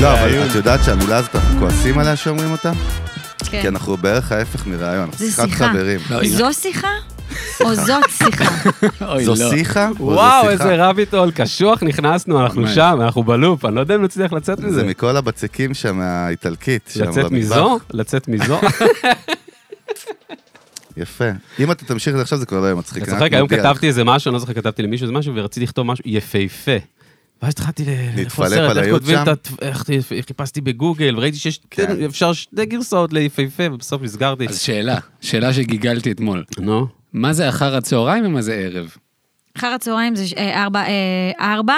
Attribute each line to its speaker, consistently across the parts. Speaker 1: לא, יודעת שהמילה הזאת, אנחנו כועסים עליה שאומרים אותה?
Speaker 2: כן.
Speaker 1: כי אנחנו בערך ההפך מראיון, אנחנו
Speaker 2: זה
Speaker 1: שיחת
Speaker 2: שיחה.
Speaker 1: חברים.
Speaker 3: לא,
Speaker 2: זו שיחה? או זאת שיחה?
Speaker 3: אוי,
Speaker 1: זו
Speaker 3: לא.
Speaker 1: שיחה? או זו
Speaker 3: וואו,
Speaker 1: שיחה?
Speaker 3: איזה רביט הול, קשוח נכנסנו, אנחנו
Speaker 1: ממש.
Speaker 3: שם, אנחנו בלופ, אני לא יודע אם נצליח לצאת מזה.
Speaker 1: זה מכל הבצקים שם, האיטלקית. שם
Speaker 3: לצאת
Speaker 1: במטבח.
Speaker 3: מזו? לצאת מזו?
Speaker 1: יפה. אם אתה תמשיך את זה עכשיו, זה כבר לא יהיה מצחיק.
Speaker 3: אתה
Speaker 1: אני רק
Speaker 3: צוחק, היום
Speaker 1: מודיע.
Speaker 3: כתבתי איזה משהו, אני לא זוכר, כתבתי למישהו איזה משהו, ורציתי לכתוב משהו יפהפה. ואז התחלתי ל-
Speaker 1: להתפלפ
Speaker 3: לפרסם,
Speaker 1: על
Speaker 3: איך
Speaker 1: היוט
Speaker 3: כותבים
Speaker 1: שם?
Speaker 3: את ה- איך- חיפשתי בגוגל, וראיתי שיש,
Speaker 1: כן.
Speaker 3: אפשר שתי גרסאות ליפהפה, ובסוף נסגרתי.
Speaker 4: אז שאלה, שאלה שגיגלתי אתמול.
Speaker 3: נו,
Speaker 4: מה זה אחר הצהריים ומה זה ערב?
Speaker 2: אחר הצהריים זה אה, ארבע, אה, ארבע,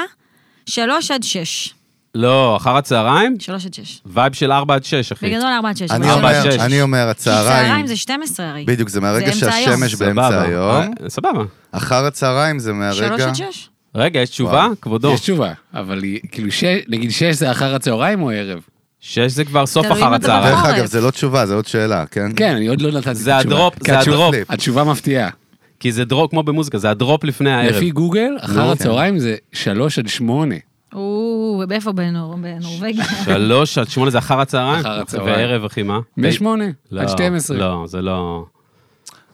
Speaker 2: שלוש עד שש.
Speaker 3: לא, אחר הצהריים,
Speaker 2: שלוש עד שש.
Speaker 3: וייב של 4 עד 6, אחי.
Speaker 2: בגדול ארבע עד שש.
Speaker 1: אני
Speaker 2: אבל-
Speaker 3: ארבע עד
Speaker 1: אומר-
Speaker 3: שש.
Speaker 1: אני אומר, הצהריים,
Speaker 2: צהריים זה 12 הרי.
Speaker 1: בדיוק, זה מהרגע
Speaker 2: זה אמצע
Speaker 1: שהשמש
Speaker 2: היום.
Speaker 1: באמצע היום,
Speaker 3: אה, סבבה.
Speaker 1: אחר הצהריים זה
Speaker 2: שלוש
Speaker 1: מהרגע...
Speaker 2: עד שש.
Speaker 3: רגע, יש תשובה?
Speaker 1: וואו.
Speaker 3: כבודו.
Speaker 4: יש תשובה, אבל היא- כאילו, ש- נגיד שש זה אחר הצהריים או ערב?
Speaker 3: 6 זה כבר סוף
Speaker 2: תלוי
Speaker 3: אחר
Speaker 2: אם אתה
Speaker 3: הצהריים.
Speaker 1: דרך
Speaker 2: בחורף.
Speaker 1: אגב, זה לא תשובה, זה עוד שאלה, כן?
Speaker 4: כן, אני עוד לא נתתי את התשובה.
Speaker 3: זה הדרופ,
Speaker 4: כי
Speaker 3: זה
Speaker 4: התשובה-
Speaker 3: הדרופ.
Speaker 1: פליפ.
Speaker 4: התשובה מפתיעה.
Speaker 3: כי זה דרופ, כמו במוזיקה, זה הדרופ לפני הערב.
Speaker 4: לפי גוגל,
Speaker 1: נו,
Speaker 4: אחר
Speaker 3: לא, כן.
Speaker 4: הצהריים זה שלוש עד שמונה.
Speaker 2: או, איפה בנור- בנורבגיה?
Speaker 3: שלוש עד שמונה זה אחר הצהריים?
Speaker 4: אחר הצהריים.
Speaker 3: וערב, אחי, מה?
Speaker 4: משמונה
Speaker 3: לא,
Speaker 4: עד 12.
Speaker 3: לא, זה לא...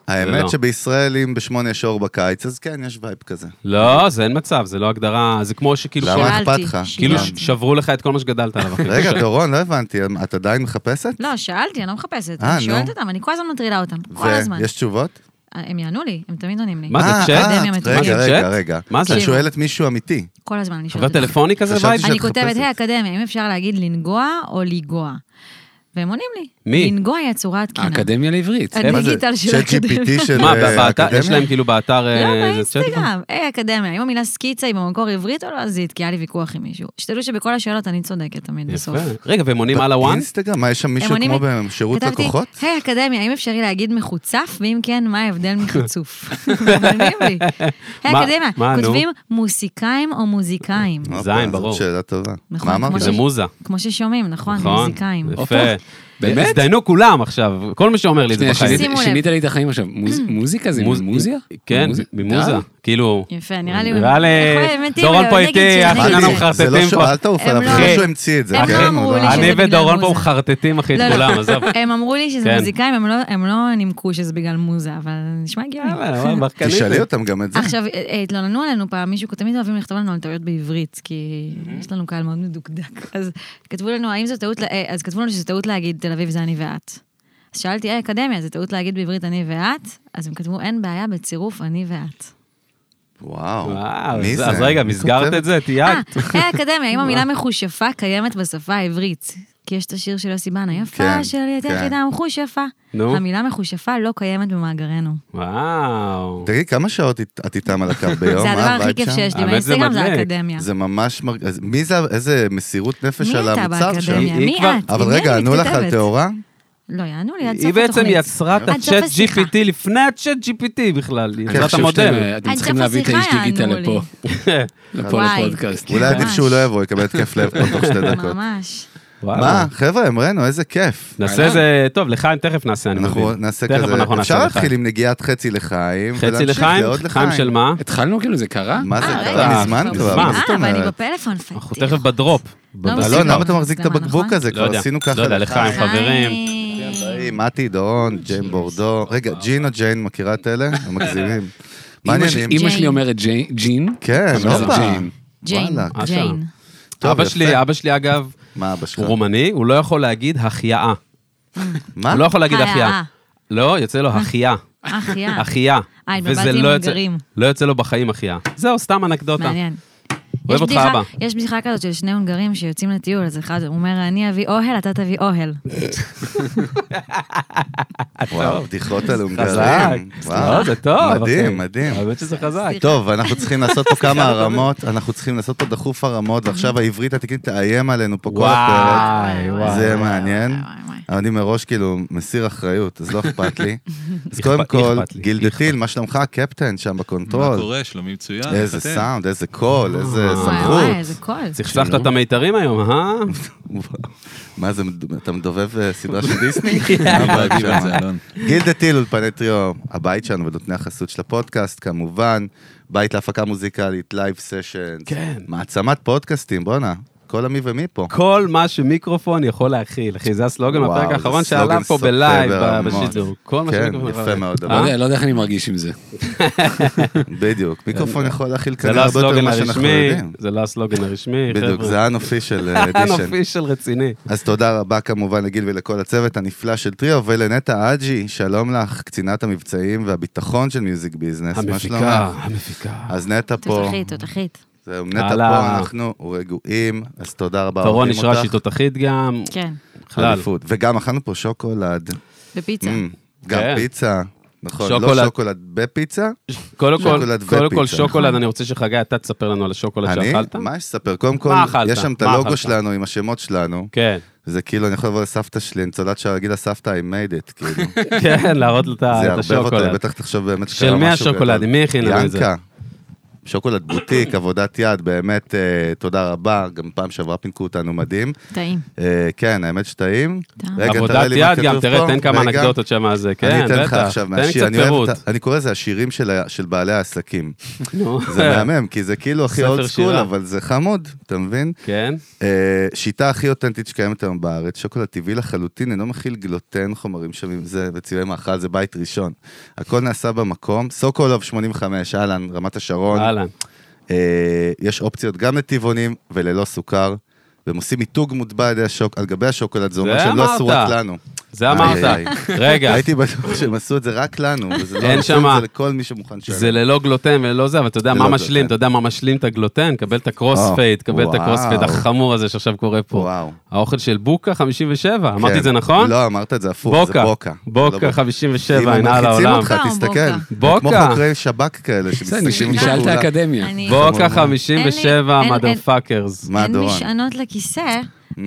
Speaker 1: האמת
Speaker 3: לא.
Speaker 1: שבישראל, אם בשמונה יש אור בקיץ, אז כן, יש וייב כזה.
Speaker 3: לא, זה אין מצב, זה לא הגדרה, זה כמו שכאילו...
Speaker 1: למה?
Speaker 3: כל-
Speaker 2: שאלתי,
Speaker 1: אכפת לך?
Speaker 3: כאילו
Speaker 2: שאלתי.
Speaker 3: ש- שברו לך את כל מה שגדלת עליו, אחי.
Speaker 1: רגע, דורון, לא הבנתי, את עדיין מחפשת?
Speaker 2: לא, שאלתי, אני לא מחפשת.
Speaker 1: אה,
Speaker 2: אני שואלת
Speaker 1: נו.
Speaker 2: אותם, אני כל הזמן מטרידה אותם. כל הזמן. אה,
Speaker 1: ויש תשובות?
Speaker 2: הם יענו לי, הם תמיד עונים לי.
Speaker 3: מה זה,
Speaker 1: אה,
Speaker 3: צ'אט?
Speaker 1: אה,
Speaker 2: אקדמיה מתוקנת.
Speaker 1: רגע,
Speaker 3: מה זה,
Speaker 1: רגע,
Speaker 3: צ'אט?
Speaker 1: רגע.
Speaker 3: מה זה?
Speaker 1: את שואלת מישהו אמיתי.
Speaker 2: כל הזמן אני שואלת
Speaker 3: חבר
Speaker 2: אותם.
Speaker 3: טלפוני כזה
Speaker 1: חשבתי
Speaker 3: וייב?
Speaker 1: ש-
Speaker 2: אני
Speaker 1: שאת
Speaker 2: כותבת,
Speaker 1: מחפשת.
Speaker 2: היי אקדמיה, אם אפשר להגיד לנגוע או ליגוע. והם עונים לי.
Speaker 3: מי?
Speaker 2: לנגוע היא הצורה התקינה.
Speaker 4: האקדמיה לעברית.
Speaker 2: אני-
Speaker 1: מה זה?
Speaker 2: דיגיטל של
Speaker 1: צ'אט
Speaker 2: האקדמיה.
Speaker 1: GPT של
Speaker 3: מה,
Speaker 1: אה,
Speaker 3: באתר, יש
Speaker 1: האקדמיה?
Speaker 3: להם כאילו באתר... אה,
Speaker 2: לא,
Speaker 3: זה צ'אט?
Speaker 2: באינסטגרם. היי אקדמיה, אם המילה סקיצה היא במקור עברית או לא, אז היא התקיעה לי ויכוח עם מישהו. שתדעו שבכל השאלות אני צודקת תמיד
Speaker 3: יפה.
Speaker 2: בסוף.
Speaker 3: רגע, והם עונים על הוואן?
Speaker 1: אינסטגרם? מה, יש שם מישהו
Speaker 2: עונים
Speaker 1: כמו
Speaker 2: לי-
Speaker 1: בשירות
Speaker 2: כתבתי,
Speaker 1: לקוחות?
Speaker 2: היי אקדמיה, האם אפשרי להגיד מחוצף? ואם כן, מה ההבדל מחצוף? מעניינים לי. היי
Speaker 3: מה-
Speaker 2: אקדמיה,
Speaker 3: מה, נו? אוקיי.
Speaker 2: כותבים מוסיקאים או מוזיקאים?
Speaker 1: הופה,
Speaker 3: זין,
Speaker 1: זאת
Speaker 3: ברור.
Speaker 1: שאלה טובה.
Speaker 2: נכון,
Speaker 1: מה אמרת?
Speaker 2: כמו
Speaker 3: זה
Speaker 2: ש-
Speaker 3: מוזה.
Speaker 2: כמו ששומעים, נכון?
Speaker 3: נכון?
Speaker 2: מוזיקאים.
Speaker 3: יפה.
Speaker 4: באמת?
Speaker 3: הזדיינו כולם עכשיו, כל מי שאומר לי את זה
Speaker 4: שנייה,
Speaker 3: בחיים.
Speaker 4: שינית-
Speaker 2: שימו לב.
Speaker 4: שינית לי את החיים עכשיו. מוז- מוזיקה זה
Speaker 3: מוז-
Speaker 4: ממוזיה?
Speaker 3: כן,
Speaker 4: ממוזיה? אה?
Speaker 3: ממוזה.
Speaker 4: די.
Speaker 3: כאילו...
Speaker 2: יפה, נראה לי...
Speaker 3: נראה לי...
Speaker 2: יכול, הם מתים,
Speaker 3: דורון
Speaker 2: אבל
Speaker 3: פה
Speaker 2: נגיד
Speaker 3: איתי,
Speaker 2: שהוא
Speaker 1: מה
Speaker 3: אנחנו
Speaker 2: נגד
Speaker 1: זה?
Speaker 2: זה.
Speaker 1: זה לא
Speaker 3: מחרטטים פה.
Speaker 1: שאלת אוף
Speaker 2: הם
Speaker 1: עליו,
Speaker 2: לא-
Speaker 1: מישהו המציא את זה,
Speaker 2: הם לא
Speaker 1: כן?
Speaker 2: אמרו
Speaker 1: הוא
Speaker 2: לי
Speaker 1: לא-
Speaker 2: שזה
Speaker 3: אני
Speaker 2: בגלל
Speaker 3: ודורון פה
Speaker 2: מוזה.
Speaker 3: מחרטטים, אחי, את
Speaker 2: לא, לא.
Speaker 3: כולם, עזוב.
Speaker 2: הם אמרו לי שזה
Speaker 3: כן.
Speaker 2: מוזיקאים, הם לא- הם לא נימקו שזה בגלל מוזה, אבל זה נשמע הגיוני.
Speaker 3: יאללה, וואי, בחקנים.
Speaker 1: תשאלי אותם גם את זה.
Speaker 2: עכשיו, אה, אה, התלוננו עלינו פעם, מישהו, תמיד אוהבים לכתוב לנו על טעויות בעברית, כי
Speaker 3: Mm-hmm.
Speaker 2: יש לנו קהל מאוד מדוקדק. אז כתבו לנו, האם זו טעות, ל- אה, אז כתבו לנו שזו טעות להגיד, תל אביב זה אני ואת. אז שאלתי, היי, אקדמיה, זו טעות להגיד בעברית אני ואת? אז הם כתבו, אין בעיה, בצירוף אני ואת.
Speaker 1: וואו,
Speaker 3: וואו,
Speaker 1: מי
Speaker 3: אז-
Speaker 1: זה?
Speaker 3: אז רגע,
Speaker 1: מי
Speaker 3: מסגרת
Speaker 1: כותב
Speaker 3: את זה,
Speaker 2: אה,
Speaker 3: תייגת.
Speaker 2: היי, אקדמיה, האם המילה מחושפה קיימת בשפה העברית? כי יש את השיר של יוסי בנה,
Speaker 1: כן,
Speaker 2: יפה שלי, את
Speaker 1: כן.
Speaker 2: היחידה מחושפה.
Speaker 3: נו.
Speaker 2: המילה מחושפה לא קיימת במאגרנו.
Speaker 3: וואו.
Speaker 1: תגיד, כמה שעות אית- את איתם על הקו ביום? לא,
Speaker 2: זה
Speaker 1: מה
Speaker 2: הדבר הכי
Speaker 1: הווייב
Speaker 2: כיף
Speaker 1: שם?
Speaker 2: שיש לי
Speaker 3: האמת, זה
Speaker 2: באינסטגרם, זה
Speaker 3: מדליק.
Speaker 2: האקדמיה.
Speaker 1: זה ממש מרגיש, מי זה, איזה מסירות נפש
Speaker 2: כן. מי
Speaker 1: על
Speaker 2: אתה
Speaker 1: המוצר שם.
Speaker 2: באקדמיה?
Speaker 3: היא
Speaker 2: מי
Speaker 3: כבר-
Speaker 2: את?
Speaker 1: אבל
Speaker 2: עם מי
Speaker 1: רגע,
Speaker 2: אני
Speaker 1: ענו לך על
Speaker 2: מתכתבת?
Speaker 1: טהורה?
Speaker 2: לא, יענו לי עד סוף
Speaker 3: היא
Speaker 2: התוכנית.
Speaker 3: בעצם יצרה את
Speaker 2: עד סוף
Speaker 3: הצ'אט
Speaker 2: השיחה.
Speaker 3: GPT לפני הצ'אט GPT
Speaker 1: כן,
Speaker 3: בכלל, היא
Speaker 4: אני
Speaker 3: יצרה את
Speaker 4: חושב
Speaker 3: המודל.
Speaker 4: כן, שאתם- אתם
Speaker 2: עד
Speaker 4: צריכים
Speaker 2: סוף
Speaker 4: להביא את האיש
Speaker 2: השיחה
Speaker 4: דיגיטל
Speaker 2: יענו
Speaker 4: לפה, לפה
Speaker 2: וואי.
Speaker 4: לפודקאסט.
Speaker 1: אולי עדיף
Speaker 2: כן, ממש.
Speaker 1: שהוא לא יבוא, יקבל התקף לב פה תוך שתי דקות.
Speaker 2: ממש.
Speaker 3: וואו.
Speaker 1: מה, חבר'ה, אמרנו, איזה כיף.
Speaker 3: נעשה איזה, טוב, לחיים תכף נעשה, לא, אני מבין.
Speaker 1: אנחנו נעשה
Speaker 3: תכף
Speaker 1: כזה,
Speaker 3: אנחנו נעשה
Speaker 1: אפשר
Speaker 3: לחיים.
Speaker 1: להתחיל עם נגיעת חצי לחיים,
Speaker 3: חצי
Speaker 1: ולהמשיך
Speaker 3: לחיים,
Speaker 1: לעוד
Speaker 3: חיים של מה?
Speaker 4: התחלנו כאילו, זה קרה?
Speaker 1: מה זה
Speaker 2: אה, רגע,
Speaker 1: קרה מזמן
Speaker 2: כבר
Speaker 1: כבר?
Speaker 2: בזמן.
Speaker 1: מה זאת
Speaker 2: אה, אבל אני
Speaker 1: אומרת?
Speaker 2: בפלאפון, פתיח.
Speaker 3: אנחנו תכף בדרופ.
Speaker 2: מוסיף
Speaker 1: אלון,
Speaker 2: לו.
Speaker 1: למה אתה מחזיק את
Speaker 2: זה מה,
Speaker 1: הבקבוק
Speaker 2: נכון?
Speaker 1: הזה?
Speaker 3: לא
Speaker 1: כבר
Speaker 3: יודע,
Speaker 1: עשינו
Speaker 3: לא
Speaker 1: ככה
Speaker 3: יודע, לחיים חברים.
Speaker 1: היי, מתי דורון,
Speaker 2: אה,
Speaker 1: ג'יין בורדו. רגע, ג'ין או ג'יין, מכירה את אלה? המגזימים. מה
Speaker 4: אמא שלי-
Speaker 1: העניינים?
Speaker 4: אמא
Speaker 2: ג'יין.
Speaker 4: שלי אומרת ג'יי- ג'ין.
Speaker 1: כן,
Speaker 4: אבל זה
Speaker 1: הופה.
Speaker 4: ג'יין.
Speaker 2: ג'יין,
Speaker 1: וואלה,
Speaker 3: אשכרה.
Speaker 2: ג'יין.
Speaker 1: טוב,
Speaker 3: אבא
Speaker 1: יפה.
Speaker 3: שלי, אבא שלי אגב,
Speaker 1: מה אבא שלך?
Speaker 3: הוא רומני, הוא לא יכול להגיד החייאה.
Speaker 1: מה? אה?
Speaker 3: הוא לא יכול להגיד
Speaker 2: החייאה.
Speaker 3: החייאה. לא, יוצא לו החייאה.
Speaker 2: אחיה.
Speaker 3: החייאה.
Speaker 2: אה,
Speaker 3: וזה
Speaker 2: התבלבלתי
Speaker 3: לא
Speaker 2: עם
Speaker 3: יוצא-
Speaker 2: הגרים.
Speaker 3: לא יוצא לו בחיים החייאה. זהו, סתם אנקדוטה.
Speaker 2: מעניין.
Speaker 3: אוהב
Speaker 2: יש
Speaker 3: אותך,
Speaker 2: בדיחה-
Speaker 3: אבא.
Speaker 2: יש בדיחה כזאת של שני הונגרים שיוצאים לטיול, אז אחד אומר, אני אביא אוהל, אתה תביא אוהל.
Speaker 1: וואו, בדיחות על
Speaker 3: חזק.
Speaker 1: הונגרים.
Speaker 3: לא, זה טוב. אחי. לא
Speaker 1: מדהים, מדהים.
Speaker 3: האמת שזה חזק.
Speaker 1: טוב, אנחנו צריכים לעשות פה כמה הרמות, אנחנו צריכים לעשות פה דחוף הרמות, ועכשיו העברית התקנית תאיים עלינו פה כל הפרק.
Speaker 2: אה,
Speaker 3: וואי, וואי.
Speaker 1: זה מעניין.
Speaker 2: וואי, וואי, וואי.
Speaker 1: אני מראש כאילו מסיר אחריות, אז לא אכפת לי. אז קודם כל,
Speaker 3: אכפת לי,
Speaker 1: גילדטיל, מה שלומך? קפטן שם
Speaker 5: מה
Speaker 1: בקונטרול.
Speaker 5: קורה? שלומי מצוין.
Speaker 1: איזה
Speaker 5: אתם?
Speaker 1: סאונד, איזה קול, איזה
Speaker 3: וואי,
Speaker 2: וואי,
Speaker 1: סמכות.
Speaker 2: וואי, איזה קול.
Speaker 3: סכסכת את המיתרים היום, אה?
Speaker 1: מה זה, אתה מדובב אה, סדרה של דיסני?
Speaker 3: כן.
Speaker 5: מה הבעיה עם לא
Speaker 3: לא,
Speaker 5: זה, אלון?
Speaker 1: גילדה טיל אולפני טריו, הבית שלנו ונותני החסות של הפודקאסט, כמובן, בית להפקה מוזיקלית, לייב סשן,
Speaker 3: כן.
Speaker 1: מעצמת פודקאסטים, בואנה. כל המי ומי פה.
Speaker 3: כל מה שמיקרופון יכול להכיל, אחי, זה הסלוגן
Speaker 1: וואו,
Speaker 3: בפרק
Speaker 1: זה
Speaker 3: האחרון
Speaker 1: סלוגן
Speaker 3: שעלה פה
Speaker 1: סופר
Speaker 3: בלייב ב-
Speaker 1: ברמות.
Speaker 3: בשידור. כל מה
Speaker 1: כן,
Speaker 3: שמיקרופון יכול
Speaker 1: יפה מאוד.
Speaker 4: לא
Speaker 1: אה?
Speaker 4: יודע- לא יודע איך אני מרגיש עם זה.
Speaker 1: בדיוק. מיקרופון יכול להכיל
Speaker 3: זה אה. לא
Speaker 1: כנראה הרבה יותר
Speaker 3: הסלוגן
Speaker 1: ממה שאנחנו
Speaker 3: הרשמי,
Speaker 1: יודעים.
Speaker 3: זה לא הסלוגן הרשמי,
Speaker 1: בדיוק, זה האנופי של אדישן.
Speaker 3: הנופי של רציני.
Speaker 1: אז תודה רבה כמובן לגיל ולכל הצוות הנפלא של טריו, ולנטע אג'י, שלום לך, קצינת המבצעים והביטחון של מיוזיק ביזנס. מה
Speaker 3: המפיקה,
Speaker 1: שלומך? אה,
Speaker 3: המפיקה.
Speaker 1: אז נטע פה,
Speaker 2: תותחית, תותחית.
Speaker 1: זהו, נטע
Speaker 3: אהלה.
Speaker 1: פה, אנחנו רגועים, אז תודה רבה.
Speaker 3: פרון
Speaker 1: אוהבים
Speaker 3: נשרה
Speaker 1: אותך.
Speaker 3: שיטותחית גם,
Speaker 2: כן,
Speaker 3: בכלל.
Speaker 1: אליפות. וגם אכלנו פה שוקולד.
Speaker 2: בפיצה.
Speaker 1: Mm, גם
Speaker 3: כן.
Speaker 1: פיצה. נכון,
Speaker 3: שוקולד.
Speaker 1: לא שוקולד בפיצה.
Speaker 3: קודם כל,
Speaker 1: שוקולד
Speaker 3: קודם כל
Speaker 1: ופיצה.
Speaker 3: שוקולד, אני רוצה שחגי, אתה תספר לנו על השוקולד
Speaker 1: אני?
Speaker 3: שאכלת.
Speaker 1: מה יש לספר? קודם כל,
Speaker 3: מה אכלת?
Speaker 1: יש שם את
Speaker 3: מה
Speaker 1: הלוגו
Speaker 3: אכלת?
Speaker 1: שלנו עם השמות שלנו.
Speaker 3: כן,
Speaker 1: זה כאילו, אני יכול לבוא לסבתא שלי, ניצולת שעה, להגיד לה, סבתא, I made it, כאילו.
Speaker 3: כן, להראות לו את ה-
Speaker 1: זה
Speaker 3: את
Speaker 1: יערבב אותה, היא
Speaker 3: השוקולד.
Speaker 1: בטח תחשוב באמת
Speaker 3: של
Speaker 1: שקרה
Speaker 3: מי
Speaker 1: משהו
Speaker 3: השוקולד?
Speaker 1: גדול.
Speaker 3: מי הכין לנו את זה?
Speaker 1: ינקה. שוקולד בוטיק, עבודת יד, באמת, אה, תודה רבה. גם פעם שעברה פינקו אותנו מדהים.
Speaker 2: טעים.
Speaker 1: אה, כן, האמת שטעים.
Speaker 2: טעם.
Speaker 1: רגע, תראה
Speaker 3: עבודת
Speaker 1: לי מה
Speaker 3: יד גם,
Speaker 1: כתוב
Speaker 3: תראה,
Speaker 1: פה.
Speaker 3: תן כמה
Speaker 1: רגע.
Speaker 3: אנקדוטות שם על זה,
Speaker 1: אני
Speaker 3: כן,
Speaker 1: אתן לך
Speaker 3: בטח.
Speaker 1: עכשיו
Speaker 3: תן
Speaker 1: מהשיר,
Speaker 3: קצת
Speaker 1: אני אוהב
Speaker 3: פירוט.
Speaker 1: את ה... אני קורא לזה השירים של ה- של בעלי העסקים.
Speaker 3: נו.
Speaker 1: זה מהמם, כי זה כאילו הכי
Speaker 3: כן. ספר
Speaker 1: אולד סקול,
Speaker 3: שירה.
Speaker 1: אבל זה חמוד, אתה מבין?
Speaker 3: כן,
Speaker 1: אה, שיטה הכי אותנטית שקיימת היום בארץ, שוקולד טבעי לחלוטין, אינו מכיל גלוטן, חומרים שווים זה, וצבעי מאכל, זה בית ראשון. הכל נעשה במקום. סוקולוב 85, אהלן, רמת השרון.
Speaker 3: אהלן.
Speaker 1: אה, יש אופציות גם לטבעונים וללא סוכר, והם עושים מיתוג מוטבע על ידי השוק, על גבי השוקולד, זה אומר
Speaker 3: זה
Speaker 1: שהן לא
Speaker 3: אמרת.
Speaker 1: אסורות לנו.
Speaker 3: זה
Speaker 1: איי,
Speaker 3: אמרת. רגע,
Speaker 1: הייתי בטוח שהם עשו את זה רק לנו, וזה לא,
Speaker 3: אין
Speaker 1: עשו את
Speaker 3: שמה.
Speaker 1: זה לכל מי שמוכן שלנו.
Speaker 3: זה ללא גלוטן וללא זה, אבל אתה יודע
Speaker 1: ללא
Speaker 3: מה
Speaker 1: גלוטן.
Speaker 3: משלים, אתה יודע מה משלים את הגלוטן? קבל את הקרוספייט,
Speaker 1: או,
Speaker 3: קבל את
Speaker 1: וואו.
Speaker 3: הקרוספייט החמור הזה שעכשיו קורה פה.
Speaker 1: וואו.
Speaker 3: האוכל של בוקה 57, לא- אמרתי
Speaker 1: כן.
Speaker 3: את זה נכון?
Speaker 1: לא, אמרת את זה הפוך, זה
Speaker 3: בוקה.
Speaker 1: בוקה. זה
Speaker 3: בוקה
Speaker 1: לא
Speaker 3: 57,
Speaker 1: אם
Speaker 3: עינה על
Speaker 1: הם מלחיצים
Speaker 3: העולם.
Speaker 1: אותך,
Speaker 2: בוקה או
Speaker 1: תסתכל.
Speaker 3: בוקה?
Speaker 1: כמו
Speaker 3: בוקה.
Speaker 1: חוקרי שב"כ כאלה
Speaker 4: בסדר,
Speaker 1: שמסתכלים
Speaker 4: נשאלת
Speaker 1: בפעולה.
Speaker 4: האקדמיה.
Speaker 2: אני-
Speaker 3: בוקה
Speaker 1: חמור.
Speaker 3: 57,
Speaker 2: אין לי- אין-
Speaker 3: mother fuckers.
Speaker 1: מה
Speaker 2: אין
Speaker 1: דורון? Mm.
Speaker 2: משענות לכיסא,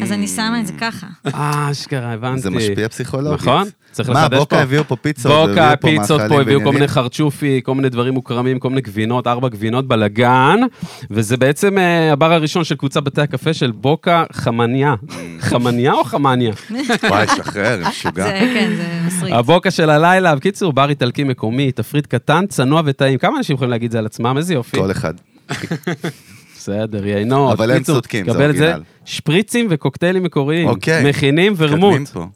Speaker 2: אז אני שמה את זה ככה.
Speaker 3: אה, אשכרה, הבנתי.
Speaker 1: זה משפיע פסיכולוגית.
Speaker 3: נכון, צריך לחדש
Speaker 1: מה,
Speaker 3: פה.
Speaker 1: בוקה הביאו פה פיצות,
Speaker 3: בוקה,
Speaker 1: והביאו פה
Speaker 3: פיצות
Speaker 1: מאכלים
Speaker 3: פה, הביאו כל
Speaker 1: ועניינים.
Speaker 3: מיני חרצ'ופי, כל מיני דברים מוקרמים, כל מיני גבינות, ארבע גבינות, בלאגן, וזה בעצם אה, הבר הראשון של קבוצה בתי הקפה של בוקה חמניה.
Speaker 1: Mm.
Speaker 3: חמניה או חמניה?
Speaker 1: וואי, תשחרר, הם משוגע.
Speaker 2: זה, כן, זה מסריט.
Speaker 3: הבוקה של הלילה, בקיצור, בר איטלקי מקומי, תפריט קטן, צנוע וטעים. כמה אנשים יכולים להגיד את זה על עצמם? איזה יופי.
Speaker 1: כל אחד.
Speaker 3: בסדר, יינות.
Speaker 1: אבל הם
Speaker 3: בקיצור,
Speaker 1: צודקים, זה
Speaker 3: קבל את
Speaker 1: אורגינל.
Speaker 3: שפריצים וקוקטיילים מקוריים.
Speaker 1: אוקיי.
Speaker 3: מכינים ורמוט.
Speaker 1: מתקדמים פה.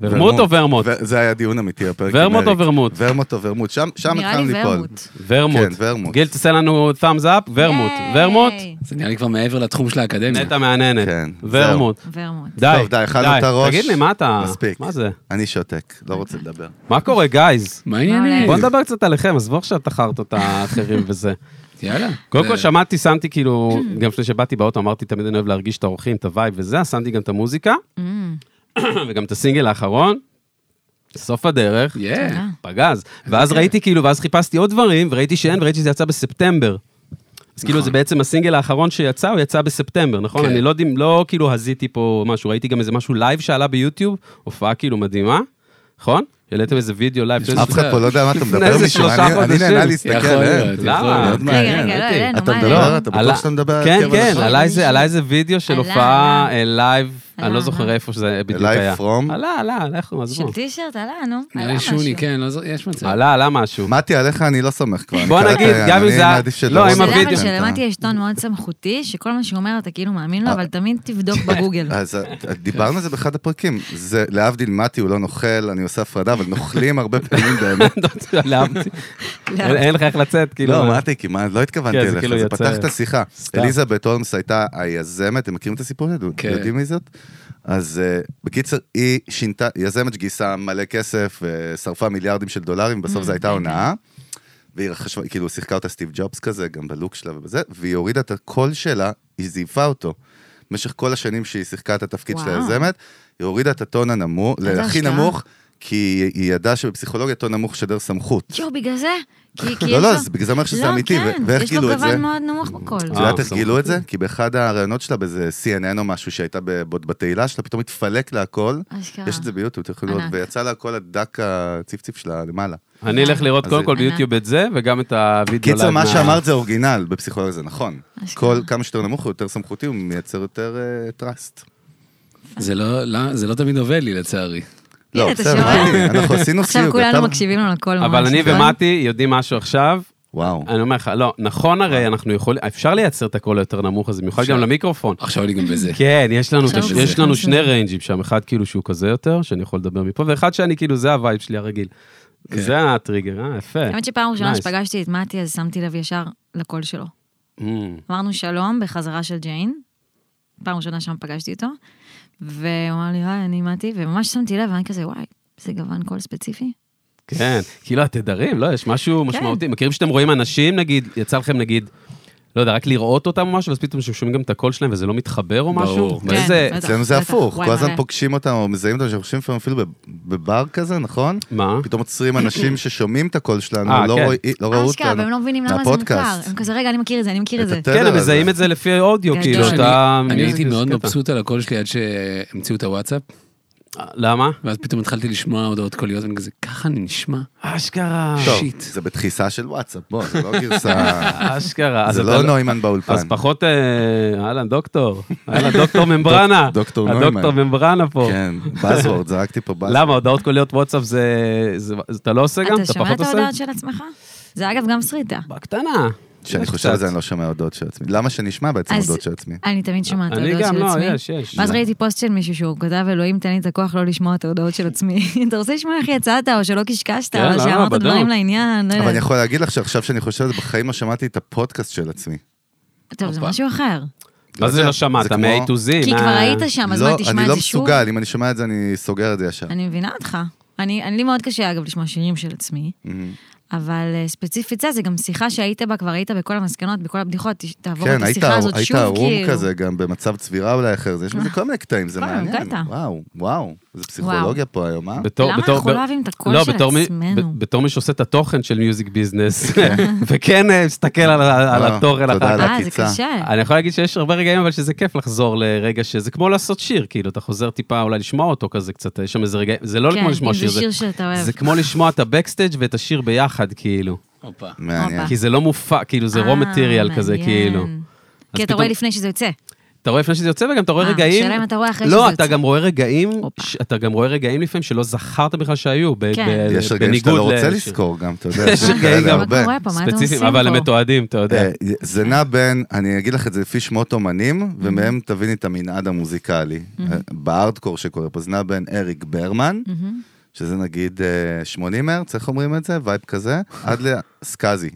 Speaker 3: ורמוט או ורמוט?
Speaker 1: ו- זה היה דיון אמיתי, הפרק עם
Speaker 3: ורמוט או
Speaker 1: אריק.
Speaker 3: ורמוט?
Speaker 1: ורמוט או ורמוט, שם שם
Speaker 2: נראה
Speaker 1: התחלנו
Speaker 2: לי
Speaker 1: ליפול.
Speaker 2: ורמוט.
Speaker 3: ורמוט.
Speaker 1: כן, ורמוט.
Speaker 3: גיל, תעשה לנו thumbs up, ורמוט.
Speaker 2: ייי!
Speaker 3: ורמוט?
Speaker 4: זה נראה לי כבר מעבר לתחום של האקדמיה.
Speaker 3: נטע מהננת.
Speaker 1: כן,
Speaker 3: ורמוט.
Speaker 2: ורמוט.
Speaker 3: די,
Speaker 1: טוב, די, אכלנו את הראש.
Speaker 3: תגיד לי, מה אתה...
Speaker 1: מספיק.
Speaker 3: מה זה?
Speaker 1: אני שותק, לא רוצה לדבר.
Speaker 3: מה קורה, גייז?
Speaker 4: מה העניינים?
Speaker 3: בוא נדבר קצת עליכם, עזבו עכשיו את החרטות האחרים וזה.
Speaker 4: יאללה.
Speaker 3: קודם
Speaker 4: זה-
Speaker 3: כל שמעתי, שמתי כאילו, גם לפני שבאתי באוטו אמרתי, תמיד אני אוהב להרגיש את האורחים, את הווייב וזה, אז שמתי גם את המוזיקה, וגם את הסינגל האחרון, סוף הדרך,
Speaker 4: יא.
Speaker 2: תודה.
Speaker 3: פגז. ואז ראיתי כאילו, ואז חיפשתי עוד דברים, וראיתי שאין, וראיתי שזה יצא בספטמבר. אז כאילו זה בעצם הסינגל האחרון שיצא, הוא יצא בספטמבר, נכון?
Speaker 4: נכון. כן.
Speaker 3: אני לא, דימ- לא כאילו הזיתי פה משהו, ראיתי גם איזה משהו לייב שעלה ביוטיוב, הופעה כאילו מדהימה, נכון? העליתם איזה וידאו לייב.
Speaker 4: יש
Speaker 1: אף אחד פה לא יודע מה אתה
Speaker 3: לפני
Speaker 1: מדבר
Speaker 3: איזה
Speaker 1: משום,
Speaker 3: שלושה
Speaker 1: אני אני נהנה
Speaker 3: חודשים.
Speaker 1: להסתכל.
Speaker 4: יכול
Speaker 1: אה.
Speaker 4: להיות, יכול
Speaker 3: למה?
Speaker 4: להיות.
Speaker 1: מאוד מעניין.
Speaker 2: רגע, לא,
Speaker 3: ראיתי.
Speaker 2: אלה, נו,
Speaker 1: אתה
Speaker 2: מה
Speaker 1: מדבר?
Speaker 2: אלה?
Speaker 1: אתה בטוח
Speaker 3: עלה-
Speaker 1: שאתה מדבר על
Speaker 3: כן,
Speaker 1: הרכב
Speaker 3: כן,
Speaker 1: הראשון?
Speaker 3: עלה איזה, עלה איזה וידאו של
Speaker 2: עלה,
Speaker 3: הופעה
Speaker 2: עלה.
Speaker 3: אה, לייב,
Speaker 2: עלה,
Speaker 3: אני לא
Speaker 2: עלה.
Speaker 3: זוכר איפה שזה בדיוק
Speaker 1: Live
Speaker 3: היה.
Speaker 1: from?
Speaker 3: עלה, עלה, עלה, איך הוא, עזבו.
Speaker 2: של טישרט עלה, נו.
Speaker 4: נראה
Speaker 2: עלה
Speaker 4: לי שוני,
Speaker 2: משהו.
Speaker 4: כן, לא זו- יש מצב.
Speaker 3: עלה, עלה משהו.
Speaker 1: מתי, עליך אני לא סומך כבר. אני
Speaker 3: בוא
Speaker 1: קראתי,
Speaker 3: נגיד, גם אם
Speaker 1: אני
Speaker 3: זה-
Speaker 1: מעדיף שדורון
Speaker 3: לא, עם
Speaker 1: ידבר.
Speaker 2: השאלה אבל
Speaker 3: הווידאו.
Speaker 2: שלמטי יש טון מאוד סמכותי, שכל מה שהוא אומר אתה כאילו מאמין לו, אבל תמיד תבדוק בגוגל.
Speaker 1: אז אה, דיברנו על זה באחד הפרקים. זה, להבדיל מתי, הוא לא נוכל, אני עושה הפרדה, אבל נוכלים הרבה פעמים באמת.
Speaker 3: לא, אהבתי.
Speaker 2: לא.
Speaker 3: אין אין לך איך לצאת, כאילו.
Speaker 1: לא, מתי, כי מה, לא התכוונתי
Speaker 3: כן, זה
Speaker 1: אליך,
Speaker 3: כאילו
Speaker 1: זה
Speaker 3: יצא-
Speaker 1: פתח את השיחה.
Speaker 3: סתם.
Speaker 1: אליזבת הולמס הייתה היזמת, אתם מכירים את הסיפור הזה?
Speaker 4: כן.
Speaker 1: יודעים מי זאת? אז אה, בקיצר, היא שינתה, יזמת שגייסה מלא כסף, אה, שרפה מיליארדים של דולרים,
Speaker 2: Mm,
Speaker 1: בסוף זו הייתה הונאה. והיא חשבה, כאילו, שיחקה אותה סטיב ג'ובס כזה, גם בלוק שלה ובזה, והיא הורידה את הקול שלה, היא זייפה אותו. במשך כל השנים שהיא שיחקה את התפקיד של
Speaker 2: וואו.
Speaker 1: היזמת, היא הורידה את הטון הנמוך,
Speaker 2: איזה
Speaker 1: הכי
Speaker 2: השקעה.
Speaker 1: נמוך, כי היא- היא ידעה שבפסיכולוגיה טון נמוך שדר סמכות.
Speaker 2: יואו, בגלל זה? כי כי יש לו...
Speaker 1: לא, לא, אז בגלל זה אני אומר שזה
Speaker 2: לא,
Speaker 1: אמיתי, ו-
Speaker 2: כן,
Speaker 1: ואיך גילו את
Speaker 2: יש לו
Speaker 1: זה?
Speaker 2: גוון מאוד נמוך בקול.
Speaker 1: את
Speaker 3: אה,
Speaker 1: יודעת איך
Speaker 3: סמכות.
Speaker 1: גילו את זה? כי באחד הראיונות שלה באיזה CNN או משהו שהייתה ב- עוד בתהילה שלה, פתאום התפלק לה הכל.
Speaker 2: אשכרה.
Speaker 1: יש את זה ביוטיוב, אתם יכולים לראות,
Speaker 2: ענק.
Speaker 1: ויצא לה הכל הדק הציפציף שלה למעלה.
Speaker 3: אני אלך לראות
Speaker 1: אז
Speaker 3: קודם
Speaker 1: זה-
Speaker 3: כל ביוטיוב את זה, וגם את הוידאו.
Speaker 1: קיצר,
Speaker 3: לייב
Speaker 1: מה
Speaker 3: מה-
Speaker 1: שאמרת זה אורגינל בפסיכולוגיה, זה נכון.
Speaker 2: אשכרה.
Speaker 1: כל כמה שיותר נמוך הוא יותר סמכותי, הוא מייצר יותר אה, טראסט.
Speaker 4: זה לא- לא- זה לא תמיד עובד לי, לצערי.
Speaker 1: לא,
Speaker 2: הנה, אתה
Speaker 1: בסדר,
Speaker 2: שומע?
Speaker 1: מתי, אנחנו עשינו
Speaker 2: עכשיו
Speaker 1: סיוג.
Speaker 2: כולנו
Speaker 1: אתה-
Speaker 2: מקשיבים לנו לכל ממש.
Speaker 3: אבל אני
Speaker 2: נכון?
Speaker 3: ומתי יודעים משהו עכשיו,
Speaker 1: וואו.
Speaker 3: אני אומר לך, לא, נכון הרי, אנחנו יכולים, אפשר לייצר את הקול היותר נמוך הזה, במיוחד גם למיקרופון.
Speaker 4: עכשיו אני גם בזה.
Speaker 3: כן, יש לנו,
Speaker 2: עכשיו
Speaker 3: את הש-
Speaker 2: הוא
Speaker 3: יש
Speaker 2: בזה.
Speaker 3: לנו שני ריינג'ים שם, אחד כאילו שהוא כזה יותר, שאני יכול לדבר מפה, ואחד שאני כאילו, זה הווייב שלי הרגיל.
Speaker 4: כן.
Speaker 3: זה הטריגר, אה, יפה.
Speaker 1: כן.
Speaker 2: האמת שפעם ראשונה
Speaker 3: Nice.
Speaker 2: שפגשתי את מתי, אז שמתי לב ישר לקול שלו.
Speaker 3: Mm.
Speaker 2: אמרנו שלום בחזרה של ג'יין, פעם ראשונה שם פגשתי אותו, והוא אמר לי, היי, אני מתי, וממש שמתי לב, ואני כזה, וואי, זה גוון קול ספציפי?
Speaker 3: כן, כאילו התדרים, לא, יש
Speaker 2: כן.
Speaker 3: משהו משמעותי. מכירים שאתם רואים אנשים, נגיד, יצא לכם נגיד, לא יודע, רק לראות אותם או משהו, ואז פתאום אתם שומעים גם את הקול שלהם וזה לא מתחבר או משהו?
Speaker 4: ברור.
Speaker 2: כן,
Speaker 3: ואיזה...
Speaker 2: בטח,
Speaker 1: אצלנו זה
Speaker 2: בטח.
Speaker 1: הפוך,
Speaker 2: וואי,
Speaker 1: כל הזמן
Speaker 2: מלא.
Speaker 1: פוגשים אותם או מזהים אותם, שאנחנו חושבים לפעמים אפילו בב- בבר כזה, נכון?
Speaker 3: מה?
Speaker 1: פתאום עוצרים אנשים ששומעים את הקול שלנו,
Speaker 3: אה,
Speaker 1: לא
Speaker 3: כן.
Speaker 1: רואי- לא ראו
Speaker 2: אשכרה, והם
Speaker 1: אותנו.
Speaker 2: לא מבינים למה זה מוכר.
Speaker 1: מהפודקאסט.
Speaker 2: הם כזה, רגע, אני מכיר את זה, אני מכיר את
Speaker 1: את
Speaker 2: זה.
Speaker 1: הטלר
Speaker 3: כן, הם
Speaker 1: הזה.
Speaker 3: מזהים את זה לפי
Speaker 2: כן,
Speaker 3: האודיו, כאילו,
Speaker 2: כן.
Speaker 3: אתה...
Speaker 4: לא, אני הייתי מאוד
Speaker 3: קטע.
Speaker 4: מבסוט על הקול שלי עד שהמציאו את הוואטסאפ,
Speaker 3: למה?
Speaker 4: ואז פתאום התחלתי לשמוע הודעות קוליות, ואני כזה, ככה אני נשמע.
Speaker 3: אשכרה.
Speaker 1: טוב,
Speaker 4: שיט.
Speaker 1: זה בתחיסה של וואטסאפ, בוא, זה לא גרסה...
Speaker 3: אשכרה. אז
Speaker 1: זה
Speaker 3: אתה
Speaker 1: לא נוימן באולפן.
Speaker 3: אז פחות, אה, אהלן, דוקטור. אהלן, דוקטור ממברנה.
Speaker 1: דוקטור
Speaker 3: הדוקטור
Speaker 1: נוימן.
Speaker 3: ממברנה פה.
Speaker 1: כן, באזוורד, זרקתי פה באזוורד.
Speaker 3: למה, הודעות קוליות וואטסאפ זה... זה- זה- אתה לא עושה גם?
Speaker 2: אתה
Speaker 3: אתה
Speaker 2: שומע
Speaker 3: פחות
Speaker 2: את
Speaker 3: עושה?
Speaker 2: ההודעות של עצמך? זה אגב גם שריטה.
Speaker 3: בקטנה.
Speaker 1: כשאני
Speaker 3: יש
Speaker 1: חושב על
Speaker 3: קצת.
Speaker 1: זה, אני לא שומע הודעות של עצמי. למה שנשמע בעצם
Speaker 2: אז-
Speaker 1: הודעות של עצמי?
Speaker 2: אני תמיד שומעת את
Speaker 3: אני
Speaker 2: ההודעות
Speaker 3: גם,
Speaker 2: של
Speaker 3: לא,
Speaker 2: עצמי.
Speaker 3: יש, יש.
Speaker 2: ואז ראיתי פוסט של מישהו שהוא כתב, אלוהים, תן לי את הכוח לא לשמוע את ההודעות של עצמי. אתה רוצה לשמוע איך יצאת, או שלא קשקשת,
Speaker 3: כן,
Speaker 2: או
Speaker 3: לא,
Speaker 2: שאמרת
Speaker 3: בדוק.
Speaker 2: דברים לעניין, לא
Speaker 1: אבל אני
Speaker 2: יודעת.
Speaker 1: יכול להגיד לך שעכשיו שאני חושב על זה, בחיים לא שמעתי את הפודקאסט של עצמי.
Speaker 2: טוב, זה
Speaker 4: הופה.
Speaker 2: משהו אחר.
Speaker 3: מה זה
Speaker 1: יודע,
Speaker 3: לא שמעת?
Speaker 1: זה כמו-
Speaker 3: מ-A to Z.
Speaker 2: כי
Speaker 3: מה-
Speaker 2: כבר היית שם, כן, אז מה,
Speaker 1: לא,
Speaker 2: תשמע
Speaker 1: אני
Speaker 2: את
Speaker 1: לא
Speaker 2: זה שוב?
Speaker 1: מסוגל, אם אני שומע את זה, אני סוגר את זה ישר.
Speaker 2: אני מבינה אותך. אני, אני- לי מאוד קשה, אגב, לשמוע שירים של עצמי,
Speaker 1: מהמם.
Speaker 2: אבל אה, ספציפית זה, זה גם שיחה שהיית בה, כבר היית בכל המסקנות, בכל הבדיחות, ת- תעבור את
Speaker 1: כן, היית
Speaker 2: השיחה הזאת
Speaker 1: היית
Speaker 2: שוב, כאילו. אה,
Speaker 1: ערום כזה, גם במצב צבירה אולי אחר, זה- יש בזה כל מיני קטעים, זה
Speaker 2: כל מיני
Speaker 1: מעניין.
Speaker 2: קטע.
Speaker 1: וואו, וואו, זה פסיכולוגיה פה היום, אה?
Speaker 3: בתור-
Speaker 2: למה
Speaker 3: בתור-
Speaker 2: אנחנו
Speaker 3: ב-
Speaker 2: לא אוהבים את הקול של
Speaker 3: בתור מי-
Speaker 2: עצמנו?
Speaker 3: ב- בתור מי שעושה את התוכן של מיוזיק ביזנס, וכן אה, מסתכל על ה- על
Speaker 1: כן. לא,
Speaker 3: התורן
Speaker 1: תודה
Speaker 3: אחר
Speaker 1: על
Speaker 3: כך.
Speaker 2: אה, זה
Speaker 1: עקיצה.
Speaker 2: קשה.
Speaker 3: אני יכול להגיד שיש הרבה רגעים, אבל שזה כיף לחזור לרגע שזה כמו לעשות שיר, כאילו, אתה חוזר טיפה אולי לשמוע אותו כזה קצת, יש שם איזה רגעים, זה לא
Speaker 2: כן,
Speaker 3: כמו לשמוע
Speaker 2: אם זה
Speaker 3: שיר,
Speaker 2: שיר שאתה אוהב.
Speaker 3: זה כמו לשמוע את הבקסטייג' ואת השיר ביחד, כאילו.
Speaker 4: הופה.
Speaker 1: מעניין.
Speaker 2: הופה.
Speaker 3: כי זה לא מופע, כאילו, זה
Speaker 2: אה,
Speaker 3: raw material כזה,
Speaker 2: מעניין.
Speaker 3: כאילו. אז
Speaker 2: כי אתה
Speaker 3: פתאום-
Speaker 2: רואה לפני שזה יוצא.
Speaker 3: אתה רואה לפני שזה יוצא וגם אתה רואה
Speaker 2: אה,
Speaker 3: רגעים...
Speaker 2: השאלה אם אתה רואה אחרי
Speaker 3: לא,
Speaker 2: שזה
Speaker 3: אתה
Speaker 2: יוצא.
Speaker 3: גם רואה רגעים,
Speaker 2: הופה.
Speaker 3: ש- אתה גם רואה רגעים לפעמים שלא זכרת בכלל שהיו, ב-
Speaker 2: כן.
Speaker 3: ב-
Speaker 1: יש רגעים שאתה לא
Speaker 3: בניגוד
Speaker 1: רוצה
Speaker 3: לשיר.
Speaker 1: לזכור כן, גם, אתה יודע.
Speaker 3: יש
Speaker 1: זה
Speaker 3: רגעים
Speaker 1: כאלה
Speaker 3: גם-
Speaker 2: מה
Speaker 1: הרבה.
Speaker 2: קורה פה? מה אתם עושים
Speaker 3: ספציפיים,
Speaker 2: פה?
Speaker 3: אבל הם מתועדים, אתה יודע.
Speaker 1: אה, זה נע בין, אני אגיד לך את זה לפי שמות
Speaker 2: Mm-hmm.
Speaker 1: אומנים, ומהם תביני את המנעד המוזיקלי. אה, בארדקור שקורה פה, זה נע בין אריק ברמן,
Speaker 2: מהמם.
Speaker 1: שזה נגיד אה, 80 מרץ, איך אומרים את זה? וייב כזה, עד לסקאזי.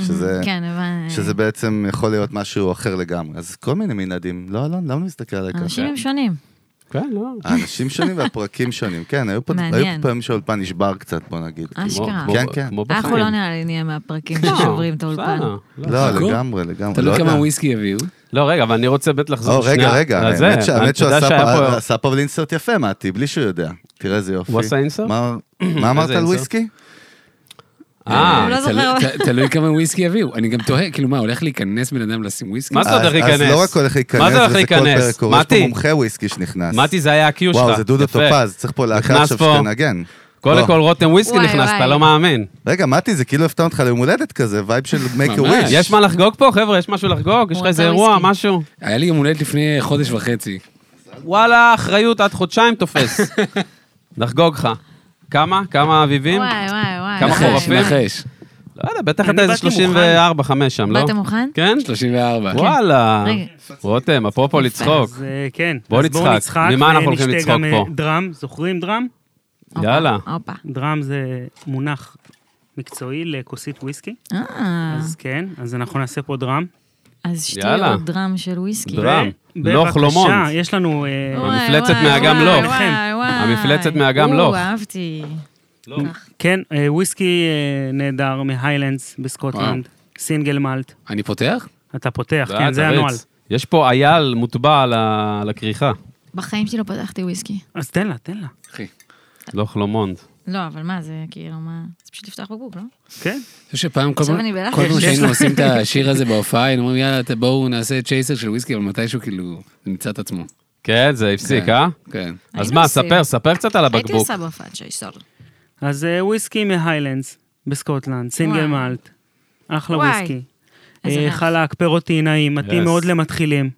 Speaker 1: שזה,
Speaker 2: כן, אבל...
Speaker 1: שזה בעצם יכול להיות משהו אחר לגמרי. אז כל מיני מנעדים. לא, אלון, למה נסתכל עליי ככה?
Speaker 2: אנשים הם שונים.
Speaker 3: כן, לא.
Speaker 1: האנשים שונים והפרקים שונים, כן, היו פה
Speaker 2: מעניין.
Speaker 1: היו פה פעמים שהאולפן נשבר קצת, בוא נגיד.
Speaker 2: אשכרה.
Speaker 3: כמו-
Speaker 1: כן,
Speaker 3: כמו-
Speaker 1: כן.
Speaker 3: כמו בחיים.
Speaker 2: אנחנו לא נראה לי נהיה מהפרקים
Speaker 3: לא,
Speaker 2: ששוברים את האולפן.
Speaker 3: בסדר, לא.
Speaker 1: לא,
Speaker 4: חכו.
Speaker 1: לגמרי, לגמרי. לא
Speaker 4: תלוי כמה
Speaker 1: יודע.
Speaker 4: וויסקי יביאו.
Speaker 3: לא, רגע, אבל אני רוצה באמת לחזור
Speaker 1: או, רגע, רגע,
Speaker 3: לזה.
Speaker 1: האמת ש- האמת
Speaker 3: אתה
Speaker 1: שהוא
Speaker 3: יודע
Speaker 1: עשה
Speaker 3: שהיה פה-
Speaker 1: פה- עשה פה אבל אינסרט יפה, מתי, בלי שהוא יודע. תראה איזה יופי.
Speaker 3: הוא עשה אינסרט?
Speaker 1: מה- מה אמרת על
Speaker 3: אינסרט?
Speaker 1: וויסקי?
Speaker 3: אה,
Speaker 2: הוא לא
Speaker 4: תלוי-
Speaker 2: זוכר.
Speaker 4: ת- תלוי כמה וויסקי יביאו. אני גם תוהה, כאילו מה, הולך להיכנס בן אדם לשים וויסקי?
Speaker 3: מה זה
Speaker 1: אז-
Speaker 3: הולך להיכנס?
Speaker 1: אז לא רק הולך להיכנס,
Speaker 3: מה זה הולך
Speaker 1: וזה כל
Speaker 3: להיכנס?
Speaker 1: פרק קורה, יש פה
Speaker 3: מתי?
Speaker 1: מומחה וויסקי שנכנס.
Speaker 3: מתי זה היה ה-Q שלך.
Speaker 1: אה, וואו, זה דודו
Speaker 3: יפה.
Speaker 1: טופז, לא. צריך פה להקה
Speaker 3: נכנס
Speaker 1: עכשיו
Speaker 3: פה.
Speaker 1: שתנגן.
Speaker 3: קודם
Speaker 1: בוא.
Speaker 3: כל רותם וויסקי
Speaker 2: וואי,
Speaker 3: נכנס, אתה
Speaker 2: וואי.
Speaker 3: לא מאמין.
Speaker 1: רגע, מתי, זה כאילו הפתענו אותך ליום הולדת כזה, וייב של make a
Speaker 4: ממש.
Speaker 1: wish.
Speaker 3: יש מה לחגוג פה, חבר'ה? יש משהו לחגוג? יש לך
Speaker 2: רוצה
Speaker 3: איזה אירוע,
Speaker 2: וויסקי.
Speaker 3: משהו?
Speaker 4: היה לי יום הולדת לפני חודש וחצי.
Speaker 3: וואלה, אחריות עד חודשיים תופס. נחגוג לך. כמה? כמה אביבים?
Speaker 2: וואי, וואי, וואי.
Speaker 3: כמה
Speaker 2: וואי.
Speaker 4: נחש,
Speaker 3: חורפים?
Speaker 4: נחש.
Speaker 3: לא יודע, בטח
Speaker 6: אני
Speaker 3: אתה איזה
Speaker 6: באתי מוכן.
Speaker 3: 34-5 שם, לא?
Speaker 2: באת מוכן?
Speaker 3: כן?
Speaker 4: 34.
Speaker 3: וואלה.
Speaker 2: רגע.
Speaker 3: רותם, אפרופו לצחוק.
Speaker 6: אז אה, כן.
Speaker 3: בוא
Speaker 6: אז
Speaker 3: נצחק. ממה אנחנו הולכים
Speaker 6: ונשתה
Speaker 3: לצחוק
Speaker 6: גם, אה,
Speaker 3: פה?
Speaker 6: דראם, זוכרים דראם?
Speaker 2: הופה,
Speaker 3: יאללה.
Speaker 2: הופה.
Speaker 6: דראם זה מונח מקצועי לכוסית וויסקי,
Speaker 2: אה,
Speaker 6: אז כן, אז אנחנו נעשה פה דראם.
Speaker 2: אז שתי
Speaker 3: יאללה.
Speaker 2: עוד דראם של וויסקי.
Speaker 3: דראם. לא לוך
Speaker 6: ובבקשה,
Speaker 3: לומונד.
Speaker 6: יש לנו... אה,
Speaker 2: וואי,
Speaker 3: המפלצת
Speaker 2: וואי,
Speaker 3: מהאגם
Speaker 2: וואי,
Speaker 3: לוך.
Speaker 2: וואי, וואי.
Speaker 3: המפלצת לא. מהאגם
Speaker 2: או,
Speaker 3: לוך.
Speaker 2: אהבתי. כך.
Speaker 6: כן, אה, וויסקי אה, נהדר מהיילנדס בסקוטלנד, סינגל מאלט.
Speaker 4: אני פותח?
Speaker 6: אתה פותח,
Speaker 3: די,
Speaker 6: כן, זה
Speaker 3: תריץ.
Speaker 6: הנוהל.
Speaker 3: יש פה אייל מוטבע על ה- על הכריכה.
Speaker 2: בחיים שלי לא פתחתי וויסקי.
Speaker 6: אז תן לה, תן לה.
Speaker 4: אחי.
Speaker 3: לא חלומונד.
Speaker 2: לא, אבל מה זה, כאילו, מה... זה פשוט לפתוח בקבוק, לא?
Speaker 6: כן,
Speaker 4: אני חושב שפעם כל
Speaker 2: עכשיו
Speaker 4: פעם
Speaker 2: אני בלחץ.
Speaker 4: כל פעם
Speaker 6: יש
Speaker 4: שהיינו
Speaker 6: לך-
Speaker 4: עושים את השיר הזה בהופעה, היינו אומרים יאללה ת- בואו נעשה צ'ייסר של וויסקי, אבל מתישהו כאילו זה ימצא את עצמו.
Speaker 3: כן, זה הפסיק,
Speaker 4: כן,
Speaker 3: אה?
Speaker 4: כן.
Speaker 3: אז
Speaker 2: היינו
Speaker 3: מה,
Speaker 2: עושים.
Speaker 3: ספר, ספר קצת על
Speaker 2: הייתי
Speaker 3: הבקבוק.
Speaker 2: עושה בהופעת שייסר.
Speaker 6: אז אה, וויסקי מהיילנדס בסקוטלנד, סינגל
Speaker 2: וואי.
Speaker 6: מאלט. אחלה
Speaker 2: וואי.
Speaker 6: וויסקי.
Speaker 2: איזה
Speaker 6: אה,
Speaker 2: רעב.
Speaker 6: חלק, פירוטי נעים, מתאים
Speaker 3: Yes.
Speaker 6: מאוד למתחילים.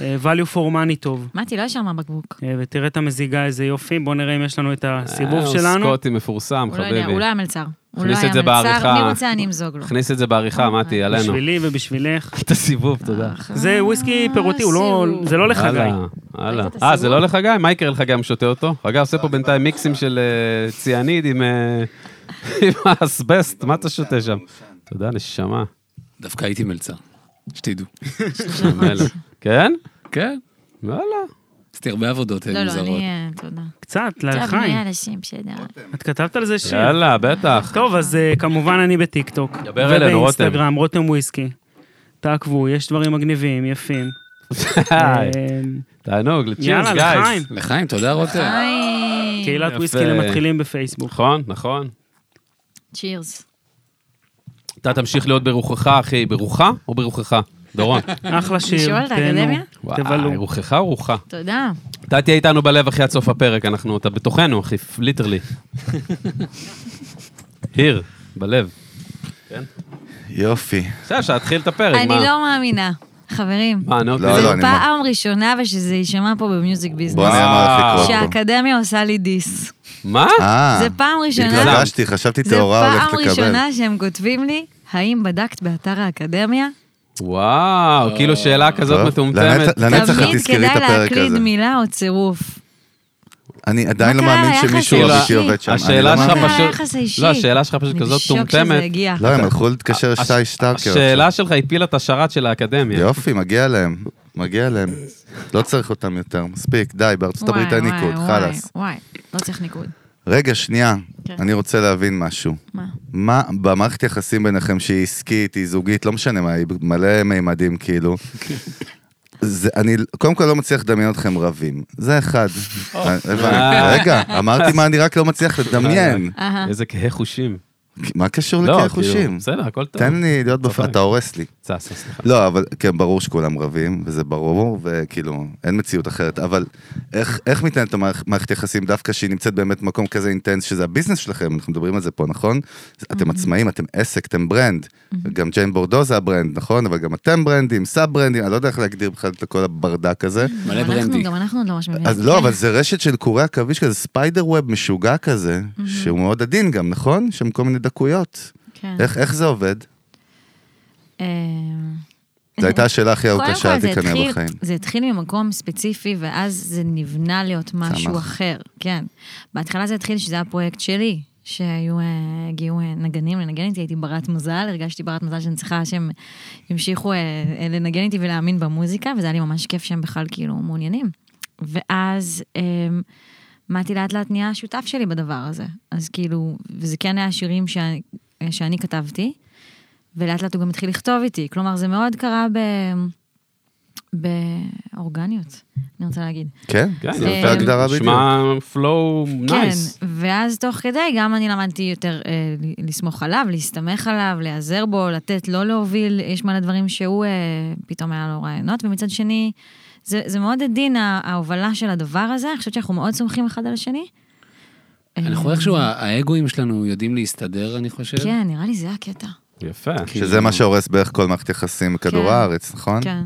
Speaker 6: אה, value for money טוב.
Speaker 2: מתי, לא ישר מהבקבוק.
Speaker 6: אה, ותראה את המזיגה, איזה יופי. בוא נראה אם יש לנו את הסיבוב
Speaker 3: אה, הוא
Speaker 6: שלנו.
Speaker 3: סקוטי מפורסם,
Speaker 2: הוא לא יודע,
Speaker 3: חביבי.
Speaker 2: הוא לא היה מלצר. הוא לא
Speaker 3: הכניס
Speaker 2: היה
Speaker 3: את זה
Speaker 2: מלצר,
Speaker 3: בעריכה.
Speaker 2: מי רוצה אני אמזוג לו.
Speaker 3: הכניס את זה בעריכה, מתי, עלינו.
Speaker 6: בשבילי ובשבילך.
Speaker 3: את הסיבוב,
Speaker 2: אה,
Speaker 3: תודה.
Speaker 6: זה וויסקי פירותי, הוא לא...
Speaker 2: סיבוב.
Speaker 6: זה לא לחגי.
Speaker 3: הלאה, הלאה.
Speaker 2: ראית את
Speaker 3: אה,
Speaker 2: הסיבוב?
Speaker 3: זה לא לחגי? מה יקרה לחגי אם שותה אותו? חגי עושה פה בינתיים מיקסים של אה, ציאניד עם אה, עם האסבסט, מה אתה שותה שם? תודה, נשמה.
Speaker 4: דווקא הייתי מלצר, שתדעו.
Speaker 3: מלך. כן?
Speaker 4: כן,
Speaker 3: וואלה.
Speaker 4: עשיתי הרבה עבודות אה,
Speaker 2: לא, לא,
Speaker 4: מוזרות.
Speaker 2: אני... אה, תודה.
Speaker 6: קצת,
Speaker 2: טוב,
Speaker 6: לחיים.
Speaker 2: מי אנשים, בסדר.
Speaker 3: אוקיי.
Speaker 6: את כתבת על זה שיר.
Speaker 3: יאללה, בטח.
Speaker 6: טוב, אז אה, כמובן אני בטיקטוק.
Speaker 3: דבר אלינו, רותם.
Speaker 6: ובאינסטגרם, רותם וויסקי. תעקבו, יש דברים מגניבים, יפים.
Speaker 3: היי,
Speaker 6: אה,
Speaker 3: תענוג, לצ'ירס,
Speaker 6: יאללה, לחיים.
Speaker 3: גייס.
Speaker 4: לחיים, תודה רותם.
Speaker 2: היי.
Speaker 6: קהילת
Speaker 3: יפה.
Speaker 6: וויסקי למתחילים בפייסבוק.
Speaker 3: נכון, נכון.
Speaker 2: צ'ירס.
Speaker 3: אתה תמשיך להיות ברוחך, אחי. ברוחה או ברוחך? דורון.
Speaker 6: אחלה שיר.
Speaker 2: לשאול את האקדמיה?
Speaker 6: תהנו, תבלו.
Speaker 3: רוחך או רוחה?
Speaker 2: תודה.
Speaker 3: אתה תהיה איתנו בלב אחי עד סוף הפרק, אנחנו, אתה בתוכנו, אחי, ליטרלי. היר, בלב.
Speaker 1: יופי.
Speaker 3: בסדר, אפשר להתחיל את הפרק, אה, מה?
Speaker 2: אני לא מאמינה. חברים,
Speaker 3: מה, נו,
Speaker 1: לא,
Speaker 3: כזה-
Speaker 1: לא.
Speaker 2: זו
Speaker 1: אני מא-
Speaker 2: פעם ראשונה ושזה יישמע פה במיוזיק
Speaker 1: בוא
Speaker 2: ביזנס.
Speaker 1: נראה מה
Speaker 3: וואו.
Speaker 1: הולך לקרות פה.
Speaker 2: שהאקדמיה עושה לי דיס.
Speaker 3: מה?
Speaker 1: אה,
Speaker 2: זה פעם ראשונה
Speaker 1: התרגשתי, חשבתי
Speaker 2: זו
Speaker 1: טהורה
Speaker 2: פעם
Speaker 1: הולכת לקבל.
Speaker 2: ראשונה שהם כותבים לי, האם בדקת באתר האקדמיה?
Speaker 3: וואו, כאילו שאלה כזאת
Speaker 1: טוב,
Speaker 3: מטומטמת. כן,
Speaker 1: לנצח- לנצח את
Speaker 2: תמיד
Speaker 1: תזכרי את
Speaker 2: כדאי
Speaker 1: הפרק
Speaker 2: להקליד
Speaker 1: הזה.
Speaker 2: מילה או צירוף.
Speaker 1: אני עדיין
Speaker 2: מה
Speaker 1: לא
Speaker 2: קרה
Speaker 1: מאמין
Speaker 2: ליחס
Speaker 1: שמישהו
Speaker 2: האישי?
Speaker 1: אמיתי עובד שם. אני
Speaker 3: השאלה
Speaker 1: לא
Speaker 3: שלך
Speaker 1: מאמין.
Speaker 2: מה קרה
Speaker 3: פשוט-
Speaker 2: ליחס האישי?
Speaker 3: לא, השאלה שלך פשוט
Speaker 2: אני
Speaker 3: כזאת
Speaker 2: בשוק שזה
Speaker 3: מטומטמת.
Speaker 2: הגיע.
Speaker 1: לא, הם הלכו להתקשר
Speaker 3: הש-
Speaker 1: שי שטרקר.
Speaker 3: אה, השאלה שלך הפילה את השרת של האקדמיה.
Speaker 1: יופי, מגיע להם. מגיע להם. לא צריך אותם יותר, מספיק, די, בארצות
Speaker 2: וואי,
Speaker 1: הברית אין
Speaker 2: וואי,
Speaker 1: ניקוד,
Speaker 2: וואי,
Speaker 1: חלאס.
Speaker 2: וואי, לא צריך ניקוד.
Speaker 1: רגע, שנייה,
Speaker 2: כן.
Speaker 1: אני רוצה להבין משהו.
Speaker 2: מה?
Speaker 1: מה במערכת יחסים ביניכם שהיא עסקית, היא זוגית, לא משנה מה, היא מלא מימדים כאילו. זה, אני קודם כל לא מצליח לדמיין אתכם רבים, זה אחד.
Speaker 3: אה.
Speaker 1: אה, הבנתי. רגע, אמרתי מה אני רק לא מצליח לדמיין.
Speaker 2: אהה.
Speaker 3: איזה קהי חושים.
Speaker 1: מה קשור
Speaker 3: אה. לא,
Speaker 1: לכי
Speaker 3: כאילו,
Speaker 1: חושים?
Speaker 3: בסדר, הכל טוב.
Speaker 1: תן לי להיות בפ...
Speaker 3: סבבה.
Speaker 1: אתה הורס לי.
Speaker 3: צס, סליחה.
Speaker 1: לא, אבל כן, ברור שכולם רבים, וזה ברור, וכאילו, אין מציאות אחרת, אבל איך, איך מתנהלת המערכ- מערכת יחסים דווקא שהיא נמצאת באמת במקום כזה אינטנס, שזה הביזנס שלכם, אנחנו מדברים על זה פה, נכון?
Speaker 2: Mm-hmm.
Speaker 1: אתם עצמאים, אתם עסק, אתם ברנד. גם ג'יין בורדו זה הברנד, נכון? אבל גם אתם ברנדים, סאב ברנדים, אני לא יודע איך להגדיר בכלל את כל הברדק הזה.
Speaker 4: מלא
Speaker 2: אנחנו-
Speaker 4: ברנדי.
Speaker 2: גם אנחנו עוד לא ממש מבינים.
Speaker 1: אז לא, אבל זה רשת של קורי עכביש כזה, ספיידר ווב משוגע כזה,
Speaker 2: Mm-hmm.
Speaker 1: שהוא מאוד עדין גם, נכון? שם כל מיני דקויות.
Speaker 2: כן.
Speaker 1: איך, איך זה עובד?
Speaker 2: אה,
Speaker 1: זו הייתה השאלה הכי
Speaker 2: קודם
Speaker 1: ארוכה
Speaker 2: כל, זה
Speaker 1: שאלתי כנראה
Speaker 2: התחיל-
Speaker 1: בחיים.
Speaker 2: זה התחיל ממקום ספציפי, ואז זה נבנה להיות משהו
Speaker 1: צמח.
Speaker 2: אחר, כן. בהתחלה זה התחיל שזה היה פרויקט שלי, שהיו, אה, הגיעו אה, נגנים לנגן איתי, הייתי ברת מזל, הרגשתי ברת מזל שאני צריכה שהם ימשיכו אה, אה, לנגן איתי ולהאמין במוזיקה, וזה היה לי ממש כיף שהם בכלל כאילו מעוניינים. ואז אה, מתי לאט לאט נהיה השותף שלי בדבר הזה. אז כאילו, וזה כן היה שירים שאני, שאני כתבתי. ולאט לאט הוא גם התחיל לכתוב איתי. כלומר, זה מאוד קרה ב... באורגניות, אני רוצה להגיד.
Speaker 1: כן,
Speaker 3: כן,
Speaker 1: זה
Speaker 2: אה,
Speaker 1: אותה הגדרה בדיוק.
Speaker 3: נשמע flow nice.
Speaker 2: כן, ואז תוך כדי גם אני למדתי יותר אה, ל- לסמוך עליו, להסתמך עליו, להיעזר בו, לתת, לא להוביל, יש מלא דברים שהוא אה, פתאום היה לו רעיונות, ומצד שני, זה, זה מאוד עדין ה- ההובלה של הדבר הזה, אני חושבת שאנחנו מאוד סומכים אחד על השני.
Speaker 4: אנחנו
Speaker 2: אה,
Speaker 4: איכשהו, האגואים שלנו יודעים להסתדר, אני חושב.
Speaker 2: כן, נראה לי זה הקטע.
Speaker 3: יפה. כאילו.
Speaker 1: שזה מה שהורס בערך כל מערכת יחסים בכדור
Speaker 2: כן.
Speaker 1: הארץ, נכון?
Speaker 2: כן.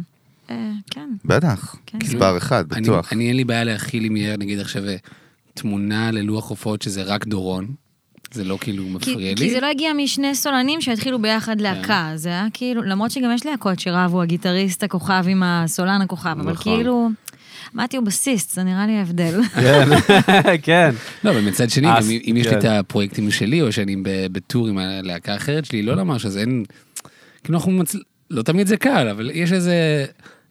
Speaker 2: אה, כן.
Speaker 1: בטח,
Speaker 2: כן.
Speaker 1: מספר אחד,
Speaker 4: אני-
Speaker 1: בטוח.
Speaker 4: אני אין לי בעיה להכיל אם יהיה, נגיד עכשיו, אה, תמונה ללוח הופעות שזה רק דורון. זה לא כאילו
Speaker 2: כי,
Speaker 4: מפריע לי.
Speaker 2: כי זה לא הגיע משני סולנים שהתחילו ביחד
Speaker 3: כן.
Speaker 2: להקה, זה היה כאילו, למרות שגם יש להקות שרבו הגיטריסט הכוכב עם הסולן הכוכב, אבל
Speaker 3: נכון.
Speaker 2: כאילו, מתי הוא בסיסט, זה נראה לי ההבדל.
Speaker 3: כן, כן.
Speaker 4: לא, אבל מצד שני,
Speaker 3: אז,
Speaker 4: גם אם אם יש לי
Speaker 3: כן.
Speaker 4: את הפרויקטים שלי, או שאני ב- בטור עם הלהקה האחרת שלי, לא לומר שזה אין... כאילו אנחנו מצל... לא תמיד זה קל, אבל יש איזה...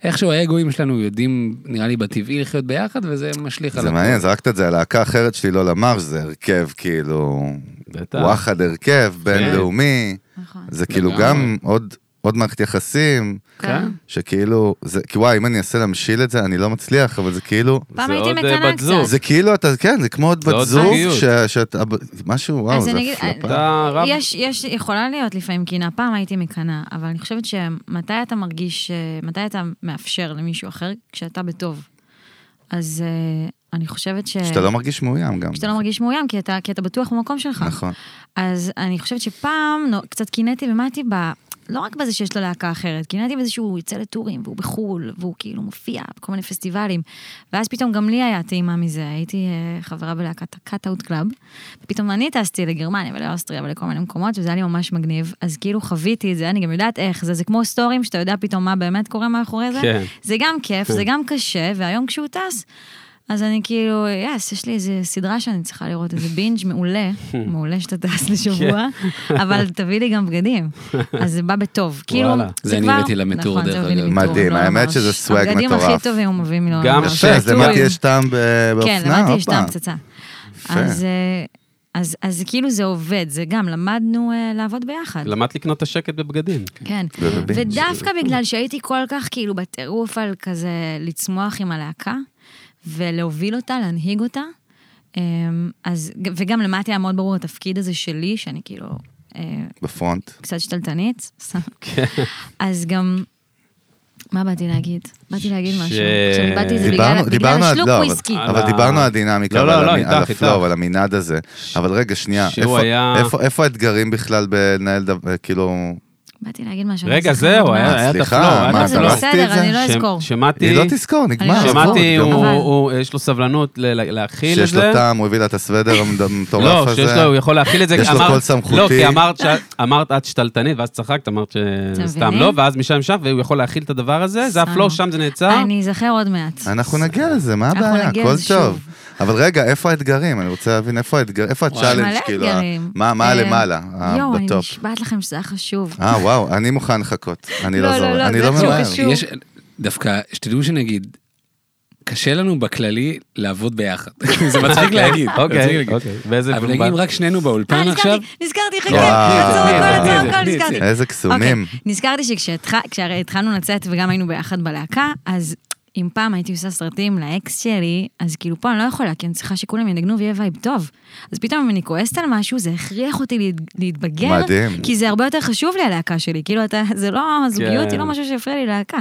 Speaker 4: איכשהו האגואים שלנו יודעים, נראה לי, בטבעי לחיות ביחד, וזה משליך על...
Speaker 1: זה
Speaker 4: הכל.
Speaker 1: מעניין, זרקת את זה, הלהקה האחרת שלי לא למר, זה הרכב כאילו,
Speaker 3: בטח.
Speaker 1: וואחד הרכב, בינלאומי,
Speaker 2: נכון.
Speaker 1: זה כאילו
Speaker 4: לגמרי.
Speaker 1: גם עוד... עוד מערכת יחסים,
Speaker 2: כן.
Speaker 1: שכאילו, זה, כי וואי, אם אני אנסה להמשיל את זה, אני לא מצליח, אבל זה כאילו,
Speaker 2: פעם
Speaker 3: זה
Speaker 2: הייתי
Speaker 3: עוד, אה,
Speaker 2: מקנאה
Speaker 3: בת זוג.
Speaker 2: קצת.
Speaker 1: זה כאילו, אתה, כן, זה כמו עוד
Speaker 3: זה
Speaker 1: בת
Speaker 3: עוד
Speaker 1: זוג,
Speaker 3: זוגיות.
Speaker 1: ש- שאתה, משהו, וואו,
Speaker 2: אז
Speaker 1: זה
Speaker 2: אני אגיד,
Speaker 1: הפלפה.
Speaker 3: אתה רב.
Speaker 2: יש, יש, יכולה להיות לפעמים קינה, פעם הייתי מקנאה, אבל אני חושבת שמתי אתה מרגיש, אה, מתי אתה מאפשר למישהו אחר, כשאתה בטוב. אז אה, אני חושבת ש...
Speaker 1: שאתה לא מרגיש מאוים גם.
Speaker 2: שאתה לא מרגיש מאוים, כי אתה, כי אתה בטוח במקום שלך.
Speaker 1: נכון.
Speaker 2: אז אני חושבת שפעם נו, קצת קינאתי ומעטי ב... לא רק בזה שיש לו להקה אחרת, כי נהניתי בזה שהוא יוצא לטורים, והוא בחו"ל, והוא כאילו מופיע בכל מיני פסטיבלים. ואז פתאום גם לי היה טעימה מזה, הייתי אה, חברה בלהקת ה-Cut-Out Club, ופתאום אני טסתי לגרמניה ולאוסטריה ולכל מיני מקומות, וזה היה לי ממש מגניב. אז כאילו חוויתי את זה, אני גם יודעת איך זה, זה כמו סטורים, שאתה יודע פתאום מה באמת קורה מאחורי זה.
Speaker 3: כן.
Speaker 2: זה גם כיף, זה גם קשה, והיום כשהוא טס, אז אני כאילו, יס, יש לי איזה סדרה שאני צריכה לראות, איזה בינג' מעולה, מעולה שאתה טס לשבוע,
Speaker 1: כן."
Speaker 2: אבל תביא לי גם בגדים. אז זה בא בטוב. כאילו,
Speaker 3: וואלה.
Speaker 4: זה אני
Speaker 2: כבר-
Speaker 4: הבאתי למטור,
Speaker 2: נכון, זה
Speaker 4: דרך
Speaker 2: הביא לי
Speaker 4: אגב.
Speaker 2: מטור,
Speaker 1: מדהים,
Speaker 2: לא
Speaker 1: האמת
Speaker 2: ממש.
Speaker 1: שזה סוואג
Speaker 2: הבגדים הכי
Speaker 1: מטורף.
Speaker 2: טובים הוא מביא מלא
Speaker 3: גם
Speaker 2: ממש.
Speaker 3: יפה,
Speaker 1: יפה, אז למדתי
Speaker 2: טובים.
Speaker 1: יש טעם ב- באופנה,
Speaker 2: כן, למדתי יש
Speaker 1: הופה.
Speaker 2: טעם פצצה.
Speaker 1: יפה.
Speaker 2: אז... אה, אז, אז כאילו זה עובד, זה גם, למדנו uh, לעבוד ביחד.
Speaker 1: לא.
Speaker 3: למדת לקנות את השקט בבגדים.
Speaker 2: כן.
Speaker 1: ובבין.
Speaker 2: ודווקא בגלל שהייתי כל כך כאילו בטירוף על כזה לצמוח עם הלהקה, ולהוביל אותה, להנהיג אותה, אמ, אז, וגם למטה היה מאוד ברור התפקיד הזה שלי, שאני כאילו אה,
Speaker 1: בפרונט.
Speaker 2: קצת שתלטנית, סתם.
Speaker 1: כן.
Speaker 2: אז גם... מה באתי להגיד? באתי להגיד משהו.
Speaker 3: ש-
Speaker 2: עכשיו איבדתי את זה
Speaker 1: דיברנו-
Speaker 2: בגלל בגלל
Speaker 1: דיברנו על-
Speaker 2: השלוק
Speaker 1: לא, אבל-
Speaker 2: וויסקי.
Speaker 3: על
Speaker 1: אבל
Speaker 3: ה-
Speaker 1: דיברנו על הדינמיקה,
Speaker 3: לא, לא,
Speaker 1: ועל
Speaker 3: לא,
Speaker 1: המ-
Speaker 3: איתך,
Speaker 1: על
Speaker 3: איתך.
Speaker 1: הפלואו, על המנעד הזה. אבל רגע, שנייה,
Speaker 3: שהוא
Speaker 1: איפה-
Speaker 3: היה-
Speaker 1: איפה- איפה האתגרים בכלל בלנהל דבר, כאילו...
Speaker 2: באתי להגיד משהו. אני
Speaker 3: רגע,
Speaker 2: צריכה
Speaker 3: זהו,
Speaker 2: לדבר.
Speaker 3: היה היה את
Speaker 1: סליחה,
Speaker 3: הפלואו. היה את
Speaker 2: לא,
Speaker 1: לא
Speaker 2: זה
Speaker 3: הפלואו.
Speaker 1: עשית את
Speaker 2: בסדר,
Speaker 1: זה?
Speaker 2: אני לא
Speaker 3: שמ-
Speaker 2: אזכור.
Speaker 3: שמעתי...
Speaker 1: היא לא תזכור, נגמר.
Speaker 2: אני לא
Speaker 1: עבוד,
Speaker 3: שמעתי,
Speaker 1: גמור.
Speaker 3: הוא-
Speaker 2: אבל-
Speaker 3: הוא- יש לו סבלנות ל- ל- להכיל את
Speaker 1: שיש
Speaker 3: זה.
Speaker 1: לו טעם, הוא הביא לה את הסוודר המטורף הזה.
Speaker 3: לא, שיש לו, הוא יכול להכיל את זה.
Speaker 1: יש לו
Speaker 3: אמרת-
Speaker 1: קול סמכותי.
Speaker 3: לא, כי אמרת ש- אמרת את שתלטנית, ואז צחקת, אמרת
Speaker 2: מבין?
Speaker 3: שסתם לא, ואז משם לשם, והוא יכול להכיל את הדבר הזה, זה
Speaker 2: סתם.
Speaker 3: הפלואו, שם זה נעצר.
Speaker 2: אני אזכר עוד מעט.
Speaker 1: אנחנו נגיע לזה, מה
Speaker 2: אנחנו
Speaker 1: הבעיה?
Speaker 2: נגיע
Speaker 1: הכל
Speaker 2: לזה
Speaker 1: טוב.
Speaker 2: שוב.
Speaker 1: אבל רגע, איפה האתגרים? אני רוצה להבין איפה האתגר, איפה
Speaker 4: וואי,
Speaker 1: הצ'אלנג',
Speaker 2: מלא
Speaker 1: כאילו, ה-
Speaker 2: אתגרים.
Speaker 1: מה מה
Speaker 2: אה,
Speaker 1: למעלה, ה-
Speaker 2: יואו, אני
Speaker 1: בטופ.
Speaker 2: נשבעת לכם שזה היה חשוב.
Speaker 1: אה, וואו, אני מוכן לחכות. אני
Speaker 2: לא,
Speaker 1: לא
Speaker 2: לא,
Speaker 1: זורק,
Speaker 2: לא,
Speaker 1: אני
Speaker 2: זה
Speaker 1: לא
Speaker 2: קשור,
Speaker 1: ממהר.
Speaker 2: קשור.
Speaker 4: יש, דווקא, שתדעו שנגיד, קשה לנו בכללי לעבוד ביחד. זה מצחיק להגיד. מצחיק
Speaker 3: אוקיי,
Speaker 4: להגיד.
Speaker 3: אוקיי. באיזה
Speaker 4: אבל
Speaker 3: פלומבה?
Speaker 4: נגיד אם רק שנינו
Speaker 2: אה,
Speaker 4: באולפן עכשיו,
Speaker 2: נזכרתי, נזכרתי, חכה,
Speaker 1: וואו.
Speaker 2: עצור הכל,
Speaker 4: זה,
Speaker 2: עצור
Speaker 4: זה,
Speaker 2: הכל,
Speaker 4: זה.
Speaker 2: נזכרתי.
Speaker 1: איזה קסומים.
Speaker 2: אוקיי, נזכרתי שכשהתחלנו לצאת וגם היינו ביחד בלהקה, אז אם פעם הייתי עושה סרטים לאקס שלי, אז כאילו פה אני לא יכולה, כי אני צריכה שכולם ינגנו ויהיה וייב טוב. אז פתאום אם אני כועסת על משהו, זה הכריח אותי להת- להתבגר.
Speaker 1: מדהים.
Speaker 2: כי זה הרבה יותר חשוב לי הלהקה שלי, כאילו אתה, זה לא, הזוגיות
Speaker 3: כן.
Speaker 2: היא לא משהו שהפריע לי להקה.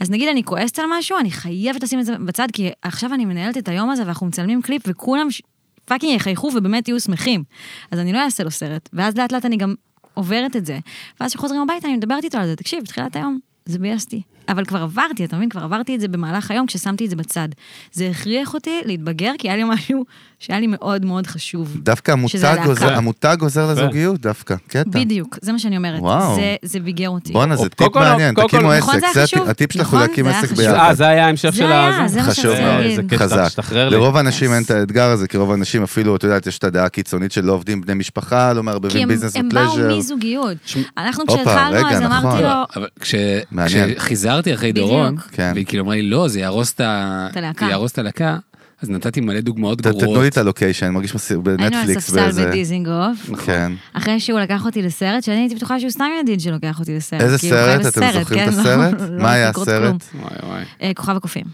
Speaker 2: אז נגיד אני כועסת על משהו, אני חייבת לשים את זה בצד, כי עכשיו אני מנהלת את היום הזה ואנחנו מצלמים קליפ וכולם ש- פאקינג יחייכו ובאמת יהיו שמחים. אז אני לא אעשה לו סרט, ואז לאט לאט אני גם עוברת את זה. ואז כשחוזרים הביתה אני מדברת איתו על זה, תקשיב, בתחילת היום, זה ביאסתי. אבל כבר עברתי, אתה מבין? כבר עברתי את זה במהלך היום כששמתי את זה בצד. זה הכריח אותי להתבגר, כי היה לי משהו שהיה לי מאוד מאוד חשוב.
Speaker 1: דווקא
Speaker 2: שזה
Speaker 1: המותג
Speaker 2: הלהקה.
Speaker 1: עוזר- המותג עוזר לזוגיות, דווקא, קטע.
Speaker 2: בדיוק, זה מה שאני אומרת.
Speaker 1: וואו.
Speaker 2: זה, זה ביגר אותי.
Speaker 1: בואנה, זה
Speaker 3: קודם
Speaker 1: טיפ
Speaker 3: כל,
Speaker 1: מעניין,
Speaker 3: קודם
Speaker 1: תקימו
Speaker 3: כל,
Speaker 2: נכון,
Speaker 1: עסק,
Speaker 2: זה היה
Speaker 1: זה
Speaker 2: חשוב?
Speaker 1: הטיפ- הטיפ שלך הוא
Speaker 2: נכון,
Speaker 1: להקים
Speaker 2: זה היה
Speaker 1: עסק
Speaker 2: חשוב.
Speaker 1: ביחד.
Speaker 3: אה, זה היה ההמשך
Speaker 2: זה
Speaker 3: של
Speaker 2: היה,
Speaker 3: הזה?
Speaker 2: זה מה
Speaker 1: חשוב
Speaker 2: שרציתי
Speaker 1: מאוד.
Speaker 2: להגיד.
Speaker 3: איזה קטע,
Speaker 1: חזק.
Speaker 3: תשתחרר לי.
Speaker 1: לרוב האנשים
Speaker 2: Yes.
Speaker 1: אין את האתגר הזה, כי רוב האנשים אפילו, את יודעת, יש את הדעה הקיצונית של לא עובדים בני משפחה, לא
Speaker 2: כי
Speaker 1: מערבבים
Speaker 2: הם,
Speaker 1: ביזנס
Speaker 2: הם באו
Speaker 1: ופלז'ר.
Speaker 2: מזוגיות. אנחנו
Speaker 1: הופה,
Speaker 2: כשהתחלנו,
Speaker 1: רגע,
Speaker 2: אז
Speaker 1: נכון.
Speaker 2: אמרתי לו,
Speaker 4: אבל כש-
Speaker 1: מעניין.
Speaker 4: כשחזרתי אחרי
Speaker 2: לא. בדיוק.
Speaker 4: דורון,
Speaker 1: כן.
Speaker 4: והיא כאילו אמרה לי, לא, זה יהרוס את ה-
Speaker 2: את הלהקה."
Speaker 4: זה יהרוס את הלהקה, אז נתתי מלא דוגמאות
Speaker 1: ת- תתנו לי
Speaker 4: גרועות.
Speaker 1: את הלוקיישן, אני מרגיש מסיר
Speaker 2: היינו על
Speaker 1: בנטפליקס
Speaker 2: ספסל
Speaker 1: באיזה...
Speaker 2: בדיזינגוף,
Speaker 1: כן.
Speaker 2: אחרי שהוא לקח אותי לסרט, שאני הייתי בטוחה שהוא סתם ידיד שלוקח אותי לסרט.
Speaker 1: איזה
Speaker 2: כי הוא חי
Speaker 1: סרט? אתם
Speaker 2: בסרט,
Speaker 1: זוכרים את
Speaker 2: כן? לא-
Speaker 1: הסרט?
Speaker 2: לא
Speaker 1: מה היה
Speaker 2: לקרות
Speaker 1: הסרט?
Speaker 2: כלום.
Speaker 4: וואי וואי.
Speaker 2: אה, כוכב הקופים.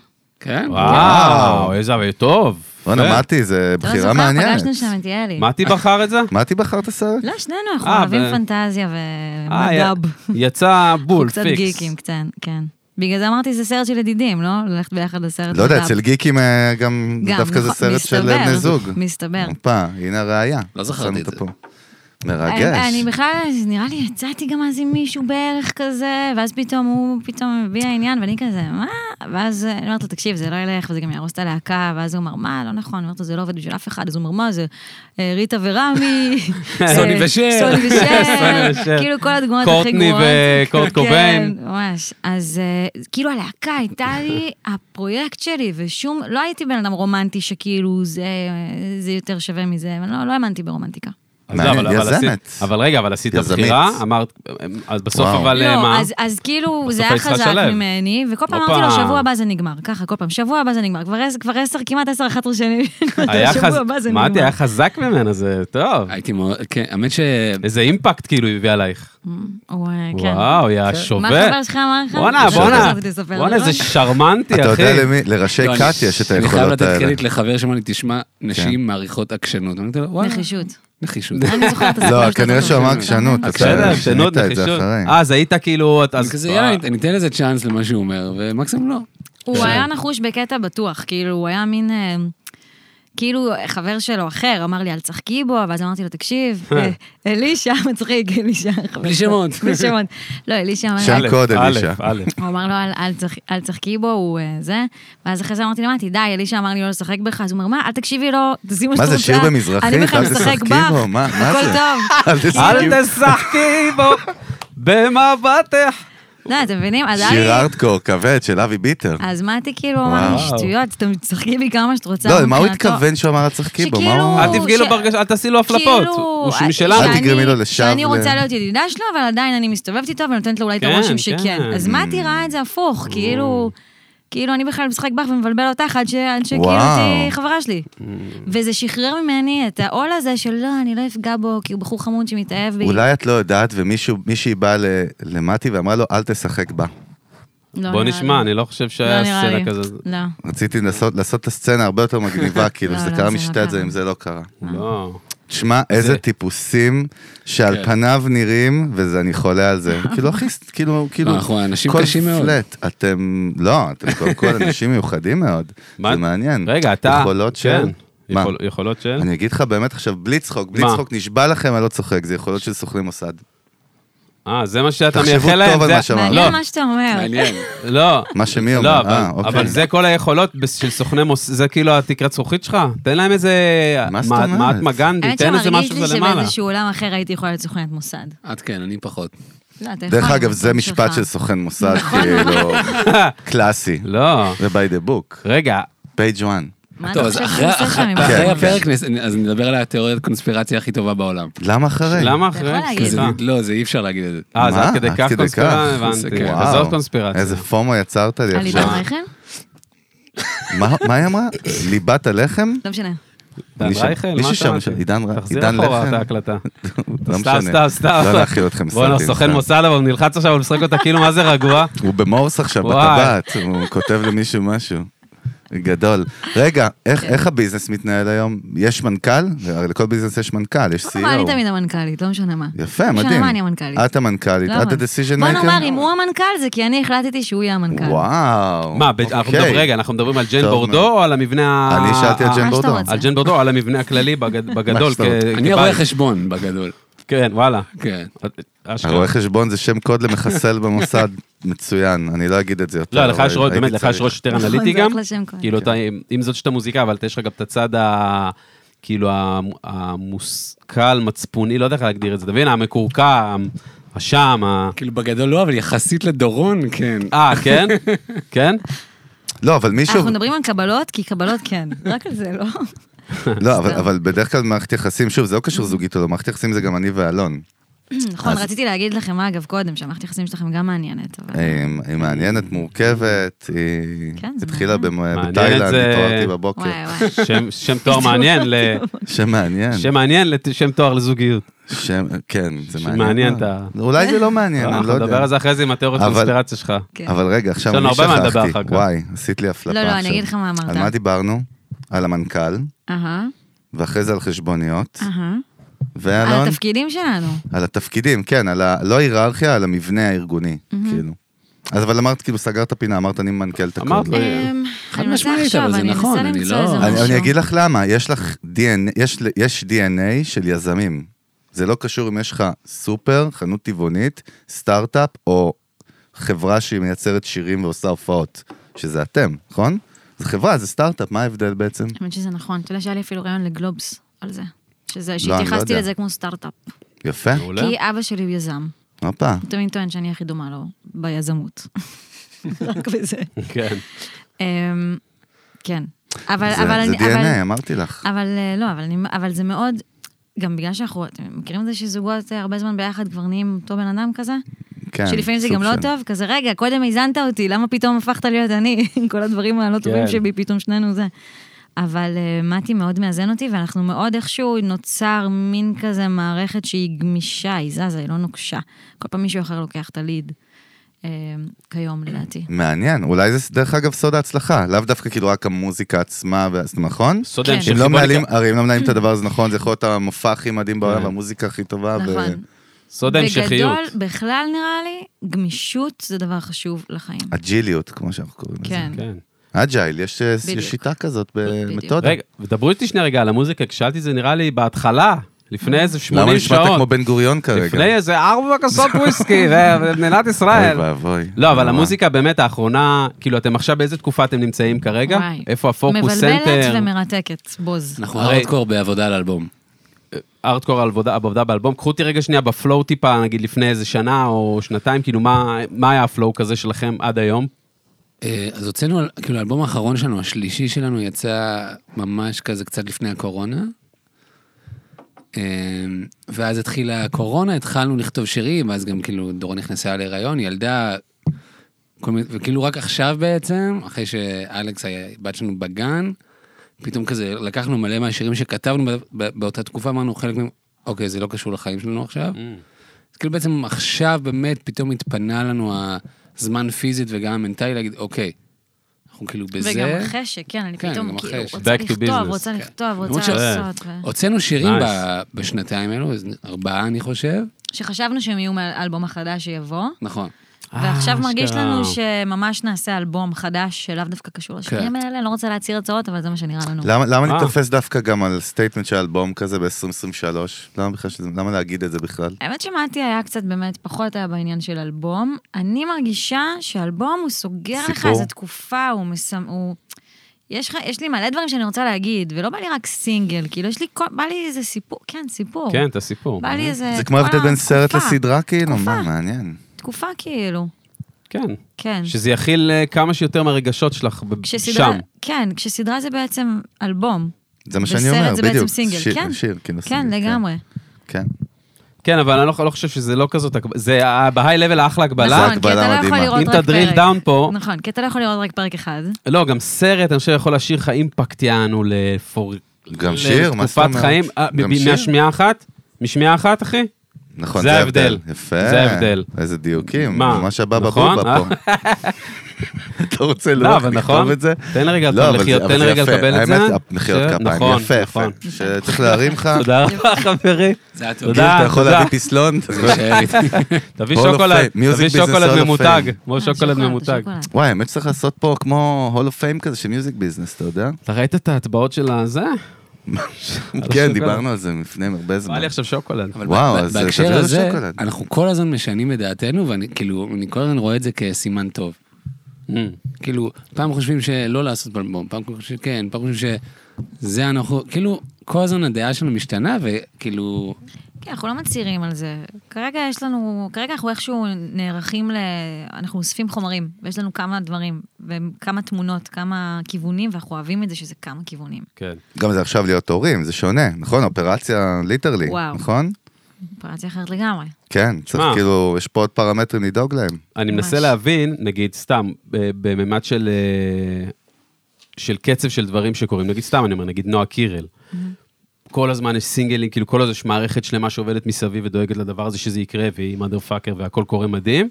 Speaker 4: כן?
Speaker 3: וואו, איזה אבל טוב.
Speaker 1: בואנה,
Speaker 3: יפה.
Speaker 1: מתי, זה
Speaker 2: אתה לא
Speaker 1: בחירה
Speaker 2: זוכר?
Speaker 1: מעניינת.
Speaker 2: פגשנו שם את יאלי.
Speaker 3: מתי בחר את זה?
Speaker 1: מתי בחרת סרט?
Speaker 2: לא, שנינו, אנחנו
Speaker 3: אה,
Speaker 2: אוהבים
Speaker 3: ו-
Speaker 2: פנטזיה
Speaker 3: אה,
Speaker 2: ומדב.
Speaker 3: יצא בול,
Speaker 2: קצת
Speaker 3: פיקס.
Speaker 2: גיקים, קצת, כן. בגלל זה אמרתי, זה סרט של ידידים, לא? ללכת ביחד לסרט
Speaker 1: לא יודע,
Speaker 2: מדב.
Speaker 1: אצל גיקים אה, גם
Speaker 2: גם,
Speaker 1: דווקא זה
Speaker 2: נכון,
Speaker 1: סרט של
Speaker 2: מסתבר,
Speaker 1: בני זוג.
Speaker 2: מסתבר.
Speaker 1: הופה, הנה הראייה.
Speaker 4: לא זכרתי
Speaker 1: שמנו
Speaker 4: את
Speaker 1: אותה
Speaker 4: זה.
Speaker 1: פה.
Speaker 2: אני אני
Speaker 1: מרגש.
Speaker 2: בכלל, נראה לי יצאתי גם אז עם מישהו בערך כזה, ואז פתאום הוא פתאום מביע עניין, ואני כזה, מה? ואז אה, אני אומרת לו, תקשיב, זה לא ילך, וזה גם יהרוס את הלהקה, ואז הוא אמר, מה, לא נכון, אני אומרת לו, זה לא עובד בשביל אף אחד, אז הוא אומר, מה, זה אה, ריטה ורמי,
Speaker 4: סוני
Speaker 2: אה,
Speaker 4: ושר.
Speaker 2: סוני
Speaker 3: סוני
Speaker 2: ושר,
Speaker 3: ושר.
Speaker 2: כאילו כל הדוגמאות הכי
Speaker 3: קורטני
Speaker 2: גרועות.
Speaker 3: וקורט קוביין.
Speaker 2: כן, ממש. אז אה, כאילו הלהקה הייתה לי הפרויקט שלי, ושום, לא הייתי בן אדם רומנטי שכאילו זה אה, זה יותר שווה מזה, אבל לא לא האמנתי ברומנטיקה.
Speaker 3: אז לא, אבל- אבל
Speaker 1: יזמת.
Speaker 3: עשית- אבל רגע, אבל עשית
Speaker 1: יזמית.
Speaker 3: בחירה, אמרת, אז בסוף
Speaker 1: וואו.
Speaker 3: אבל אה,
Speaker 2: לא,
Speaker 3: מה?
Speaker 2: אז, אז כאילו,
Speaker 3: בסוף
Speaker 2: זה היה
Speaker 3: היית צריכה
Speaker 2: חזק
Speaker 3: לשלב.
Speaker 2: ממני, וכל פעם
Speaker 3: הופה.
Speaker 2: אמרתי לו, שבוע הבא זה נגמר. ככה, כל פעם, שבוע הבא זה נגמר. כבר עשר, כבר עשר כמעט עשר, אחת עשרה שנים.
Speaker 3: היה
Speaker 2: שבוע
Speaker 3: חז-
Speaker 2: הבא זה
Speaker 3: מתי,
Speaker 2: נגמר.
Speaker 3: היה חזק ממנה, זה טוב.
Speaker 4: הייתי מאוד, כן, האמת ש...
Speaker 1: אה,
Speaker 3: איזה אימפקט כאילו היא הביאה עלייך.
Speaker 2: וואי, כן.
Speaker 3: וואו, יא
Speaker 2: מה
Speaker 3: שובה.
Speaker 2: החבר שלך אמר לך?
Speaker 3: בואנה,
Speaker 2: זה לא
Speaker 3: בואנה,
Speaker 2: חשבתי לספר
Speaker 3: בואנה,
Speaker 2: לך.
Speaker 3: איזה שרמנטי, אחי.
Speaker 1: אתה יודע למי, לראשי
Speaker 4: לא, אני-
Speaker 1: קאט יש את
Speaker 4: אני חייב
Speaker 1: היכולות
Speaker 4: לתת
Speaker 1: האלה. כן.
Speaker 4: קרדיט לחבר שאמר לי, תשמע, נשים מעריכות עקשנות. אמרתי לו, וואלה,
Speaker 2: נחישות.
Speaker 4: נחישות.
Speaker 2: אני זוכרת את הסיפור
Speaker 1: לא, כנראה שהוא אמר עקשנות,
Speaker 3: בסדר,
Speaker 1: אתה
Speaker 3: שנות
Speaker 1: שינית את זה
Speaker 3: נחישות.
Speaker 1: אחרי.
Speaker 3: אה, אז היית כאילו... את- אז-
Speaker 4: כזה,
Speaker 3: אה,
Speaker 4: יאללה, ניתן לזה צ'אנס למה שהוא אומר, ומקסימום לא.
Speaker 3: כן.
Speaker 2: הוא היה נחוש בקטע בטוח, כאילו, הוא היה מין... אה, כאילו חבר שלו אחר אמר לי, אל תשחקי בו, ואז אמרתי לו, תקשיב, אה, אלישע, מצחיק, אלישע. חבר
Speaker 4: בלי
Speaker 2: שלו."
Speaker 4: שמות.
Speaker 2: בלי שמות. לא, אלישע אמר
Speaker 1: שם
Speaker 2: לי,
Speaker 3: א',
Speaker 1: קוד,
Speaker 3: א',
Speaker 1: אלישע.
Speaker 3: א'.
Speaker 2: הוא אמר לו, "אל- אל תשח- אל תשחקי בו, הוא אה, זה. ואז אחרי זה אמרתי לו, אמרתי, די, אלישע אמר לי לא לשחק בך, אז הוא אומר, מה, אל תקשיבי לא, לו, תעשי מה שאת
Speaker 1: מה
Speaker 2: רוצה.
Speaker 1: זה, שיר במזרחית?
Speaker 2: אני בכלל
Speaker 1: אל
Speaker 2: משחק
Speaker 1: תשחקי
Speaker 2: בך,
Speaker 1: בו, מה- מה
Speaker 2: הכל
Speaker 1: זה?
Speaker 2: טוב.
Speaker 1: אל תשחקי.
Speaker 3: אל תשחקי בו במבטך.
Speaker 2: לא, אתם מבינים? אז היה לי-
Speaker 1: שיר ארטקור כבד של אבי ביטר.
Speaker 2: אז מתי כאילו
Speaker 1: וואו.
Speaker 2: אמר לי, שטויות, אתם תשחקי בי כמה שאת רוצה.
Speaker 1: לא, מה הוא
Speaker 2: מבחינתו-
Speaker 1: התכוון שהוא אמר תשחקי בו? מה הוא...
Speaker 2: שכאילו-
Speaker 3: אל תפגעי לו
Speaker 2: ש-
Speaker 3: בהרגשה, אל תעשי לו הפלפות. הוא
Speaker 2: אה,
Speaker 3: משלנו.
Speaker 1: אל
Speaker 2: שאני-
Speaker 1: תגרמי לו לשווא
Speaker 2: שאני
Speaker 1: ל-
Speaker 2: רוצה להיות ידידה שלו, אבל עדיין אני מסתובבת איתו ונותנת לו אולי את
Speaker 3: כן,
Speaker 2: הרושם
Speaker 3: כן.
Speaker 2: שכן. אז מתי ראה את זה הפוך, כאילו... כאילו אני בכלל משחק בך ומבלבל אותך עד ש- עד שכאילו
Speaker 1: וואו.
Speaker 2: תהיי חברה שלי.
Speaker 3: Mm.
Speaker 2: וזה שחרר ממני את העול הזה של לא, אני לא אפגע בו, כי הוא בחור חמוד שמתאהב בי.
Speaker 1: אולי את לא יודעת, ומישהי באה ל- למתי ואמרה לו, אל תשחק בה.
Speaker 2: לא
Speaker 3: בוא
Speaker 2: נראה
Speaker 3: נשמע,
Speaker 2: לי.
Speaker 3: אני לא חושב שהיה
Speaker 2: לא נראה לי.
Speaker 3: סצנה כזאת.
Speaker 2: לא.
Speaker 1: רציתי לנסות לעשות את הסצנה הרבה יותר מגניבה, כאילו,
Speaker 2: לא,
Speaker 1: שזה
Speaker 2: לא,
Speaker 1: קרה
Speaker 2: זה לא
Speaker 1: משתי את זה
Speaker 2: קרה.
Speaker 1: אם זה לא קרה.
Speaker 2: אה.
Speaker 3: לא.
Speaker 1: תשמע, איזה טיפוסים שעל
Speaker 4: כן.
Speaker 1: פניו נראים, ואני חולה על זה. כאילו, הכי, ס- כאילו, כאילו...
Speaker 4: אנחנו אנשים
Speaker 1: כל
Speaker 4: קשים מאוד.
Speaker 1: פלט, אתם, לא, אתם קודם כל אנשים מיוחדים מאוד.
Speaker 3: מה?
Speaker 1: זה מעניין.
Speaker 3: רגע, אתה...
Speaker 1: יכולות של...
Speaker 3: כן.
Speaker 1: מה?
Speaker 3: יכול- יכולות של?
Speaker 1: אני אגיד לך באמת עכשיו, בלי צחוק, בלי
Speaker 3: מה?
Speaker 1: צחוק, נשבע לכם, אני לא צוחק, זה יכולות של סוכני מוסד.
Speaker 3: אה, זה מה שאתה
Speaker 1: תחשבו
Speaker 3: מייחל
Speaker 1: טוב
Speaker 3: להם?
Speaker 1: על
Speaker 3: זה-
Speaker 1: מה שאמרתי.
Speaker 3: לא,
Speaker 2: מעניין מה שאתה אומר.
Speaker 4: מעניין.
Speaker 3: לא.
Speaker 1: מה שמי
Speaker 3: לא,
Speaker 1: אומר,
Speaker 3: אבל-
Speaker 1: אה, אוקיי.
Speaker 3: אבל זה כל היכולות בס- של סוכני מוס... זה כאילו התקרת זכוכית שלך? תן להם איזה...
Speaker 1: מה זאת
Speaker 3: מה-
Speaker 1: אומרת?
Speaker 3: מהטמה גנדי,
Speaker 2: האמת
Speaker 3: תן איזה
Speaker 2: שמרגיש
Speaker 3: משהו
Speaker 2: לי
Speaker 3: זה למעלה.
Speaker 2: שבאיזשהו עולם אחר הייתי יכולה להיות סוכנת מוסד.
Speaker 4: את כן, אני פחות.
Speaker 2: לא, אתה
Speaker 1: דרך
Speaker 2: יכול,
Speaker 1: אגב, זה
Speaker 2: במקום
Speaker 1: משפט
Speaker 2: שלך. נכון.
Speaker 1: של סוכן מוסד, כאילו, קלאסי.
Speaker 3: לא.
Speaker 1: זה by the book,
Speaker 3: רגע,
Speaker 1: page one.
Speaker 2: מה אתה
Speaker 4: טוב, אז
Speaker 2: חושב
Speaker 4: אחרי
Speaker 2: שהוא עושה
Speaker 4: אחרי-
Speaker 2: שם עם
Speaker 1: כן.
Speaker 4: אחרי
Speaker 2: החיים?
Speaker 4: הפרק, נס- אז נדבר על התיאוריית קונספירציה הכי טובה בעולם.
Speaker 1: למה אחרי?
Speaker 3: למה
Speaker 2: אתה
Speaker 3: אחרי?
Speaker 2: יכול להגיד.
Speaker 4: כי זה-
Speaker 3: סליחה.
Speaker 4: לא, זה אי אפשר להגיד את זה.
Speaker 3: אה, זה
Speaker 1: מה?
Speaker 3: עד כדי
Speaker 1: עד
Speaker 3: כך
Speaker 1: כדי
Speaker 3: קונספירציה?
Speaker 1: כך?
Speaker 3: הבנתי.
Speaker 4: וואו.
Speaker 3: אז זאת קונספירציה.
Speaker 1: איזה פומו יצרת לי
Speaker 2: על
Speaker 1: עכשיו.
Speaker 2: ליבת רייכן?
Speaker 1: מה- מה היא אמרה? ליבת הלחם?
Speaker 2: לא משנה.
Speaker 3: עידן
Speaker 1: אני שם-
Speaker 3: רייכל?
Speaker 1: מישהו
Speaker 3: מה
Speaker 1: שם,
Speaker 3: שמעתי?
Speaker 1: שם, עידן ר-
Speaker 3: תחזיר
Speaker 1: עידן
Speaker 3: אחורה
Speaker 1: לחם.
Speaker 3: את ההקלטה.
Speaker 1: לא
Speaker 3: סתם,
Speaker 1: משנה.
Speaker 3: סתם, סתם.
Speaker 1: לא להכיל אתכם
Speaker 3: בואנה,
Speaker 1: סרטים,
Speaker 3: סוכן
Speaker 1: סתם. אוקיי.
Speaker 3: מוסד, אבל הוא נלחץ עכשיו, הוא משחק אותה כאילו מה זה רגוע.
Speaker 1: הוא במורס עכשיו,
Speaker 3: וואי.
Speaker 1: בטבעת, הוא כותב למישהו משהו. גדול. רגע,
Speaker 2: כן.
Speaker 1: איך, איך הביזנס מתנהל היום? יש מנכ"ל? הרי לכל ביזנס יש מנכ"ל, יש
Speaker 2: אבל אני תמיד
Speaker 1: CEO.
Speaker 2: המנכ"לית, לא משנה מה.
Speaker 1: יפה,
Speaker 2: משנה
Speaker 1: מדהים.
Speaker 2: מה, אני המנכ"לית.
Speaker 1: את המנכ"לית,
Speaker 2: למה?
Speaker 1: את ה-decision
Speaker 2: בוא
Speaker 1: maker?
Speaker 2: נאמר, אם הוא המנכ"ל זה כי אני החלטתי שהוא יהיה המנכ"ל.
Speaker 1: וואו.
Speaker 3: מה, ב- אנחנו
Speaker 1: אוקיי.
Speaker 3: מדברים, רגע, אנחנו מדברים על ג'ן
Speaker 1: טוב
Speaker 3: בורדו
Speaker 1: מאוד.
Speaker 3: או על המבנה ה...
Speaker 1: אני שאלתי על
Speaker 3: ה-
Speaker 1: ג'ן
Speaker 2: מה שאתה
Speaker 1: בורדו.
Speaker 2: רוצה.
Speaker 3: על ג'ן בורדו, או על המבנה הכללי בגד- בגדול.
Speaker 1: שאתה רוצה.
Speaker 3: כ-
Speaker 4: אני
Speaker 3: כבית.
Speaker 4: הרואה חשבון בגדול.
Speaker 3: כן, וואלה.
Speaker 4: כן.
Speaker 3: אשכרה.
Speaker 1: הרואה חשבון זה שם קוד למחסל במוסד. מצוין, אני לא אגיד את זה יותר.
Speaker 3: לא, לך יש
Speaker 1: אבל
Speaker 3: ראש, באמת,
Speaker 1: הייתי
Speaker 3: לך יש
Speaker 1: צריך.
Speaker 3: ראש יותר
Speaker 2: נכון,
Speaker 3: אנליטי
Speaker 2: זה
Speaker 3: גם.
Speaker 2: אחלה שם קוד.
Speaker 3: כאילו, אתה, עם- עם זאת שאתה מוזיקה, אבל יש לך גם את הצד ה... כאילו, המ- המושכל, מצפוני, לא יודע איך להגדיר את זה, אתה מבין? המקורקע, ה- השם, ה...
Speaker 4: כאילו בגדול לא, אבל יחסית לדורון, כן.
Speaker 3: אה, כן? כן?
Speaker 1: לא, אבל מישהו...
Speaker 2: אנחנו מדברים על קבלות, כי קבלות כן. רק על זה, לא?
Speaker 1: לא, אבל- אבל בדרך כלל מערכת יחסים, שוב, זה לא קשור זוגית או לא, מערכת יחסים זה גם אני ואלון.
Speaker 2: נכון,
Speaker 1: אז-
Speaker 2: רציתי להגיד לכם, אגב, קודם, שהמערכת יחסים שלכם גם מעניינת, אבל...
Speaker 1: אה, היא מעניינת, מורכבת, היא
Speaker 2: כן, זה
Speaker 1: התחילה
Speaker 2: מעניין.
Speaker 1: במ-
Speaker 3: מעניינת
Speaker 1: בתאילנד,
Speaker 3: זה-
Speaker 1: התעוררתי בבוקר.
Speaker 2: וואי, וואי.
Speaker 3: שם- שם תואר מעניין, ל-
Speaker 1: שם מעניין.
Speaker 3: שם מעניין, לת- שם תואר לזוגיות.
Speaker 1: שם, כן, זה
Speaker 3: שם
Speaker 1: מעניין.
Speaker 3: מעניין
Speaker 1: מאוד.
Speaker 3: אתה-
Speaker 1: אולי זה לא מעניין, אני לא
Speaker 3: אנחנו נדבר
Speaker 1: יודע.
Speaker 3: על זה אחרי זה עם התיאוריות
Speaker 1: אבל-
Speaker 3: קונספירציה שלך.
Speaker 2: כן.
Speaker 1: אבל רגע, עכשיו
Speaker 3: יש לנו
Speaker 1: אני
Speaker 3: הרבה מה לדבר
Speaker 1: שכחתי.
Speaker 3: אחר כך.
Speaker 1: וואי, עשית לי הפלפה
Speaker 2: לא,
Speaker 1: עכשיו.
Speaker 2: לא, אני אגיד לך מה אמרת.
Speaker 1: על מה דיברנו? על המנכ"ל,
Speaker 2: אהה,
Speaker 1: ואחרי זה על חשבוניות,
Speaker 2: אהה. אה. על
Speaker 1: ואלון,
Speaker 2: התפקידים שלנו.
Speaker 1: על התפקידים, כן, על ה... לא ההיררכיה, על המבנה הארגוני, כאילו. אז אבל אמרת, כאילו, סגרת פינה, אמרת, אני מנכ"ל את הכל.
Speaker 3: אמרת לו,
Speaker 2: אמ,
Speaker 4: חד
Speaker 2: אני מנסה
Speaker 4: משמעית,
Speaker 2: לחשוב,
Speaker 4: אבל זה
Speaker 2: אני
Speaker 4: נכון,
Speaker 2: מנסה
Speaker 4: אני
Speaker 2: למצוא
Speaker 4: לא-
Speaker 2: איזה
Speaker 1: אני,
Speaker 2: משהו.
Speaker 1: אני אגיד לך למה, יש לך DNA, יש, יש DNA של יזמים. זה לא קשור אם יש לך סופר, חנות טבעונית, סטארט-אפ, או חברה שהיא מייצרת שירים ועושה הופעות, שזה אתם, נכון? זה חברה, זה סטארט-אפ, מה ההבדל בעצם?
Speaker 2: האמת שזה נכון. אתה יודע שהיה לי אפילו רעיון לגלובס על זה. שזה,
Speaker 1: לא
Speaker 2: שהתייחסתי
Speaker 1: יודע. לא?
Speaker 2: לזה כמו סטארט-אפ.
Speaker 1: יפה,
Speaker 3: מעולה.
Speaker 2: כי אבא שלי הוא יזם.
Speaker 1: הופה.
Speaker 2: הוא תמיד טוען שאני הכי דומה לו ביזמות. רק בזה.
Speaker 3: כן.
Speaker 2: אמ, כן. אבל,
Speaker 1: זה,
Speaker 2: אבל,
Speaker 1: זה
Speaker 2: אני-
Speaker 1: DNA,
Speaker 2: אבל,
Speaker 1: אמרתי לך.
Speaker 2: אבל אה, לא, אבל, אני, אבל זה מאוד, גם בגלל שאנחנו, אתם מכירים את זה שזוגות אה, הרבה זמן ביחד כבר נהיים אותו בן אדם כזה?
Speaker 1: כן,
Speaker 2: שלפעמים זה
Speaker 1: סוג
Speaker 2: גם לא
Speaker 1: של-
Speaker 2: טוב, כזה, רגע, קודם הזנת אותי, למה פתאום הפכת להיות אני? כל הדברים הלא טובים
Speaker 3: כן.
Speaker 2: שבי, פתאום שנינו זה. אבל אה, מתי מאוד מאזן אותי, ואנחנו מאוד איכשהו נוצר מין כזה מערכת שהיא גמישה, היא זזה, היא לא נוקשה. כל פעם מישהו אחר לוקח את הליד, אה, כיום לדעתי.
Speaker 1: מעניין, אולי זה דרך אגב סוד ההצלחה, לאו דווקא כאילו רק המוזיקה עצמה, ואז- נכון?
Speaker 3: סודם
Speaker 2: כן.
Speaker 3: של
Speaker 1: אם לא
Speaker 3: חיבונית-
Speaker 1: מנהלים, הרי אם לא מנהלים את הדבר הזה נכון, זה יכול להיות המופע הכי מדהים בעולם, והמוזיקה הכי טובה. ו-
Speaker 2: נכון.
Speaker 3: סוד ההמשכיות.
Speaker 2: בגדול, בכלל נראה לי, גמישות זה דבר חשוב לחיים.
Speaker 1: אה, אג'יליות, כמו שאנחנו קוראים לזה.
Speaker 2: כן.
Speaker 3: כן.
Speaker 1: אג'ייל, יש אה,
Speaker 2: בדיוק.
Speaker 1: יש שיטה כזאת
Speaker 2: בדיוק.
Speaker 1: במתודה.
Speaker 3: רגע, ודברו איתי שנייה רגע על המוזיקה, כי שאלתי את זה נראה לי בהתחלה, לפני איזה
Speaker 1: למה
Speaker 3: 80
Speaker 1: נשמעת כמו
Speaker 3: שעות.
Speaker 1: בן גוריון כרגע?
Speaker 3: לפני איזה ארבע כוסות וויסקי, במדינת
Speaker 1: אוי
Speaker 3: ישראל.
Speaker 1: ואבוי.
Speaker 3: לא, אבל
Speaker 1: נורא.
Speaker 3: המוזיקה באמת האחרונה, כאילו, אתם עכשיו באיזה תקופה אתם נמצאים כרגע?
Speaker 2: וואי.
Speaker 3: איפה הפוקוס
Speaker 2: מבלבלת
Speaker 3: סנטר?
Speaker 2: ומרתקת, בוז.
Speaker 4: אנחנו
Speaker 3: הרי-
Speaker 4: ארדקור בעבודה על אלבום.
Speaker 3: ארטקור על עבודה- עבודה באלבום. קחו אותי רגע שנייה בפלואו טיפה, נגיד לפני איזה שנה או שנתיים, כאילו, מה מה היה הפלואו כזה שלכם עד היום?
Speaker 4: אה, אז הוצאנו, כאילו, האלבום האחרון שלנו, השלישי שלנו, יצא ממש כזה קצת לפני הקורונה. אה, ואז התחילה הקורונה, התחלנו לכתוב שירים, ואז גם כאילו דורון נכנסה להיריון, ילדה, כל מיני, וכאילו רק עכשיו בעצם, אחרי שאלכס, היה- בת שלנו בגן, פתאום כזה לקחנו מלא מהשירים שכתבנו ב- ב- באותה תקופה, אמרנו חלק מהם, אוקיי, זה לא קשור לחיים שלנו עכשיו. אז כאילו בעצם עכשיו באמת פתאום התפנה לנו הזמן פיזית וגם המנטלי להגיד, אוקיי, אנחנו כאילו בזה.
Speaker 2: וגם חשק, כן, אני
Speaker 4: כן,
Speaker 2: פתאום
Speaker 4: גם
Speaker 2: כאילו
Speaker 4: החשק.
Speaker 2: רוצה
Speaker 3: Back to
Speaker 2: לכתוב,
Speaker 3: business.
Speaker 2: רוצה
Speaker 4: כן.
Speaker 2: לכתוב,
Speaker 4: למרות
Speaker 2: רוצה
Speaker 4: ש-
Speaker 2: לעשות. ו-
Speaker 4: הוצאנו שירים
Speaker 3: Nice.
Speaker 4: ב- בשנתיים האלו, אז ארבעה אני חושב.
Speaker 2: שחשבנו שהם יהיו מהאלבום החדש שיבוא,
Speaker 4: נכון.
Speaker 2: ועכשיו
Speaker 3: אה,
Speaker 2: מרגיש
Speaker 3: אשכרה.
Speaker 2: לנו שממש נעשה אלבום חדש שלאו דווקא קשור
Speaker 4: כן.
Speaker 2: לשירים האלה, אני לא רוצה להצהיר הצהרות, אבל זה מה שנראה לנו.
Speaker 1: למה למה
Speaker 3: אה.
Speaker 1: להתאפס דווקא גם על סטייטמנט של אלבום כזה ב-2023? למה בכלל שזה- למה להגיד את זה בכלל?
Speaker 2: האמת שמעתי היה קצת באמת, פחות היה בעניין של אלבום. אני מרגישה שאלבום הוא סוגר לך
Speaker 1: סיפור.
Speaker 2: איזו תקופה, הוא מסמ... הוא... יש, לך, יש לי מלא דברים שאני רוצה להגיד, ולא בא לי רק סינגל, כאילו יש לי, כל... בא לי איזה סיפור, כן, סיפור.
Speaker 3: כן, את הסיפור.
Speaker 2: בא לי איזה...
Speaker 1: זה כמו
Speaker 2: אה, תקופה-
Speaker 1: ההבדל בין סרט
Speaker 2: תקופה,
Speaker 1: לסדרה כאילו, מה
Speaker 2: תקופה.
Speaker 1: מעניין.
Speaker 2: תקופה כאילו,
Speaker 3: כן.
Speaker 2: כן.
Speaker 3: שזה יכיל אה, כמה שיותר מהרגשות שלך ב-
Speaker 2: כשסדרה,
Speaker 3: שם.
Speaker 2: כן, כשסדרה זה בעצם אלבום.
Speaker 1: זה מה שאני
Speaker 2: וסרט
Speaker 1: אומר,
Speaker 2: זה בעצם
Speaker 1: בדיוק.
Speaker 2: סינגל,
Speaker 1: שיר-
Speaker 2: כן.
Speaker 1: שיר, כאילו
Speaker 2: כן,
Speaker 1: סינגל,
Speaker 2: לגמרי.
Speaker 1: כן.
Speaker 3: כן, אבל אני לא אני לא חושב שזה לא כזאת, הגב- זה ה- בהיי לבל אחלה הגבלה.
Speaker 2: נכון, כי
Speaker 1: הגבלה
Speaker 2: אתה לא יכול
Speaker 1: מדהימה.
Speaker 2: לראות
Speaker 3: אם
Speaker 2: רק
Speaker 3: אתה drill
Speaker 2: פרק.
Speaker 3: down פה-
Speaker 2: נכון, כי אתה לא יכול לראות רק פרק אחד.
Speaker 3: לא, גם סרט, אני חושב, יכול להשאיר לך אימפקט יענו לפור...
Speaker 1: גם שיר, מה זאת אומרת?
Speaker 3: לתקופת חיים, אה,
Speaker 1: גם
Speaker 3: מב-
Speaker 1: שיר?
Speaker 3: מהשמיעה אחת? משמיעה אחת, אחי?
Speaker 1: נכון,
Speaker 3: זה
Speaker 1: זה
Speaker 3: ההבדל.
Speaker 1: ההבדל. יפה.
Speaker 3: זה ההבדל.
Speaker 1: איזה דיוקים.
Speaker 3: מה?
Speaker 1: ממש הבבא
Speaker 3: נכון?
Speaker 1: בובה פה. אתה רוצה
Speaker 3: לא,
Speaker 1: לוח,
Speaker 3: אבל
Speaker 1: נכתוב
Speaker 3: נכון.
Speaker 1: את זה?
Speaker 3: תן לי רגע
Speaker 1: לא, אבל זה-
Speaker 3: לחיות,
Speaker 1: אבל
Speaker 3: תן לי
Speaker 1: זה
Speaker 3: רגע
Speaker 1: יפה.
Speaker 3: לקבל את זה.
Speaker 1: האמת, מחיאות
Speaker 3: בסדר?
Speaker 1: כפיים,
Speaker 3: נכון,
Speaker 1: יפה, יפה.
Speaker 3: נכון.
Speaker 1: שצריך להרים לך. כאילו,
Speaker 3: תודה רבה, חברי.
Speaker 4: זה היה טוב.
Speaker 3: תודה.
Speaker 1: אתה יכול
Speaker 3: תודה.
Speaker 1: להביא פסלון?
Speaker 3: תביא
Speaker 1: Hall of
Speaker 3: שוקולד,
Speaker 1: Fame, Music
Speaker 3: תביא
Speaker 1: Business Hall
Speaker 3: שוקולד
Speaker 1: of
Speaker 3: ממותג.
Speaker 1: Fame.
Speaker 3: כמו שוקולד ממותג.
Speaker 2: השוקולד.
Speaker 1: וואי, האמת שצריך לעשות פה כמו הול אוף פיים כזה של מיוזיק ביזנס, אתה יודע?
Speaker 3: אתה ראית את ההטבעות של הזה?
Speaker 1: כן,
Speaker 3: השוקולד.
Speaker 1: דיברנו על זה לפני הרבה
Speaker 3: בא
Speaker 1: זמן.
Speaker 3: לי עכשיו שוקולד.
Speaker 4: אבל
Speaker 1: וואו,
Speaker 4: ב-
Speaker 1: אז
Speaker 4: בהקשר
Speaker 1: תביא לו
Speaker 4: הזה,
Speaker 1: שוקולד.
Speaker 4: אנחנו כל הזמן משנים את דעתנו, ואני כאילו, אני כל הזמן רואה את זה כסימן טוב.
Speaker 3: Mm,
Speaker 4: כאילו, פעם חושבים שלא לעשות אלבום, פעם חושבים שכן, פעם חושבים שזה אנחנו, כאילו, כל הזמן הדעה שלנו משתנה, וכאילו,
Speaker 2: כן, אנחנו לא מצהירים על זה. כרגע יש לנו, כרגע אנחנו איכשהו נערכים ל... אנחנו אוספים חומרים, ויש לנו כמה דברים, וכמה תמונות, כמה כיוונים, ואנחנו אוהבים את זה שזה כמה כיוונים.
Speaker 3: כן.
Speaker 1: גם זה עכשיו להיות הורים, זה שונה, נכון? אופרציה ליטרלי,
Speaker 2: וואו.
Speaker 1: נכון?
Speaker 2: אופרציה אחרת לגמרי.
Speaker 1: כן, צריך
Speaker 3: שמע.
Speaker 1: כאילו, יש פה עוד פרמטרים לדאוג להם.
Speaker 3: אני
Speaker 2: ממש.
Speaker 3: מנסה להבין, נגיד, סתם, ב- בממד של, אה, של קצב של דברים שקורים, נגיד, סתם, אני אומר, נגיד, נועה קירל. כל הזמן יש סינגלים, כאילו כל הזמן יש מערכת שלמה שעובדת מסביב ודואגת לדבר הזה שזה יקרה, והיא mother fucker והכל קורה מדהים.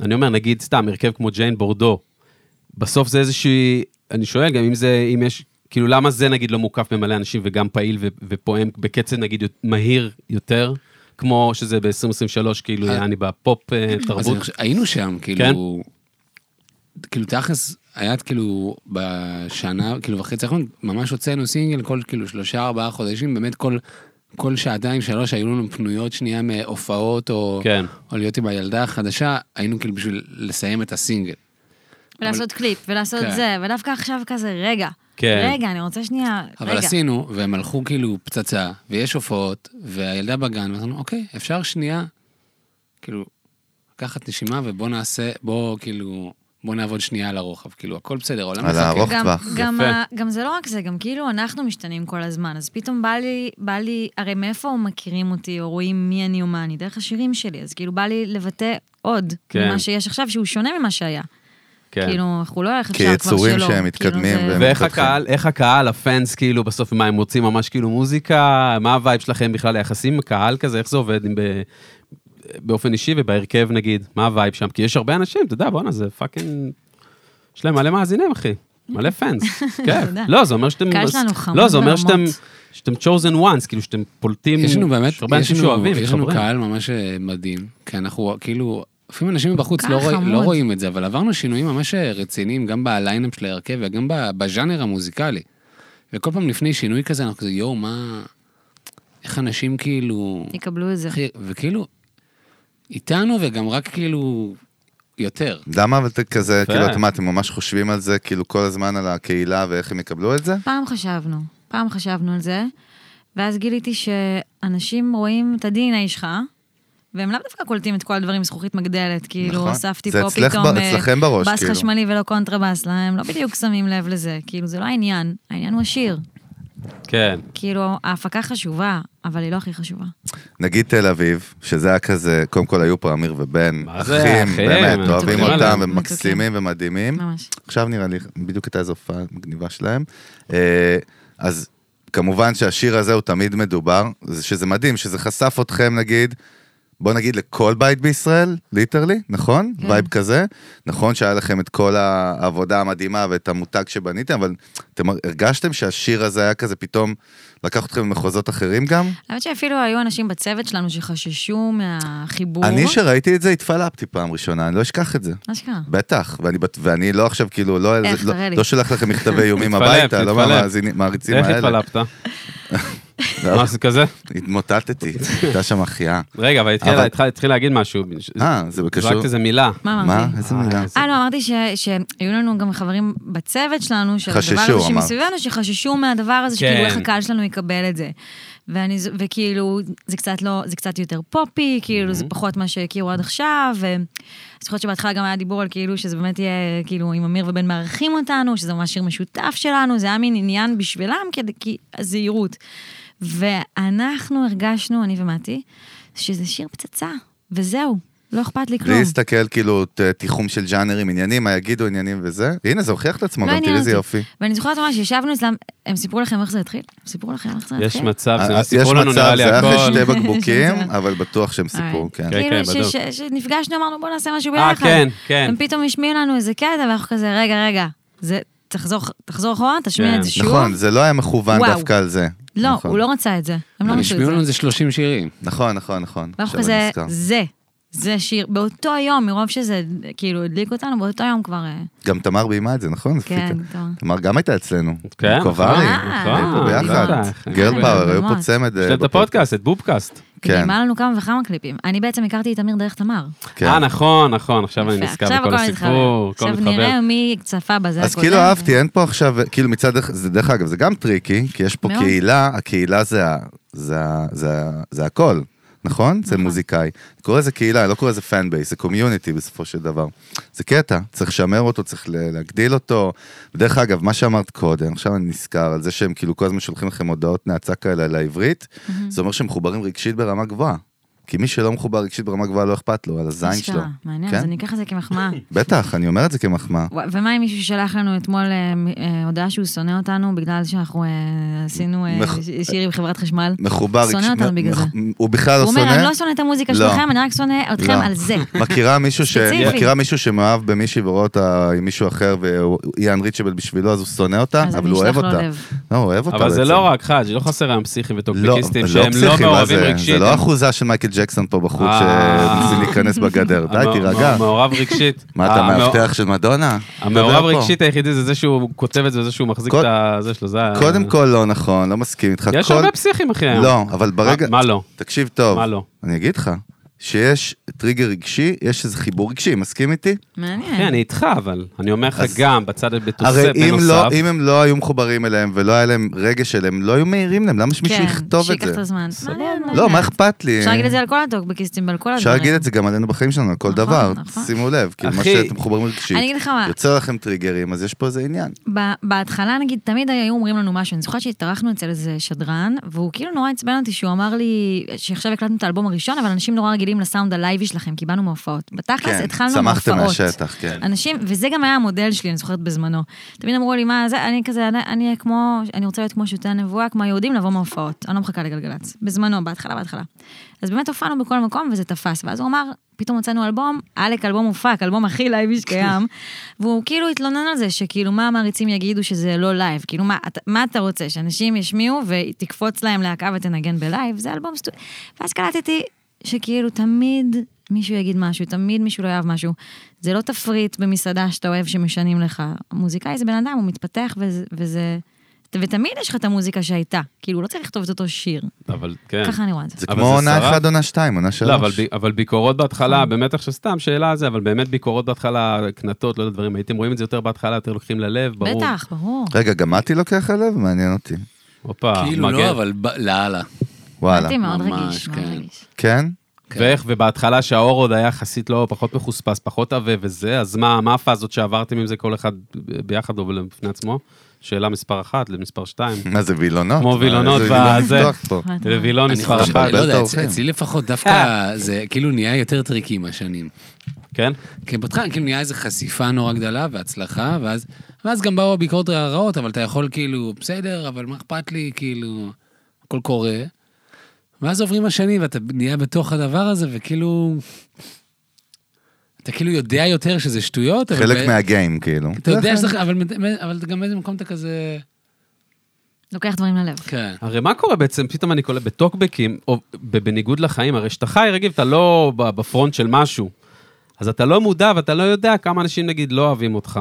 Speaker 3: אני אומר, נגיד, סתם, הרכב כמו ג'יין בורדו, בסוף זה איזושהי, אני שואל גם אם זה, אם יש, כאילו, למה זה נגיד לא מוקף במלא אנשים וגם פעיל ו- ופועם בקצב נגיד יות- מהיר יותר, כמו שזה ב-2023, כאילו,
Speaker 4: אה.
Speaker 3: יעני בפופ אה,
Speaker 4: אז
Speaker 3: תרבות.
Speaker 4: אני חושב- היינו שם, כאילו, כאילו, תכלס, היה כאילו, בשנה, כאילו, וחצי האחרון, ממש הוצאנו סינגל כל, כאילו, שלושה, ארבעה חודשים, באמת כל... כל שעתיים, שלוש, היו לנו פנויות שנייה מהופעות, או,
Speaker 3: כן.
Speaker 4: או להיות עם הילדה החדשה, היינו כאילו בשביל לסיים את הסינגל.
Speaker 2: ולעשות קליפ, ולעשות
Speaker 4: כן.
Speaker 2: זה, ודווקא עכשיו כזה, רגע.
Speaker 3: כן.
Speaker 2: רגע, אני רוצה שנייה,
Speaker 4: אבל
Speaker 2: רגע.
Speaker 4: עשינו, והם הלכו כאילו פצצה, ויש הופעות, והילדה בגן, ואמרנו, אוקיי, אפשר שנייה, כאילו, לקחת נשימה ובוא נעשה, בוא כאילו, בוא נעבוד שנייה על הרוחב, כאילו, הכל בסדר, העולם
Speaker 1: על
Speaker 4: מחכה.
Speaker 1: הארוך. ארוך
Speaker 2: גם,
Speaker 1: טווח.
Speaker 2: גם,
Speaker 3: יפה.
Speaker 2: ה- גם זה לא רק זה, גם כאילו אנחנו משתנים כל הזמן, אז פתאום בא לי, בא לי, הרי מאיפה מכירים אותי או רואים מי אני ומה אני? דרך השירים שלי, אז כאילו בא לי לבטא עוד
Speaker 3: כן.
Speaker 2: כן. ממה שיש עכשיו, שהוא שונה ממה שהיה.
Speaker 3: כן.
Speaker 2: כאילו, אנחנו לא איך אפשר כבר שלא.
Speaker 1: כיצורים שהם מתקדמים
Speaker 2: כאילו,
Speaker 1: והם-
Speaker 2: זה...
Speaker 3: ואיך
Speaker 1: מתפתחים.
Speaker 3: הקהל, איך הקהל, הפאנס, כאילו, בסוף, מה, הם רוצים ממש כאילו מוזיקה? מה הווייב שלכם בכלל ליחסים עם קהל כזה? איך זה עובד אם ב... באופן אישי ובהרכב, נגיד? מה הווייב שם? כי יש הרבה אנשים, אתה יודע, בואנה, זה פאקינג... יש להם מלא מאזינים, אחי. מלא פאנס. כן.
Speaker 2: תודה.
Speaker 3: לא, זה אומר שאתם...
Speaker 2: הקהל שלנו חמוד
Speaker 3: לא, זה אומר
Speaker 2: ברמות.
Speaker 3: שאתם... שאתם chosen ones, כאילו שאתם פולטים...
Speaker 4: יש לנו באמת,
Speaker 3: Mm. יש הרבה
Speaker 4: יש
Speaker 3: אנשים
Speaker 4: לנו,
Speaker 3: שאוהבים,
Speaker 4: יש לנו
Speaker 3: מתחברים.
Speaker 4: קהל ממש אה, מדהים, כי אנחנו כאילו, לפעמים אנשים מבחוץ
Speaker 2: כך
Speaker 4: לא, רוא...
Speaker 2: חמוד.
Speaker 4: לא רואים את זה, אבל עברנו שינויים ממש אה, רציניים, גם בליינאפ של ההרכב וגם ב- בז'אנר המוזיקלי. וכל פעם לפני שינוי כזה, אנחנו כזה, יואו, מה... איך אנשים כאילו...
Speaker 2: יקבלו את זה.
Speaker 4: אחי, וכאילו, איתנו וגם רק כאילו יותר.
Speaker 1: למה אבל אתם כזה,
Speaker 3: יפה.
Speaker 1: כאילו, אתם מה, אתם ממש חושבים על זה, כאילו, כל הזמן על הקהילה ואיך הם יקבלו את זה?
Speaker 2: פעם חשבנו, פעם חשבנו על זה, ואז גיליתי שאנשים רואים את ה-DNA שלך, והם לאו דווקא קולטים את כל הדברים זכוכית מגדלת, כאילו
Speaker 1: נכון.
Speaker 2: הוספתי
Speaker 1: זה
Speaker 2: פה
Speaker 1: אצלך
Speaker 2: פתאום
Speaker 1: ב-
Speaker 2: אה,
Speaker 1: אצלכם בראש,
Speaker 2: בס
Speaker 1: כאילו.
Speaker 2: חשמלי ולא קונטרבס, לא, הם לא בדיוק שמים לב לזה, כאילו זה לא העניין, העניין הוא השיר.
Speaker 3: כן.
Speaker 2: כאילו ההפקה חשובה, אבל היא לא הכי חשובה.
Speaker 1: נגיד תל אביב, שזה היה כזה, קודם כל היו פה אמיר ובן,
Speaker 3: מה זה,
Speaker 1: אחים,
Speaker 3: אחים,
Speaker 1: באמת,
Speaker 3: מצחיקים
Speaker 1: אוהבים
Speaker 3: עליהם.
Speaker 1: אותם,
Speaker 2: מצחיקים.
Speaker 1: ומקסימים ומדהימים.
Speaker 2: ממש.
Speaker 1: עכשיו נראה לי, בדיוק הייתה איזו הופעה מגניבה שלהם. אה, אז כמובן שהשיר הזה הוא תמיד מדובר, זה- שזה מדהים, שזה חשף אתכם נגיד, בוא נגיד לכל בית בישראל, ליטרלי, נכון?
Speaker 2: כן.
Speaker 1: וייב כזה. נכון שהיה לכם את כל העבודה המדהימה ואת המותג שבניתם, אבל אתם הרגשתם שהשיר הזה היה כזה פתאום, לקח אתכם למחוזות אחרים גם?
Speaker 2: האמת שאפילו היו אנשים בצוות שלנו שחששו מהחיבור.
Speaker 1: אני שראיתי את זה התפלפתי פעם ראשונה, אני לא אשכח את זה.
Speaker 2: מה שקרה?
Speaker 1: בטח, ואני, בט- ואני לא עכשיו כאילו, לא,
Speaker 2: איך,
Speaker 1: לא,
Speaker 2: תראה לי.
Speaker 1: לא שולח לכם מכתבי איומים
Speaker 3: מתפלפ,
Speaker 1: הביתה, לא
Speaker 3: מתפלפ.
Speaker 1: מהמאזינים- מהמעריצים
Speaker 3: איך
Speaker 1: האלה.
Speaker 3: התפלפת? מה זה כזה?
Speaker 1: התמוטטתי, הייתה שם החייאה.
Speaker 3: רגע, אבל התחיל-
Speaker 1: אבל-
Speaker 3: התחיל התחיל להגיד משהו.
Speaker 1: אה, זה
Speaker 3: זרקת
Speaker 1: בקשור.
Speaker 3: איזה מילה.
Speaker 2: מה אמרתי?
Speaker 1: מה? איזה מילה?
Speaker 2: אה, לא, אמרתי ש- שהיו לנו גם חברים בצוות שלנו, של הדבר
Speaker 1: חששו,
Speaker 2: הזה
Speaker 1: אמרת.
Speaker 2: שמסביבנו, שחששו מהדבר הזה,
Speaker 3: כן.
Speaker 2: שכאילו איך הקהל שלנו יקבל את זה. ואני, ז- וכאילו, זה קצת לא, זה קצת יותר פופי, כאילו,
Speaker 1: Mhm.
Speaker 2: זה פחות מה שהכירו עד עכשיו. ו- אז זוכרת שבהתחלה גם היה דיבור על כאילו, שזה באמת יהיה, כאילו, עם אמיר ובן מארחים אותנו, שזה ממש שיר משותף שלנו, זה היה מין עניין בשבילם, כדי- כי הזהירות. ואנחנו הרגשנו, אני ומתי, שזה שיר פצצה, וזהו, לא אכפת לי כלום.
Speaker 1: בלי להסתכל כאילו ת- תיחום של ז'אנרים, עניינים, מה יגידו עניינים וזה. הנה, זה הוכיח את עצמו,
Speaker 2: לא
Speaker 1: גם
Speaker 2: עניין
Speaker 1: תראי איזה
Speaker 2: אותי.
Speaker 1: יופי.
Speaker 2: ואני זוכרת ממש שישבנו אצלם, הם סיפרו לכם איך זה התחיל? סיפרו לכם איך זה התחיל?
Speaker 3: יש מצב,
Speaker 1: אה,
Speaker 3: זה
Speaker 1: אה, יש
Speaker 3: סיפור לנו
Speaker 1: מצב,
Speaker 3: נראה לי
Speaker 1: זה היה אחרי
Speaker 3: הכל.
Speaker 1: שתי בקבוקים,
Speaker 2: יש מצב.
Speaker 1: אבל בטוח שהם סיפרו, כן.
Speaker 3: כן,
Speaker 2: כאילו, ש-
Speaker 3: בדיוק.
Speaker 2: ש- שנפגשנו, אמרנו בוא נעשה משהו
Speaker 3: אה,
Speaker 2: ביחד.
Speaker 3: כן, כן.
Speaker 2: הם פתאום השמיעו לנו איזה קטע, ואנחנו כזה, רגע, רגע, זה, תחזור תחזור אחורה, תשמיע
Speaker 3: כן.
Speaker 2: את זה שוב.
Speaker 1: נכון, זה לא היה מכוון
Speaker 2: וואו.
Speaker 1: דווקא על זה.
Speaker 2: לא,
Speaker 1: נכון.
Speaker 2: הוא לא רצה את זה, הם לא
Speaker 4: הם
Speaker 2: רצו את
Speaker 4: השמיעו
Speaker 2: זה.
Speaker 4: לנו איזה 30 שירים.
Speaker 1: נכון, נכון, נכון.
Speaker 2: ואנחנו
Speaker 1: עכשיו אני
Speaker 2: כזה,
Speaker 1: נזכר.
Speaker 2: זה, זה שיר, באותו היום, מרוב שזה כאילו הדליק אותנו, באותו יום כבר... אה,
Speaker 1: גם תמר ביימה את זה, נכון?
Speaker 2: כן,
Speaker 1: הפיקה.
Speaker 2: תמר.
Speaker 1: תמר גם הייתה אצלנו.
Speaker 3: כן,
Speaker 1: עם קוברי.
Speaker 2: נכון.
Speaker 1: היינו פה
Speaker 2: אה,
Speaker 1: ביחד.
Speaker 3: בטח.
Speaker 1: גרל פאוור, היו פה
Speaker 2: ממש.
Speaker 1: צמד.
Speaker 3: יש
Speaker 1: אה,
Speaker 3: להם את הפודקאסט, את בובקאסט.
Speaker 2: היא
Speaker 1: כן,
Speaker 2: נעימה לנו כמה וכמה קליפים. אני בעצם הכרתי את אמיר דרך תמר.
Speaker 1: כן.
Speaker 3: אה, נכון, נכון, עכשיו אני
Speaker 2: יפה,
Speaker 3: נזכר
Speaker 2: עכשיו
Speaker 3: בכל
Speaker 2: הכל מתחבר.
Speaker 3: הסיפור, הכל
Speaker 2: עכשיו
Speaker 3: מתחבר.
Speaker 2: נראה מי צפה בזה.
Speaker 1: אז
Speaker 2: הקודם.
Speaker 1: כאילו אהבתי, אין פה עכשיו, כאילו מצד, אח- זה דרך אגב, זה גם טריקי, כי יש פה
Speaker 2: מאוד.
Speaker 1: קהילה, הקהילה זה ה- זה ה- זה ה- זה הכל, נכון? זה מוזיקאי. אני קורא לזה קהילה, אני לא קורא לזה פן בייס, זה קומיוניטי בסופו של דבר. זה קטע, צריך לשמר אותו, צריך ל- להגדיל אותו. ודרך אגב, מה שאמרת קודם, עכשיו אני נזכר על זה שהם כאילו כל הזמן שולחים לכם הודעות נאצה כאלה לעברית, זה אומר שהם מחוברים רגשית ברמה גבוהה. כי מי שלא מחובר רגשית ברמה גבוהה לא אכפת לו, על הזין
Speaker 2: אשכרה,
Speaker 1: שלו.
Speaker 2: מעניין,
Speaker 1: כן?
Speaker 2: אז אני אקח את זה כמחמאה.
Speaker 1: בטח, אני אומר את זה כמחמאה.
Speaker 2: וואי, ומה אם מישהו שלח לנו אתמול אה, מ- אה, הודעה שהוא שונא אותנו בגלל שאנחנו אה, עשינו אה,
Speaker 1: מח-
Speaker 2: ש- שיר עם חברת חשמל?
Speaker 1: מחובר
Speaker 2: שונא
Speaker 1: רגשית-
Speaker 2: אותנו בגלל
Speaker 1: מח-
Speaker 2: זה.
Speaker 1: הוא בכלל לא
Speaker 2: הוא
Speaker 1: שונא.
Speaker 2: אומר, אני לא שונא את המוזיקה
Speaker 1: לא.
Speaker 2: שלכם, אני רק שונא אתכם
Speaker 1: לא.
Speaker 2: על זה.
Speaker 1: מכירה מישהו, ש...
Speaker 2: ספציפי.
Speaker 1: מכירה מישהו שמאוהב במישהי ורואה אותה עם מישהו אחר והיא אנריצ'בל בשבילו, אז הוא שונא אותה,
Speaker 2: אז
Speaker 1: אבל
Speaker 2: אני
Speaker 1: הוא אוהב
Speaker 2: אשלח לו
Speaker 1: אותה.
Speaker 2: לב.
Speaker 1: לא, הוא אוהב אותה
Speaker 3: אבל זה
Speaker 1: בעצם.
Speaker 3: לא רק חאג', לא חסר היום פסיכים
Speaker 1: לא,
Speaker 3: וטוקבקיסטים
Speaker 1: לא
Speaker 3: שהם לא
Speaker 1: פסיכי, מה
Speaker 3: מעורבים
Speaker 1: זה?
Speaker 3: רגשית.
Speaker 1: זה לא
Speaker 3: הם-
Speaker 1: אחוזה של מייקל ג'קסון פה בחוץ
Speaker 3: אה.
Speaker 1: שמנסים להיכנס בגדר. די,
Speaker 3: המ-
Speaker 1: תירגע.
Speaker 3: המ- מעורב רגשית.
Speaker 1: מה, אתה
Speaker 3: המ-
Speaker 1: מאבטח של מדונה?
Speaker 3: אה, המעורב
Speaker 1: אתה פה.
Speaker 3: רגשית היחידי זה זה שהוא כותב את זה, זה שהוא מחזיק
Speaker 1: קוד-
Speaker 3: את זה שלו, זה... ה-
Speaker 1: קודם כל לא נכון, לא מסכים איתך.
Speaker 3: יש
Speaker 1: כל-
Speaker 3: הרבה פסיכים אחי היום.
Speaker 1: לא, אבל ברגע...
Speaker 3: מה- מה לא?
Speaker 1: תקשיב טוב.
Speaker 3: מה לא?
Speaker 1: אני אגיד לך, שיש טריגר רגשי, יש איזה חיבור רגשי, מסכים איתי?
Speaker 3: כן,
Speaker 2: מעניין.
Speaker 3: אני איתך, אבל אני אומר לך
Speaker 1: אז-
Speaker 3: גם, בצד הבתוסף
Speaker 1: הרי אם, לא,
Speaker 3: בנוסף.
Speaker 1: אם הם לא היו מחוברים אליהם ולא היה להם רגש אליהם, הם לא היו מעירים להם, למה שמישהו
Speaker 2: כן,
Speaker 1: יכתוב את
Speaker 2: שייקח
Speaker 1: זה?
Speaker 2: את הזמן. מעניין,
Speaker 1: לא,
Speaker 2: מעניין.
Speaker 1: מה אכפת לי?
Speaker 2: אפשר להגיד את זה על כל הטוקבקיסטים ועל כל הדברים.
Speaker 1: אפשר להגיד את זה גם עלינו בחיים שלנו, על כל
Speaker 2: נכון,
Speaker 1: דבר.
Speaker 2: נכון.
Speaker 1: שימו לב, כאילו, מה
Speaker 3: אחי,
Speaker 1: שאתם מחוברים רגשית,
Speaker 2: אני אגיד לך מה.
Speaker 1: יוצא לכם טריגרים, אז יש פה איזה עניין.
Speaker 2: ב- בהתחלה, נגיד, תמיד היו אומרים לנו משהו. אני זוכרת שהתארחנו אצל איזה שדרן, והוא כאילו נורא עצבן אותי שהוא אמר לי שעכשיו הקלטנו את האלבום הראשון, אבל אנשים נורא רגילים לסאונד הלייבי שלכם, כי באנו מהופעות. בתכלס
Speaker 1: כן,
Speaker 2: התחלנו מהופעות.
Speaker 1: צמחתם מהשטח, כן.
Speaker 2: אנשים, וזה גם היה המודל שלי, אני זוכרת בזמנו. תמיד אמרו לי, מה זה, אני כזה, אני, אני כמו, אני רוצה להיות כמו שותי הנבואה, כמו היהודים, לבוא מהופעות. אני לא מחכה לגלגלצ. בזמנו, בהתחלה, בהתחלה. אז באמת הופענו בכל מקום, וזה תפס. ואז הוא אמר, פתאום הוצאנו אלבום, עלק אלבום הופק, אלבום הכי לייבי שקיים. והוא כאילו התלונן על זה, שכאילו, מה המעריצים יגידו שזה לא לייב? כאילו, מה, אתה- מה אתה רוצה, שאנשים ישמיעו ותקפוץ להם להקה ותנגן בלייב? זה אלבום סטו... ואז קלטתי שכאילו תמיד מישהו יגיד משהו, תמיד מישהו לא יאהב משהו. זה לא תפריט במסעדה שאתה אוהב שמשנים לך. מוזיקאי זה בן אדם, הוא מתפתח וזה... וזה... ותמיד יש לך את המוזיקה שהייתה. כאילו, לא צריך לכתוב את אותו שיר.
Speaker 3: אבל כן.
Speaker 2: ככה אני רואה את זה.
Speaker 1: זה
Speaker 3: אבל
Speaker 1: כמו
Speaker 3: זה
Speaker 1: עונה
Speaker 3: שרה?
Speaker 1: אחת, עונה שתיים, עונה שלוש.
Speaker 3: לא, אבל, ב- אבל ביקורות בהתחלה, באמת עכשיו סתם שאלה על זה, אבל באמת ביקורות בהתחלה, קנטות, לא יודע, דברים, הייתם רואים את זה יותר בהתחלה, יותר לוקחים ללב, ברור.
Speaker 2: בטח, ברור.
Speaker 1: רגע, גם מתי לוקח עליו? מעניין אותי.
Speaker 3: הופה,
Speaker 4: כאילו
Speaker 3: מגן.
Speaker 4: לא, אבל ב- לאללה.
Speaker 1: וואלה.
Speaker 2: הייתי מאוד
Speaker 4: ממש,
Speaker 2: רגיש, מאוד
Speaker 4: כן.
Speaker 2: רגיש.
Speaker 1: כן?
Speaker 3: ואיך, ובהתחלה שהאור עוד היה יחסית לא, פחות מחוספס, פחות עבה וזה, אז מה, מה הפאזות שעברתם עם זה כל אחד ביחד או בפני עצמו? שאלה מספר אחת למספר שתיים.
Speaker 1: מה זה וילונות?
Speaker 3: כמו
Speaker 1: מה,
Speaker 3: וילונות
Speaker 1: איזה וילון
Speaker 3: וזה.
Speaker 1: לפתוח פה.
Speaker 3: וילון
Speaker 4: אני
Speaker 3: מספר
Speaker 4: חושב,
Speaker 3: אחת,
Speaker 1: אחת.
Speaker 4: לא יודע,
Speaker 1: אתה
Speaker 4: אצ-
Speaker 3: אוקיי.
Speaker 1: אוכל.
Speaker 4: אצלי לפחות דווקא
Speaker 2: אה.
Speaker 4: זה כאילו נהיה יותר טריקי עם השנים.
Speaker 3: כן?
Speaker 4: כן, בהתחלה כאילו נהיה איזו חשיפה נורא גדולה והצלחה, ואז, ואז גם באו הביקורות הרעות, אבל אתה יכול כאילו, בסדר, אבל מה אכפת לי, כאילו, הכל קורה. ואז עוברים השנים ואתה נהיה בתוך הדבר הזה, וכאילו... אתה כאילו יודע יותר שזה שטויות, אבל...
Speaker 1: חלק
Speaker 4: ב-
Speaker 1: מהגיים, כאילו.
Speaker 4: אתה יודע
Speaker 2: נכון.
Speaker 4: שזה... אבל, אבל גם באיזה מקום אתה כזה...
Speaker 2: לוקח דברים ללב.
Speaker 4: כן.
Speaker 3: הרי מה קורה בעצם, פתאום אני קולט בטוקבקים, או ב- בניגוד לחיים, הרי כשאתה חי רגיל, אתה לא ב- בפרונט של משהו. אז אתה לא מודע ואתה לא יודע כמה אנשים, נגיד, לא אוהבים אותך.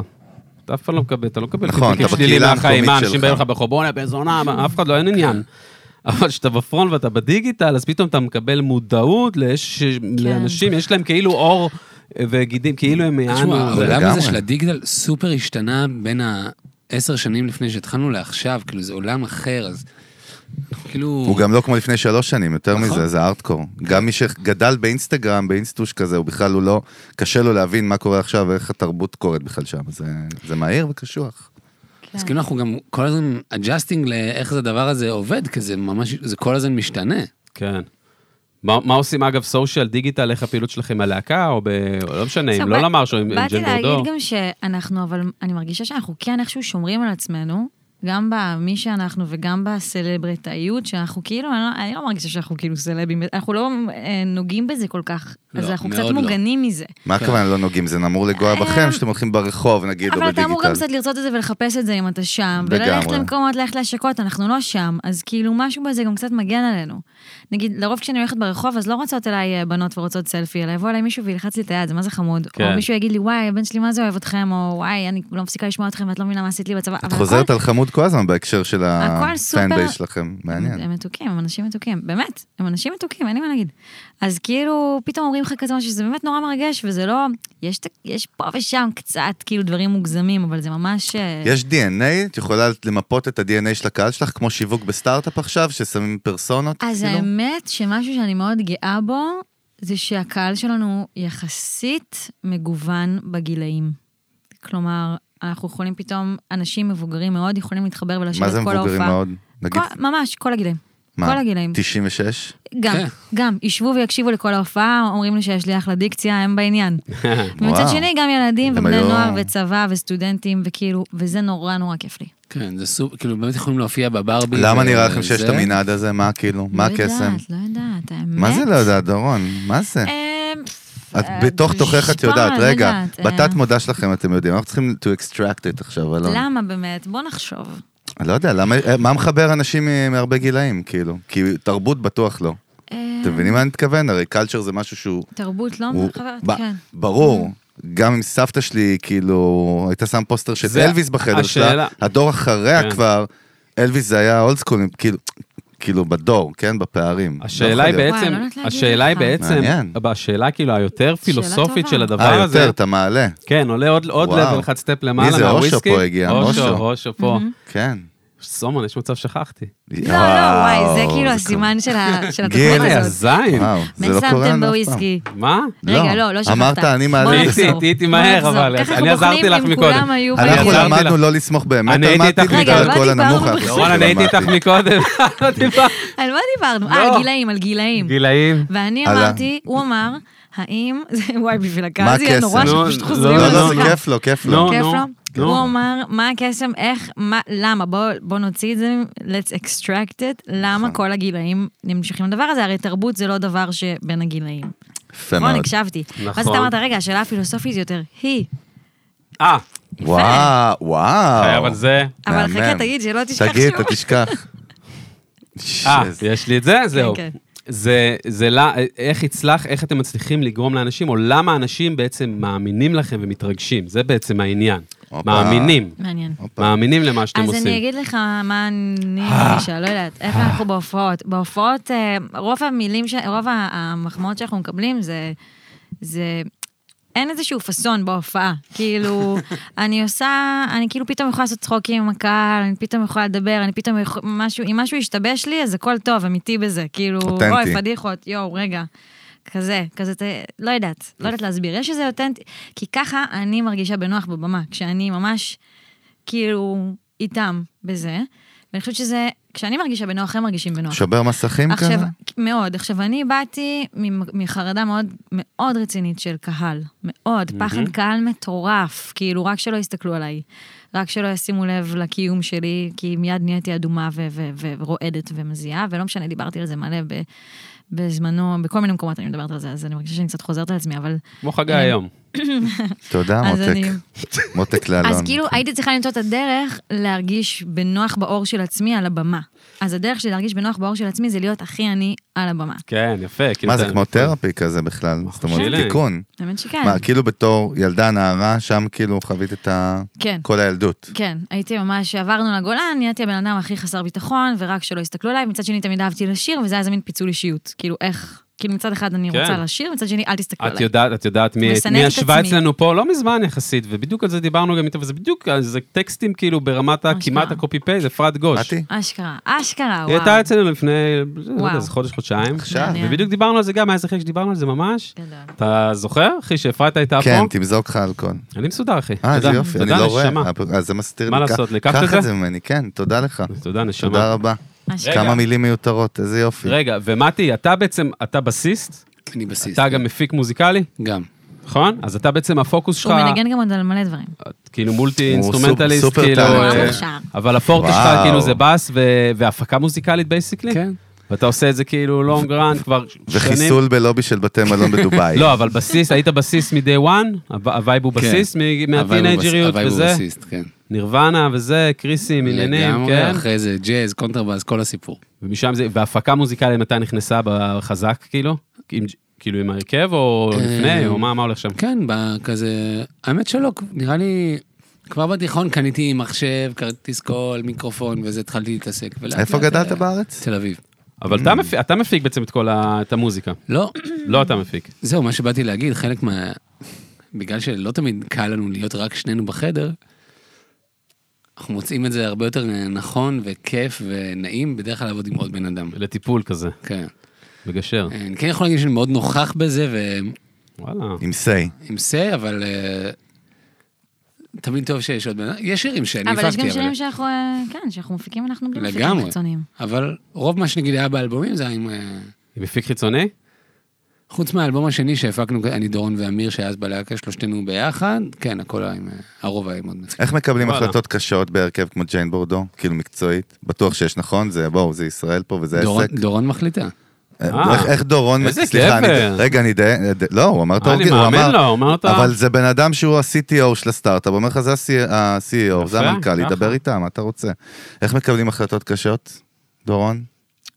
Speaker 3: אתה אף פעם לא מקבל, אתה לא מקבל
Speaker 1: נכון,
Speaker 3: חיבוקים
Speaker 1: אתה
Speaker 3: שליליים
Speaker 1: בקהילה
Speaker 3: מהחיים,
Speaker 1: המקומית
Speaker 3: מה, אנשים
Speaker 1: שלך. כן.
Speaker 3: באים לך ברחוב, בואנה, בן זונה, מה, אף אחד לא, אין עניין. אבל כשאתה בפרונט ואתה בדיגיטל, אז פתאום אתה מקבל מודעות לאש- לאנשים, יש להם כאילו אור אה, וגידים, כאילו הם יענו.
Speaker 4: תשמע,
Speaker 1: זה
Speaker 4: העולם הזה
Speaker 1: לגמרי.
Speaker 4: של הדיגיטל סופר השתנה בין העשר שנים לפני שהתחלנו לעכשיו, כאילו זה עולם אחר, אז כאילו...
Speaker 1: הוא גם לא כמו לפני שלוש שנים, יותר
Speaker 4: נכון.
Speaker 1: מזה, זה ארטקור. גם מי שגדל באינסטגרם, באינסטוש כזה, הוא בכלל, הוא לא, קשה לו להבין מה קורה עכשיו ואיך התרבות קורית בכלל שם. זה- זה מהיר וקשוח.
Speaker 4: אז כאילו אנחנו גם כל הזמן אג'סטינג לאיך זה הדבר הזה עובד, כי זה ממש, זה כל הזמן משתנה.
Speaker 3: כן. מה, מה עושים, אגב, סושיאל, דיגיטל, איך הפעילות שלכם עם הלהקה, או ב... לא משנה,
Speaker 2: עכשיו,
Speaker 3: אם לא
Speaker 2: בא-
Speaker 3: למר שם, עם עם ג'ל
Speaker 2: באתי
Speaker 3: דורדור.
Speaker 2: להגיד גם שאנחנו, אבל אני מרגישה שאנחנו כן איכשהו שומרים על עצמנו, גם במי שאנחנו וגם בסלברטאיות, שאנחנו כאילו, אני לא, אני לא מרגישה שאנחנו כאילו סלבים, אנחנו לא אה, נוגעים בזה כל כך,
Speaker 4: לא,
Speaker 2: אז אנחנו קצת
Speaker 4: מאוד לא.
Speaker 2: מוגנים מזה.
Speaker 1: מה הכוונה לא נוגעים? זה אמור לגוע בכם, שאתם הולכים ברחוב, נגיד, או
Speaker 2: אה. אבל אתה אמור גם
Speaker 1: בדיגיטל.
Speaker 2: קצת לרצות את זה ולחפש את זה אם אתה שם, וללכת
Speaker 1: לגמרי.
Speaker 2: למקומות, ללכת להשקות, אנחנו לא שם, אז כאילו משהו בזה גם קצת מגן עלינו. נגיד, לרוב כשאני הולכת ברחוב, אז לא רצות אליי אה, בנות ורוצות סלפי, אלא יבוא אליי מישהו וילחץ לי את היד, זה מה זה חמוד.
Speaker 3: כן.
Speaker 2: או מישהו יגיד לי, וואי, הבן שלי מה זה אוהב אתכם, או וואי, אני לא מפסיקה לשמוע אתכם ואת לא מבינה מה עשית לי בצבא.
Speaker 1: את חוזרת על חמוד כל הזמן בהקשר של
Speaker 2: הכל
Speaker 1: הפיין
Speaker 2: סופר- אה.
Speaker 1: בייס שלכם, מעניין.
Speaker 2: הם מתוקים, הם אנשים מתוקים, באמת, הם אנשים מתוקים, אין לי מה להגיד. אז כאילו, פתאום אומרים לך כזה משהו שזה באמת נורא מרגש, וזה לא, יש, את- יש פה ושם קצת כאילו דברים מוגזמים, אבל זה ממש... אה,
Speaker 1: יש DNA, את יכולה למפות את ה-DNA של הקהל שלך, כמו שיווק בסטארט-אפ עכשיו, ששמים פרסונות,
Speaker 2: אז
Speaker 1: כאילו?
Speaker 2: האמת שמשהו שאני מאוד גאה בו, זה שהקהל שלנו יחסית מגוון בגילאים. כלומר, אנחנו יכולים פתאום, אנשים מבוגרים מאוד יכולים להתחבר ולשבת
Speaker 1: מה
Speaker 2: את
Speaker 1: זה
Speaker 2: כל ההופעה.
Speaker 1: מבוגרים מאוד? נגיד,
Speaker 2: כל, ממש, כל הגילאים.
Speaker 1: מה?
Speaker 2: כל הגילאים.
Speaker 1: 96?
Speaker 2: גם,
Speaker 4: כן.
Speaker 2: גם, ישבו ויקשיבו לכל ההופעה, אומרים לי שיש לי אחלה דיקציה, הם בעניין. ומצד
Speaker 1: וואו.
Speaker 2: שני, גם ילדים
Speaker 1: הם
Speaker 2: ובני
Speaker 1: היו-
Speaker 2: נוער וצבא וסטודנטים, וכאילו, וזה נורא נורא כיף לי.
Speaker 4: כן, זה סופ... כאילו באמת יכולים להופיע בברבי.
Speaker 1: למה
Speaker 4: ו-
Speaker 1: נראה לכם שיש את
Speaker 4: וזה.
Speaker 1: המנעד הזה? מה כאילו? מה
Speaker 2: לא
Speaker 1: הקסם?
Speaker 2: יודעת, לא יודעת, האמת.
Speaker 1: מה זה לא יודעת, דורון? מה זה?
Speaker 2: אמ,
Speaker 1: את
Speaker 2: אה,
Speaker 1: בתוך תוכך את
Speaker 2: שפה,
Speaker 1: יודעת,
Speaker 2: אני
Speaker 1: רגע,
Speaker 2: יודעת, אה,
Speaker 1: בתת מודע שלכם אתם יודעים, אנחנו צריכים to extract it עכשיו, אלון.
Speaker 2: למה באמת? בוא נחשוב.
Speaker 1: אני לא יודע, למה- אה, מה מחבר אנשים מ- מהרבה גילאים, כאילו? כי תרבות בטוח לא.
Speaker 2: אה,
Speaker 1: אתם מבינים מה אני מתכוון? הרי קלצ'ר זה משהו שהוא...
Speaker 2: תרבות לא
Speaker 1: הוא-
Speaker 2: מחברת?
Speaker 1: ב-
Speaker 2: כן.
Speaker 1: ברור. גם אם סבתא שלי, כאילו, הייתה שם פוסטר של
Speaker 3: זה
Speaker 1: אלוויס בחדר
Speaker 3: השאלה.
Speaker 1: שלה, הדור אחריה
Speaker 3: כן.
Speaker 1: כבר, אלוויס זה היה אולד סקול, כאילו, כאילו בדור, כן? בפערים. לא
Speaker 3: השאלה
Speaker 1: יכול
Speaker 3: היא
Speaker 1: להיות.
Speaker 2: וואי,
Speaker 3: בעצם,
Speaker 2: לא יודעת להגיד
Speaker 3: השאלה היא
Speaker 2: לך.
Speaker 3: בעצם,
Speaker 1: מעניין.
Speaker 3: בשאלה כאילו היותר פילוסופית
Speaker 2: טובה.
Speaker 3: של הדבר
Speaker 1: אה,
Speaker 3: הזה,
Speaker 1: יותר, אתה מעלה.
Speaker 3: כן, עולה עוד- עוד
Speaker 1: וואו.
Speaker 3: לבל אחד סטפ למעלה
Speaker 1: זה? אושו
Speaker 3: מהוויסקי.
Speaker 1: פה הגיע, אושו.
Speaker 3: אושו, אושו פה.
Speaker 1: כן.
Speaker 3: סומון, יש מצב שכחתי.
Speaker 1: אה,
Speaker 2: לא, לא, וואי, זה כאילו הסימן של ה- של
Speaker 1: גיל.
Speaker 2: התוכנית
Speaker 3: וואי,
Speaker 2: הזאת.
Speaker 3: הזין.
Speaker 1: כן, וואו, זה לא
Speaker 2: מה
Speaker 1: קורה
Speaker 2: שמתם
Speaker 1: לנו אף פעם.
Speaker 2: בוויסקי?
Speaker 3: מה?
Speaker 2: רגע, לא, לא שכחת.
Speaker 1: אמרת, אני
Speaker 2: בוא
Speaker 1: מעלה.
Speaker 2: נחזור.
Speaker 3: הייתי- הייתי
Speaker 2: בוא
Speaker 3: מהר,
Speaker 2: נחזור.
Speaker 3: אבל
Speaker 2: ככה
Speaker 3: אני
Speaker 2: אנחנו
Speaker 3: עזרתי
Speaker 2: בוחנים
Speaker 3: לך
Speaker 2: אם
Speaker 3: מקודם.
Speaker 2: כולם היו
Speaker 3: אני
Speaker 1: אנחנו
Speaker 2: בוויסקי.
Speaker 3: עזרתי
Speaker 1: למדנו
Speaker 3: לך.
Speaker 1: לא לסמוך באמת
Speaker 3: אני
Speaker 1: על
Speaker 3: הייתי
Speaker 1: מתי
Speaker 3: איתך
Speaker 1: בגלל
Speaker 2: מקודם.
Speaker 1: כל
Speaker 2: רגע, על מה
Speaker 1: הנמוך.
Speaker 2: דיברנו
Speaker 1: אנחנו
Speaker 3: וואלה, אני הייתי
Speaker 1: למדתי.
Speaker 3: איתך מקודם. לא דיברתי.
Speaker 2: על מה דיברנו? אה,
Speaker 3: לא.
Speaker 2: על גילאים, על גילאים.
Speaker 3: גילאים.
Speaker 2: ואני
Speaker 1: על ה-
Speaker 2: אמרתי, הוא אמר, האם, זה- וואי, בשביל
Speaker 1: מה
Speaker 2: הקהל זה יהיה
Speaker 1: הקסם?
Speaker 2: נורא
Speaker 3: לא,
Speaker 2: שפשוט
Speaker 3: לא,
Speaker 2: חוזרים
Speaker 1: לא,
Speaker 2: על
Speaker 1: לא,
Speaker 2: השיחה.
Speaker 1: זה כיף לו, כיף לו.
Speaker 3: לא,
Speaker 2: כיף
Speaker 3: נו,
Speaker 2: לו?
Speaker 3: נו.
Speaker 2: הוא אמר, מה הקסם, איך, מה, למה? בוא- בוא נוציא את זה, let's extract it, למה כל הגילאים נמשכים לדבר הזה? הרי תרבות זה לא דבר שבין הגילאים.
Speaker 1: יפה
Speaker 2: נכון,
Speaker 1: מאוד.
Speaker 2: הקשבתי.
Speaker 3: נכון.
Speaker 2: ואז אתה אמרת, רגע, השאלה הפילוסופית יותר היא,
Speaker 3: אה,
Speaker 1: וואו,
Speaker 3: חייב על
Speaker 1: וואו.
Speaker 3: זה.
Speaker 2: אבל
Speaker 1: מהמם.
Speaker 2: חכה, תגיד, שלא תשכח
Speaker 1: תגיד,
Speaker 2: שוב.
Speaker 1: אתה תשכח.
Speaker 3: אה,
Speaker 1: שז-
Speaker 3: יש לי את זה, זהו.
Speaker 2: כן,
Speaker 3: זה, זה לא, איך הצלח, איך אתם מצליחים לגרום לאנשים, או למה אנשים בעצם מאמינים לכם ומתרגשים, זה בעצם העניין.
Speaker 1: הופה.
Speaker 3: מאמינים,
Speaker 2: מעניין.
Speaker 1: הופה.
Speaker 3: מאמינים למה שאתם
Speaker 2: אז
Speaker 3: עושים. אה.
Speaker 2: אני אגיד לך מה אני מרגישה, לא יודעת, איפה אנחנו בהופעות. בהופעות, אה, רוב המילים, ש- רוב ה- המחמאות שאנחנו מקבלים זה... זה... אין איזשהו פאסון בהופעה, כאילו, אני עושה, אני כאילו פתאום יכולה לעשות צחוקים עם הקהל, אני פתאום יכולה לדבר, אני פתאום יכול, משהו, אם משהו השתבש לי, אז הכל טוב, אמיתי בזה, כאילו,
Speaker 1: אותנטי.
Speaker 2: אוי, פדיחות, יואו, רגע. כזה, כזה, ת... לא יודעת, לא יודעת להסביר. יש איזה אותנטי, כי ככה אני מרגישה בנוח בבמה, כשאני ממש, כאילו, איתם בזה, ואני חושבת שזה, כשאני מרגישה בנוח, הם מרגישים בנוח.
Speaker 1: שבר מסכים כזה?
Speaker 2: עכשיו, מאוד. עכשיו, אני באתי ממ- מחרדה מאוד מאוד רצינית של קהל. מאוד. פחד קהל מטורף. כאילו, רק שלא יסתכלו עליי. רק שלא ישימו לב לקיום שלי, כי מיד נהייתי אדומה ו- ו- ו- ורועדת ומזיעה, ולא משנה, דיברתי על זה מלא ב- בזמנו, בכל מיני מקומות אני מדברת על זה, אז אני מרגישה שאני קצת חוזרת על עצמי, אבל...
Speaker 3: כמו חגי
Speaker 2: אה.
Speaker 3: היום.
Speaker 1: תודה,
Speaker 2: אז
Speaker 1: מותק.
Speaker 2: אני-
Speaker 1: מותק לאלון.
Speaker 2: אז
Speaker 3: כן.
Speaker 2: כאילו הייתי צריכה למצוא את הדרך להרגיש בנוח באור של עצמי על הבמה. אז הדרך שלי להרגיש בנוח באור של עצמי זה להיות הכי אני על הבמה.
Speaker 3: כן, יפה. כאילו,
Speaker 1: מה זה
Speaker 3: אתה-
Speaker 1: כמו תרפי כזה בכלל? זאת אומרת,
Speaker 3: שלי.
Speaker 1: תיקון.
Speaker 2: האמת שכן.
Speaker 1: מה, כאילו בתור ילדה, נערה, שם כאילו חווית את ה...
Speaker 2: כן.
Speaker 1: כל הילדות.
Speaker 2: כן, הייתי ממש, עברנו לגולן, נהייתי הבן אדם הכי חסר ביטחון, ורק שלא הסתכלו עליי, מצד שני תמיד אהבתי לשיר, וזה היה איזה מין פיצול אישיות. כאילו, איך, כאילו מצד אחד אני
Speaker 3: כן.
Speaker 2: רוצה לשיר, מצד שני אל תסתכלו
Speaker 3: את
Speaker 2: עליי.
Speaker 3: יודעת, את יודעת מי,
Speaker 2: מסננת
Speaker 3: מי
Speaker 2: את
Speaker 3: ישבה
Speaker 2: עצמי.
Speaker 3: אצלנו פה לא מזמן יחסית, ובדיוק על זה דיברנו גם איתה, וזה בדיוק, אה, זה טקסטים כאילו ברמת ה-
Speaker 2: אשכרה.
Speaker 3: כמעט הקופי-פייס, אפרת גוש.
Speaker 1: מתי?
Speaker 2: אשכרה, אשכרה,
Speaker 3: היא הייתה אה,
Speaker 2: וואו.
Speaker 3: אצלנו לפני, לא יודע,
Speaker 2: וואו.
Speaker 3: איזה חודש, חודשיים.
Speaker 1: עכשיו.
Speaker 2: מעניין.
Speaker 3: ובדיוק דיברנו על זה גם, היה איזה חלק שדיברנו על זה ממש.
Speaker 2: גדול.
Speaker 3: אתה זוכר, אחי, שאפרת הייתה פה?
Speaker 1: כן, תמזוג לך אלכוהול.
Speaker 3: אני מסודר, אחי.
Speaker 1: אה, איזה
Speaker 3: תודה.
Speaker 1: יופי, אני
Speaker 3: תודה,
Speaker 1: לא
Speaker 3: נשמה.
Speaker 1: רואה. אה, אז זה מסתיר
Speaker 3: מה
Speaker 1: קח-
Speaker 3: לעשות, לקחת את
Speaker 1: קח
Speaker 3: זה?
Speaker 1: את זה ממני, כן, תודה לך.
Speaker 3: תודה, נשמה.
Speaker 1: תודה רבה.
Speaker 2: אשכרה.
Speaker 3: רגע.
Speaker 1: כמה מילים מיותרות, איזה יופי.
Speaker 3: רגע, ומתי, אתה בעצם, אתה בסיסט,
Speaker 4: אני בסיס.
Speaker 1: כן.
Speaker 3: אתה גם מפיק מוזיקלי,
Speaker 4: גם.
Speaker 3: נכון? אז אתה בעצם, הפוקוס שלך,
Speaker 2: הוא מנגן גם עוד על מלא דברים.
Speaker 3: כאילו מולטי
Speaker 1: הוא
Speaker 3: אינסטרומנטליסט,
Speaker 1: סופר
Speaker 3: כאילו,
Speaker 1: טאלנט.
Speaker 3: אה,
Speaker 2: וואו, מוכשר.
Speaker 3: אבל הפורטה
Speaker 1: וואו.
Speaker 3: שלך כאילו זה בס ו- והפקה מוזיקלית בייסיקלי?
Speaker 4: כן.
Speaker 3: ואתה עושה את זה כאילו לונג רן כבר שנים?
Speaker 1: וחיסול בלובי של בתי מלון בדובאי.
Speaker 3: לא, אבל בסיס, היית בסיס מ-day one, הב- הווייב
Speaker 1: כן.
Speaker 3: הוא בסיס מ- מהטינג'ריות
Speaker 4: הווייב הוא
Speaker 3: וזה,
Speaker 4: בסיסט, כן.
Speaker 3: נירוונה וזה, קריסים, עניינים,
Speaker 4: לגמרי,
Speaker 3: כן?
Speaker 4: אחרי זה ג'אז, קונטרבאס, כל הסיפור.
Speaker 3: ומשם זה, והפקה מוזיקלית מתי נכנסה בחזק כאילו? עם- כאילו עם ההרכב או
Speaker 4: אה,
Speaker 3: לפני, או מה מה הולך שם?
Speaker 4: כן, ב- כזה, האמת שלא, נראה לי, כבר בתיכון קניתי מחשב, כרטיס קול, מיקרופון, וזה התחלתי להתעסק. ולאט
Speaker 1: איפה
Speaker 2: לא,
Speaker 4: לאט, אה,
Speaker 1: גדלת בארץ?
Speaker 4: תל אביב.
Speaker 3: אבל אתה מפיק- אתה מפיק בעצם את כל ה- את המוזיקה.
Speaker 4: לא,
Speaker 3: לא אתה מפיק.
Speaker 4: זהו, מה שבאתי להגיד, חלק מה... בגלל שלא תמיד קל לנו להיות רק שנינו בחדר, אנחנו מוצאים את זה הרבה יותר נכון וכיף ונעים, בדרך כלל לעבוד עם עוד בן אדם.
Speaker 3: לטיפול כזה,
Speaker 4: כן.
Speaker 3: מגשר.
Speaker 4: אני כן יכול להגיד שאני מאוד נוכח בזה, ו...
Speaker 3: וואלה.
Speaker 1: עם סיי.
Speaker 4: עם סיי, אבל אה, תמיד טוב שיש עוד בן אדם. יש שירים שאני
Speaker 2: אבל יש
Speaker 4: הפקתי,
Speaker 2: גם שירים שאנחנו, אה, כן, שאנחנו מפיקים, אנחנו בלי מפיקים
Speaker 4: לגמרי.
Speaker 2: חיצוניים.
Speaker 4: אבל רוב מה שנגיד היה באלבומים זה היה עם... אה,
Speaker 3: מפיק חיצוני?
Speaker 4: חוץ מהאלבום השני שהפקנו, אני דורון ואמיר, שהיה אז בלהקה שלושתנו ביחד, כן, הכל היה עם... אה, הרוב היה עם עוד מפיק.
Speaker 1: איך מקבלים
Speaker 3: וואלה.
Speaker 1: החלטות קשות בהרכב כמו ג'יין בורדו? כאילו מקצועית? בטוח שיש, נכון? זה, בואו, זה ישראל פה וזה
Speaker 4: דורון-
Speaker 1: עסק.
Speaker 4: דורון מחליטה.
Speaker 1: אה, איך- איך דורון...
Speaker 3: איזה
Speaker 1: סליחה, אני-
Speaker 3: גבר.
Speaker 1: רגע, אני די... לא, הוא אמר את
Speaker 3: אה, אני
Speaker 1: האורגן, הוא
Speaker 3: מאמין
Speaker 1: אמר...
Speaker 3: לו, הוא אמר את ה-
Speaker 1: אבל זה בן אדם שהוא ה-CTO של הסטארט-אפ, אומר לך, זה ה-CEO, זה
Speaker 3: יפה, נכון.
Speaker 1: המנכ"ל,
Speaker 3: ככה.
Speaker 1: ידבר איתם, מה אתה רוצה? איך מקבלים החלטות קשות, דורון?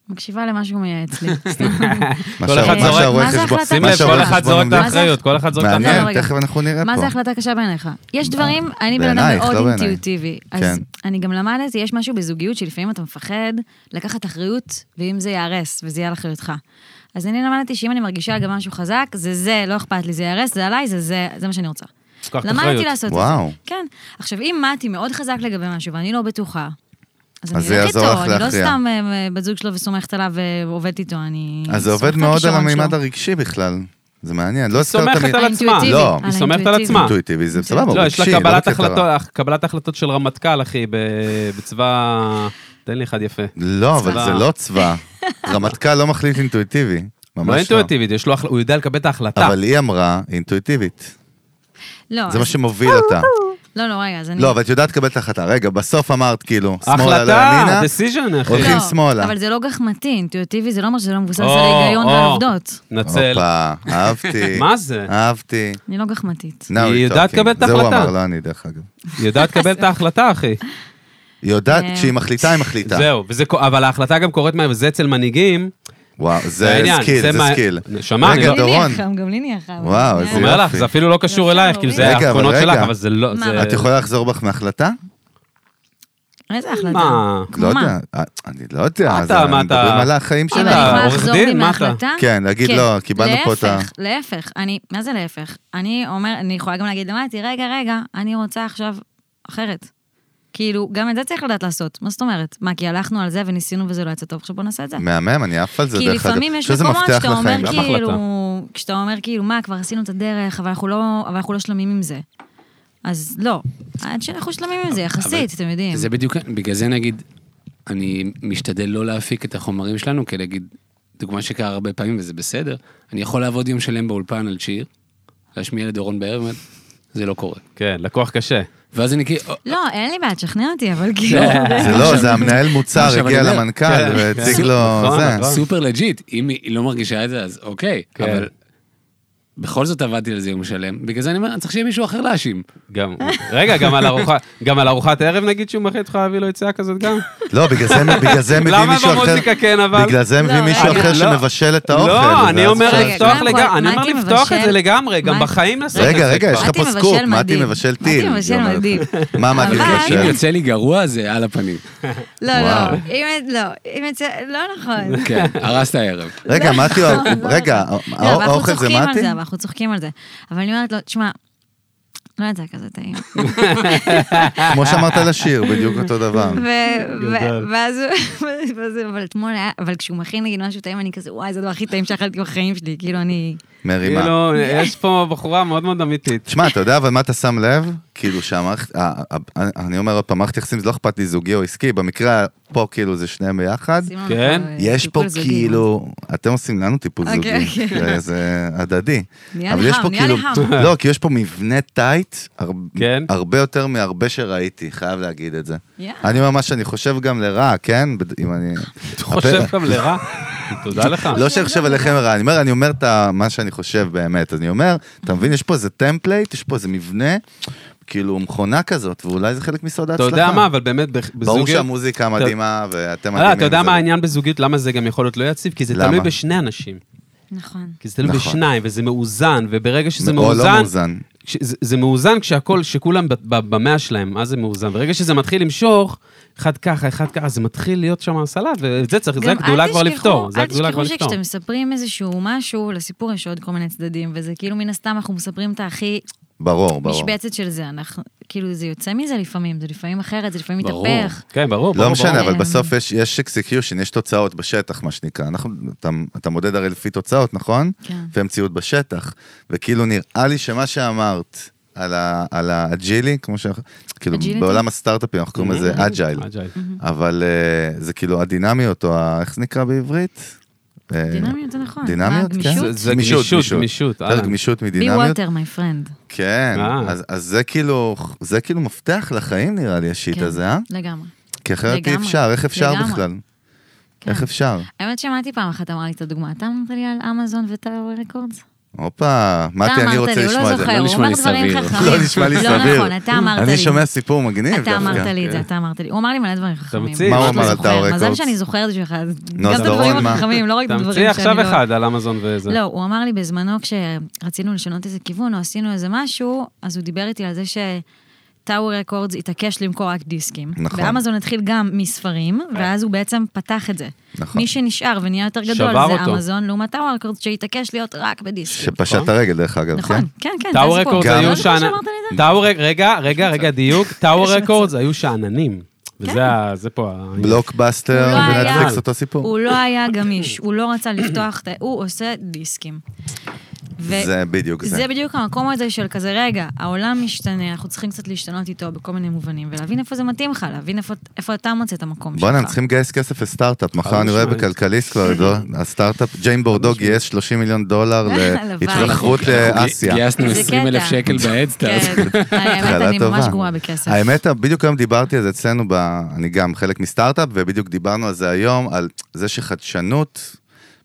Speaker 2: מקשיבה למה שהוא מייעץ לי.
Speaker 1: מה
Speaker 3: כל
Speaker 1: שה-
Speaker 3: אחד
Speaker 1: מה
Speaker 3: זורק-
Speaker 1: שהרואה
Speaker 2: מה זה
Speaker 1: חשבון-
Speaker 2: החלטה
Speaker 3: שים
Speaker 1: מה
Speaker 3: לב,
Speaker 1: שהרואה
Speaker 3: כל אחד
Speaker 1: חשבון
Speaker 3: זורק את
Speaker 1: אומר-
Speaker 3: האחריות, כל אחד זורק את האחריות.
Speaker 1: מעניין,
Speaker 2: רגע.
Speaker 1: תכף אנחנו נראה פה.
Speaker 2: מה זה החלטה קשה בעיניך? יש דברים, אני בן אדם
Speaker 1: אה, בעינייך,
Speaker 2: מאוד
Speaker 1: לא בעיניי.
Speaker 2: אינטואיטיבי.
Speaker 1: כן.
Speaker 2: אז אני גם למדתי, יש משהו בזוגיות שלפעמים אתה מפחד לקחת אחריות, ואם זה ייהרס, וזה יהיה על אחריותך. אז אני למדתי שאם אני מרגישה גם משהו חזק, זה זה, לא אכפת לי, זה ייהרס, זה עליי, זה זה, זה מה שאני רוצה.
Speaker 3: קח את
Speaker 2: למדתי
Speaker 3: האחריות.
Speaker 2: לעשות את זה.
Speaker 1: וואו.
Speaker 2: כן. עכשיו, אם מתי מאוד חזק לגבי משהו ואני לא בטוחה, אז
Speaker 1: אז
Speaker 2: אני
Speaker 1: זה
Speaker 2: אלך
Speaker 1: יעזור לך
Speaker 2: איתו, אני לא
Speaker 1: להכריע.
Speaker 2: סתם אה, אה, בת זוג שלו וסומכת עליו אה, ועובדת איתו, אני...
Speaker 1: אז זה עובד
Speaker 2: סומכת
Speaker 1: מאוד על
Speaker 2: הכישרון
Speaker 1: המימד
Speaker 2: שלו.
Speaker 1: הרגשי בכלל. זה מעניין, לא הזכרת
Speaker 3: סומכת
Speaker 1: מי-
Speaker 3: על עצמה.
Speaker 2: האינטואיטיבי,
Speaker 1: לא,
Speaker 2: על
Speaker 3: היא סומכת על
Speaker 2: האינטואיטיבי.
Speaker 3: עצמה.
Speaker 1: אינטואיטיבי, זה סבבה, הוא
Speaker 3: לא, יש
Speaker 1: רגשי,
Speaker 3: לה
Speaker 1: לא
Speaker 3: קבלת
Speaker 1: בקטע רע.
Speaker 3: החלטות- קבלת החלטות של רמטכ"ל, אחי, ב- בצבא... תן לי אחד יפה.
Speaker 1: לא, אבל
Speaker 3: צבא.
Speaker 1: זה לא צבא. רמטכ"ל לא מחליט אינטואיטיבי. ממש
Speaker 3: לא
Speaker 1: לא.
Speaker 3: אינטואיטיבית, יש לו החל- הוא יודע לקבל את ההחלטה.
Speaker 1: אבל היא אמרה אינטואיטיבית.
Speaker 2: לא,
Speaker 1: זה
Speaker 2: אז-
Speaker 1: מה שמוביל אותה.
Speaker 2: לא, לא, רגע, אז אני...
Speaker 1: לא, אבל את יודעת לקבל את ההחלטה. רגע, בסוף אמרת כאילו, שמאלה אוקיי. לא
Speaker 3: החלטה,
Speaker 1: ימינה.
Speaker 3: decision, אחי.
Speaker 1: הולכים
Speaker 2: לא,
Speaker 1: שמאלה.
Speaker 2: אבל זה לא גחמתי, אינטואיטיבי, זה לא אומר שזה לא מבוסס על
Speaker 3: או,
Speaker 2: היגיון
Speaker 3: או.
Speaker 2: ועל עובדות.
Speaker 3: נצל.
Speaker 1: הופה, אהבתי.
Speaker 3: מה זה?
Speaker 1: אה. אהבתי.
Speaker 2: אני לא גחמתית.
Speaker 1: Now
Speaker 3: היא
Speaker 1: we're
Speaker 3: יודעת
Speaker 1: talking.
Speaker 3: לקבל את
Speaker 1: זה הוא
Speaker 3: ההחלטה.
Speaker 1: אמר, לא אני, דרך אגב.
Speaker 3: היא יודעת לקבל את ההחלטה, אחי.
Speaker 1: היא יודעת,
Speaker 2: אה.
Speaker 1: כשהיא מחליטה, היא מחליטה.
Speaker 3: זהו, וזה, קו- אבל ההחלטה גם קורית מהר, וזה אצל מנהיגים.
Speaker 1: וואו,
Speaker 3: זה
Speaker 1: זה
Speaker 3: העניין,
Speaker 1: סקיל,
Speaker 3: זה
Speaker 1: זה
Speaker 3: מה-
Speaker 1: סקיל.
Speaker 3: נשמה, אני
Speaker 1: רגע,
Speaker 3: לא...
Speaker 2: גם לי נהיה
Speaker 1: דורון.
Speaker 2: חם, גם לי נהיה חם.
Speaker 1: וואו,
Speaker 2: אני כן.
Speaker 1: איזה
Speaker 2: יודעת.
Speaker 3: אומר
Speaker 1: יופי.
Speaker 3: לך, זה אפילו לא קשור
Speaker 2: יפה,
Speaker 3: אלייך, כאילו זה
Speaker 2: רגע,
Speaker 1: אבל
Speaker 3: האבחונות
Speaker 1: רגע.
Speaker 3: שלך, אבל זה לא...
Speaker 2: מה?
Speaker 3: זה-
Speaker 1: את יכולה לחזור בך מההחלטה?
Speaker 2: איזה החלטה.
Speaker 3: מה?
Speaker 2: כמו
Speaker 1: לא
Speaker 2: מה?
Speaker 1: יודע, אה, אני לא יודע,
Speaker 3: מה
Speaker 1: אז
Speaker 3: אתה-
Speaker 1: אנחנו
Speaker 3: מה אתה-
Speaker 1: מדברים על החיים
Speaker 3: אה,
Speaker 2: אם
Speaker 1: שלה.
Speaker 2: אני יכולה
Speaker 3: עורך
Speaker 2: לחזור
Speaker 3: דין?
Speaker 2: בי
Speaker 3: מה אתה?
Speaker 2: מההחלטה?
Speaker 1: כן, להגיד, לא, קיבלנו פה את ה-
Speaker 2: אה? להפך, להפך. אני, מה זה להפך? אני אומר, אני יכולה גם להגיד למטי, רגע, רגע, אני רוצה עכשיו אחרת. כאילו, גם את זה צריך לדעת לעשות. מה זאת אומרת? מה, כי הלכנו על זה וניסינו וזה לא יצא טוב, עכשיו בוא נעשה את זה.
Speaker 1: מהמם, אני עף על זה,
Speaker 2: כי
Speaker 1: דרך אגב.
Speaker 2: לפעמים יש
Speaker 1: אני חושב שזה
Speaker 2: מקומות
Speaker 1: מפתח
Speaker 2: שאתה אומר
Speaker 1: לחיים.
Speaker 3: גם
Speaker 2: כאילו,
Speaker 3: החלטה.
Speaker 2: כשאתה אומר כאילו, מה, כבר עשינו את הדרך, אבל אנחנו לא, אבל אנחנו לא שלמים עם זה. אז לא, עד שאנחנו שלמים עם זה, יחסית, אתם יודעים.
Speaker 4: זה בדיוק, בגלל זה נגיד, אני משתדל לא להפיק את החומרים שלנו, כי נגיד, דוגמה שקרה הרבה פעמים וזה בסדר, אני יכול לעבוד יום שלם באולפן על שיר, להשמיע לדורון בערב, ואומר, זה לא קורה.
Speaker 3: כן, לקוח קשה.
Speaker 4: ואז אני כאילו,
Speaker 2: לא, אין לי בעיה, תשכנע אותי, אבל כאילו...
Speaker 4: לא,
Speaker 1: זה לא, זה המנהל מוצר
Speaker 4: עכשיו,
Speaker 1: הגיע
Speaker 4: אני אומר,
Speaker 1: למנכ"ל
Speaker 3: כן,
Speaker 1: והציג
Speaker 3: כן.
Speaker 1: לו
Speaker 3: נכון,
Speaker 1: זה.
Speaker 3: נכון.
Speaker 4: סופר לג'יט, אם היא לא מרגישה את זה, אז אוקיי,
Speaker 3: כן.
Speaker 4: אבל בכל זאת עבדתי על זה יום שלם, בגלל זה אני אומר, צריך שיהיה מישהו אחר להאשים.
Speaker 3: גם, רגע, גם על ארוחה, גם על ארוחת ערב נגיד שהוא מחליט לך להביא לו יציאה כזאת גם?
Speaker 1: לא, בגלל זה- בגלל זה מביאים
Speaker 3: למה
Speaker 1: מישהו אחר...
Speaker 3: במוזיקה כן, אבל?
Speaker 1: בגלל זה מביאים
Speaker 2: לא,
Speaker 1: מישהו
Speaker 2: רגע.
Speaker 1: אחר
Speaker 3: לא.
Speaker 1: שמבשל את האוכל.
Speaker 3: לא, אני
Speaker 1: ואז
Speaker 3: אומר
Speaker 1: אפשר-
Speaker 2: רגע,
Speaker 3: לפתוח
Speaker 2: קודם כל,
Speaker 3: לגמרי, אני אומר
Speaker 2: מתי
Speaker 3: לפתוח את
Speaker 2: מבשל?
Speaker 3: זה לגמרי, גם
Speaker 2: מתי-
Speaker 3: בחיים לא לעשות את זה.
Speaker 1: רגע, רגע, יש לך
Speaker 2: מתי
Speaker 1: פה
Speaker 2: מבשל
Speaker 1: סקופ, מתי
Speaker 2: מדהים.
Speaker 1: מבשל
Speaker 2: מתי
Speaker 1: טיל.
Speaker 2: מבשל
Speaker 1: היא אומרת.
Speaker 2: מדהים.
Speaker 1: מה מתי
Speaker 2: אבל-
Speaker 4: אם
Speaker 1: מבשל?
Speaker 4: יוצא לי גרוע, זה על הפנים.
Speaker 2: לא,
Speaker 1: וואו.
Speaker 2: לא, אם את- לא, אם את זה, לא נכון.
Speaker 4: כן, הרס את הערב.
Speaker 1: רגע, מתי, הוא- רגע,
Speaker 2: לא,
Speaker 1: הא-
Speaker 2: אבל אנחנו
Speaker 1: האוכל זה
Speaker 2: צוחקים על
Speaker 1: מתי?
Speaker 2: אבל אנחנו צוחקים על זה. אבל אני אומרת לו, תשמע, לא יצא כזה טעים.
Speaker 1: כמו שאמרת על השיר, בדיוק אותו דבר.
Speaker 2: ו- ו-
Speaker 3: גדל.
Speaker 2: ואז הוא, ואז הוא- אבל אתמול היה, אבל כשהוא מכין נגיד משהו טעים, אני כזה, וואי, זה הדבר הכי טעים שאכלתי בחיים שלי, כאילו אני...
Speaker 1: מרימה.
Speaker 3: כאילו, יש פה בחורה מאוד מאוד אמיתית.
Speaker 1: תשמע, אתה יודע אבל מה אתה שם לב? כאילו שהמערכת, ה- ה- ה- אני אומר עוד פעם, מערכת יחסים זה לא אכפת לי זוגי או עסקי, במקרה פה כאילו זה שניהם ביחד.
Speaker 2: עשינו
Speaker 3: כן?
Speaker 2: לנו פה, אה,
Speaker 1: יש פה
Speaker 2: טיפול זוגי.
Speaker 1: כאילו, אתם עושים לנו טיפול
Speaker 2: אוקיי,
Speaker 1: זוגי, זה- זה הדדי.
Speaker 2: נהיה
Speaker 1: אבל
Speaker 2: לי
Speaker 1: יש
Speaker 2: חם,
Speaker 1: פה
Speaker 2: נהיה
Speaker 1: כאילו,
Speaker 2: לי חם.
Speaker 1: לא, כי יש פה מבנה טייט, הר-
Speaker 3: כן.
Speaker 1: הרבה יותר מהרבה שראיתי, חייב להגיד את זה.
Speaker 2: יאללה.
Speaker 1: אני אומר מה שאני חושב גם לרע, כן? בד- אם אני...
Speaker 3: חושב גם לרע. תודה לך.
Speaker 1: לא שאני
Speaker 2: אה,
Speaker 1: חושב עליכם רע, אני אומר, אני אומר את ה- מה שאני חושב באמת. אני אומר, אתה מבין, יש פה איזה טמפלייט, יש פה איזה מבנה, כאילו מכונה כזאת, ואולי זה חלק מסוד
Speaker 3: אתה
Speaker 1: ההצלחה.
Speaker 3: יודע מה, אבל באמת, בזוגיות...
Speaker 1: ברור שהמוזיקה מדהימה, ואתם מדהימים.
Speaker 3: לא, אתה יודע
Speaker 1: זה-
Speaker 3: מה העניין בזוגיות, למה זה גם יכול להיות לא יציב? כי זה
Speaker 1: למה?
Speaker 3: תלוי בשני אנשים.
Speaker 2: נכון.
Speaker 3: כי זה תלוי
Speaker 1: נכון.
Speaker 3: בשניים, וזה מאוזן, וברגע שזה
Speaker 1: או לא
Speaker 3: מאוזן...
Speaker 1: מאוזן.
Speaker 3: כש- זה- זה מאוזן כשהכול, שכולם ב- ב- במאה שלהם, אז זה מאוזן. ברגע שזה מתחיל למשוך, אחד ככה, אחד ככה, זה מתחיל להיות שם סלט, ואת זה צריך, זה
Speaker 2: גם אל
Speaker 3: הגדולה כבר
Speaker 2: תשכחו-
Speaker 3: לפתור. זה הגדולה כבר
Speaker 2: אל תשכחו
Speaker 3: לפתור.
Speaker 2: שכשאתם מספרים איזשהו משהו, לסיפור יש עוד כל מיני צדדים, וזה כאילו מן הסתם אנחנו מספרים את הכי
Speaker 1: ברור, ברור.
Speaker 2: משבצת של זה, אנחנו, כאילו זה יוצא מזה לפעמים, זה לפעמים אחרת, זה לפעמים
Speaker 4: ברור.
Speaker 2: מתהפך.
Speaker 3: כן, ברור, ברור.
Speaker 1: לא משנה,
Speaker 3: ברור.
Speaker 1: אבל
Speaker 2: כן.
Speaker 1: בסוף יש- יש אקסקיושן, יש תוצאות בשטח, מה שנקרא. אנחנו- אתה- אתה מודד הרי לפי תוצאות, נכון?
Speaker 2: כן.
Speaker 1: והמציאות בשטח. וכאילו נראה לי שמה שאמרת על ה- על הג'ילי, כמו ש... כאילו,
Speaker 2: Agility? Mm-hmm.
Speaker 1: בעולם הסטארט-אפים אנחנו
Speaker 3: Mm-hmm.
Speaker 1: קוראים
Speaker 2: כן.
Speaker 1: לזה אג'ייל.
Speaker 3: אג'ייל.
Speaker 1: אבל אה, זה כאילו הדינמיות, או ה- איך זה נקרא בעברית? אה,
Speaker 2: דינמיות זה נכון.
Speaker 1: דינמיות,
Speaker 2: מה,
Speaker 1: כן.
Speaker 2: גמישות?
Speaker 3: זה- זה גמישות, גמישות,
Speaker 1: יותר
Speaker 3: אהלן.
Speaker 1: גמישות
Speaker 2: be
Speaker 1: מדינמיות.
Speaker 2: water, my friend.
Speaker 1: כן,
Speaker 3: אה.
Speaker 1: אז, אז זה כאילו, זה כאילו מפתח לחיים נראה לי השיט
Speaker 2: כן,
Speaker 1: הזה, אה?
Speaker 2: לגמרי.
Speaker 1: כי אחרת אי
Speaker 2: לגמרי,
Speaker 1: אפשר, איך אפשר
Speaker 2: לגמרי.
Speaker 1: בכלל?
Speaker 2: כן.
Speaker 1: איך אפשר?
Speaker 2: האמת שמעתי פעם אחת אמרה לי את הדוגמה, אתה אמרת לי על אמזון וטאוור רקורדס?
Speaker 1: הופה, מתי אני רוצה לשמוע את זה.
Speaker 2: אתה אמרת לי, הוא לא זוכר, הוא
Speaker 4: נשמע
Speaker 2: אומר
Speaker 4: לי
Speaker 2: דברים
Speaker 4: סביר.
Speaker 2: חכמים.
Speaker 1: לא נשמע לי סביר.
Speaker 2: לא נכון, אתה אמרת לי.
Speaker 1: אני שומע סיפור מגניב
Speaker 2: אתה אמרת
Speaker 1: דווקא.
Speaker 2: לי
Speaker 3: כן.
Speaker 2: את זה, אתה אמרת לי. הוא אמר לי מלא דברים חכמים.
Speaker 3: ממציא. מה
Speaker 1: הוא
Speaker 2: פשוט לא
Speaker 1: אמר על
Speaker 2: זוכר.
Speaker 1: טאו רקורדס?
Speaker 2: מזל שאני זוכרת בשבילך. אז גם
Speaker 1: נו,
Speaker 2: את
Speaker 1: אז
Speaker 2: הדברים
Speaker 1: דורון, מה?
Speaker 2: החכמים, לא רק את הדברים שאני
Speaker 3: תמציא
Speaker 2: לא...
Speaker 3: עכשיו אחד על אמזון וזה.
Speaker 2: לא, הוא אמר לי בזמנו, כשרצינו לשנות איזה כיוון, או עשינו איזה משהו, אז הוא דיבר איתי על זה ש... טאוור רקורדס התעקש למכור רק דיסקים.
Speaker 1: נכון.
Speaker 2: ואמזון התחיל גם מספרים, ואז הוא בעצם פתח את זה.
Speaker 1: נכון.
Speaker 2: מי שנשאר ונהיה יותר גדול
Speaker 3: שבר
Speaker 2: זה
Speaker 3: אותו.
Speaker 2: אמזון, לעומת טאוור רקורדס שהתעקש להיות רק בדיסקים.
Speaker 1: שפשט את הרגל דרך אגב,
Speaker 2: נכון,
Speaker 1: כן?
Speaker 2: כן, כן, זה
Speaker 3: טאו
Speaker 2: הסיפור.
Speaker 3: רקורדס
Speaker 1: גם-
Speaker 2: לא
Speaker 3: היו
Speaker 2: זוכר
Speaker 3: שאננים.
Speaker 2: שאמרת לי את זה?
Speaker 3: רגע, רגע, רגע, דיוק. טאו רקורדס היו שאננים.
Speaker 2: כן.
Speaker 3: וזה ה- זה פה ה...
Speaker 1: בלוקבאסטר,
Speaker 2: הוא לא היה-
Speaker 1: ונטפליקס אותו סיפור.
Speaker 2: הוא לא היה גמיש, הוא לא רצה לפתוח, את ה- הוא עושה דיסקים. ו-
Speaker 1: זה בדיוק זה.
Speaker 2: זה בדיוק המקום הזה של כזה, רגע, העולם משתנה, אנחנו צריכים קצת להשתנות איתו בכל מיני מובנים, ולהבין איפה זה מתאים לך, להבין איפה- איפה אתה מוצא את המקום שלך.
Speaker 1: בואנה, הם צריכים לגייס כסף לסטארט-אפ.
Speaker 3: חד
Speaker 1: מחר אני רואה
Speaker 3: משמעית.
Speaker 1: בכלכליסט כבר, לא, הסטארט-אפ, ג'יימבורדו גייס 30 מיליון דולר
Speaker 2: הלוואי.
Speaker 1: להתרחבות לאסיה.
Speaker 4: גייסנו
Speaker 2: זה
Speaker 4: 20 אלף
Speaker 2: קטע.
Speaker 4: שקל באדסטארט.
Speaker 2: כן, האמת,
Speaker 1: התחלה
Speaker 2: אני
Speaker 1: טובה.
Speaker 2: ממש גרועה בכסף.
Speaker 1: האמת, בדיוק היום דיברתי על זה אצלנו, ב... אני גם חלק מסטארט-אפ, ובדיוק דיברנו על זה היום, על זה שחדשנות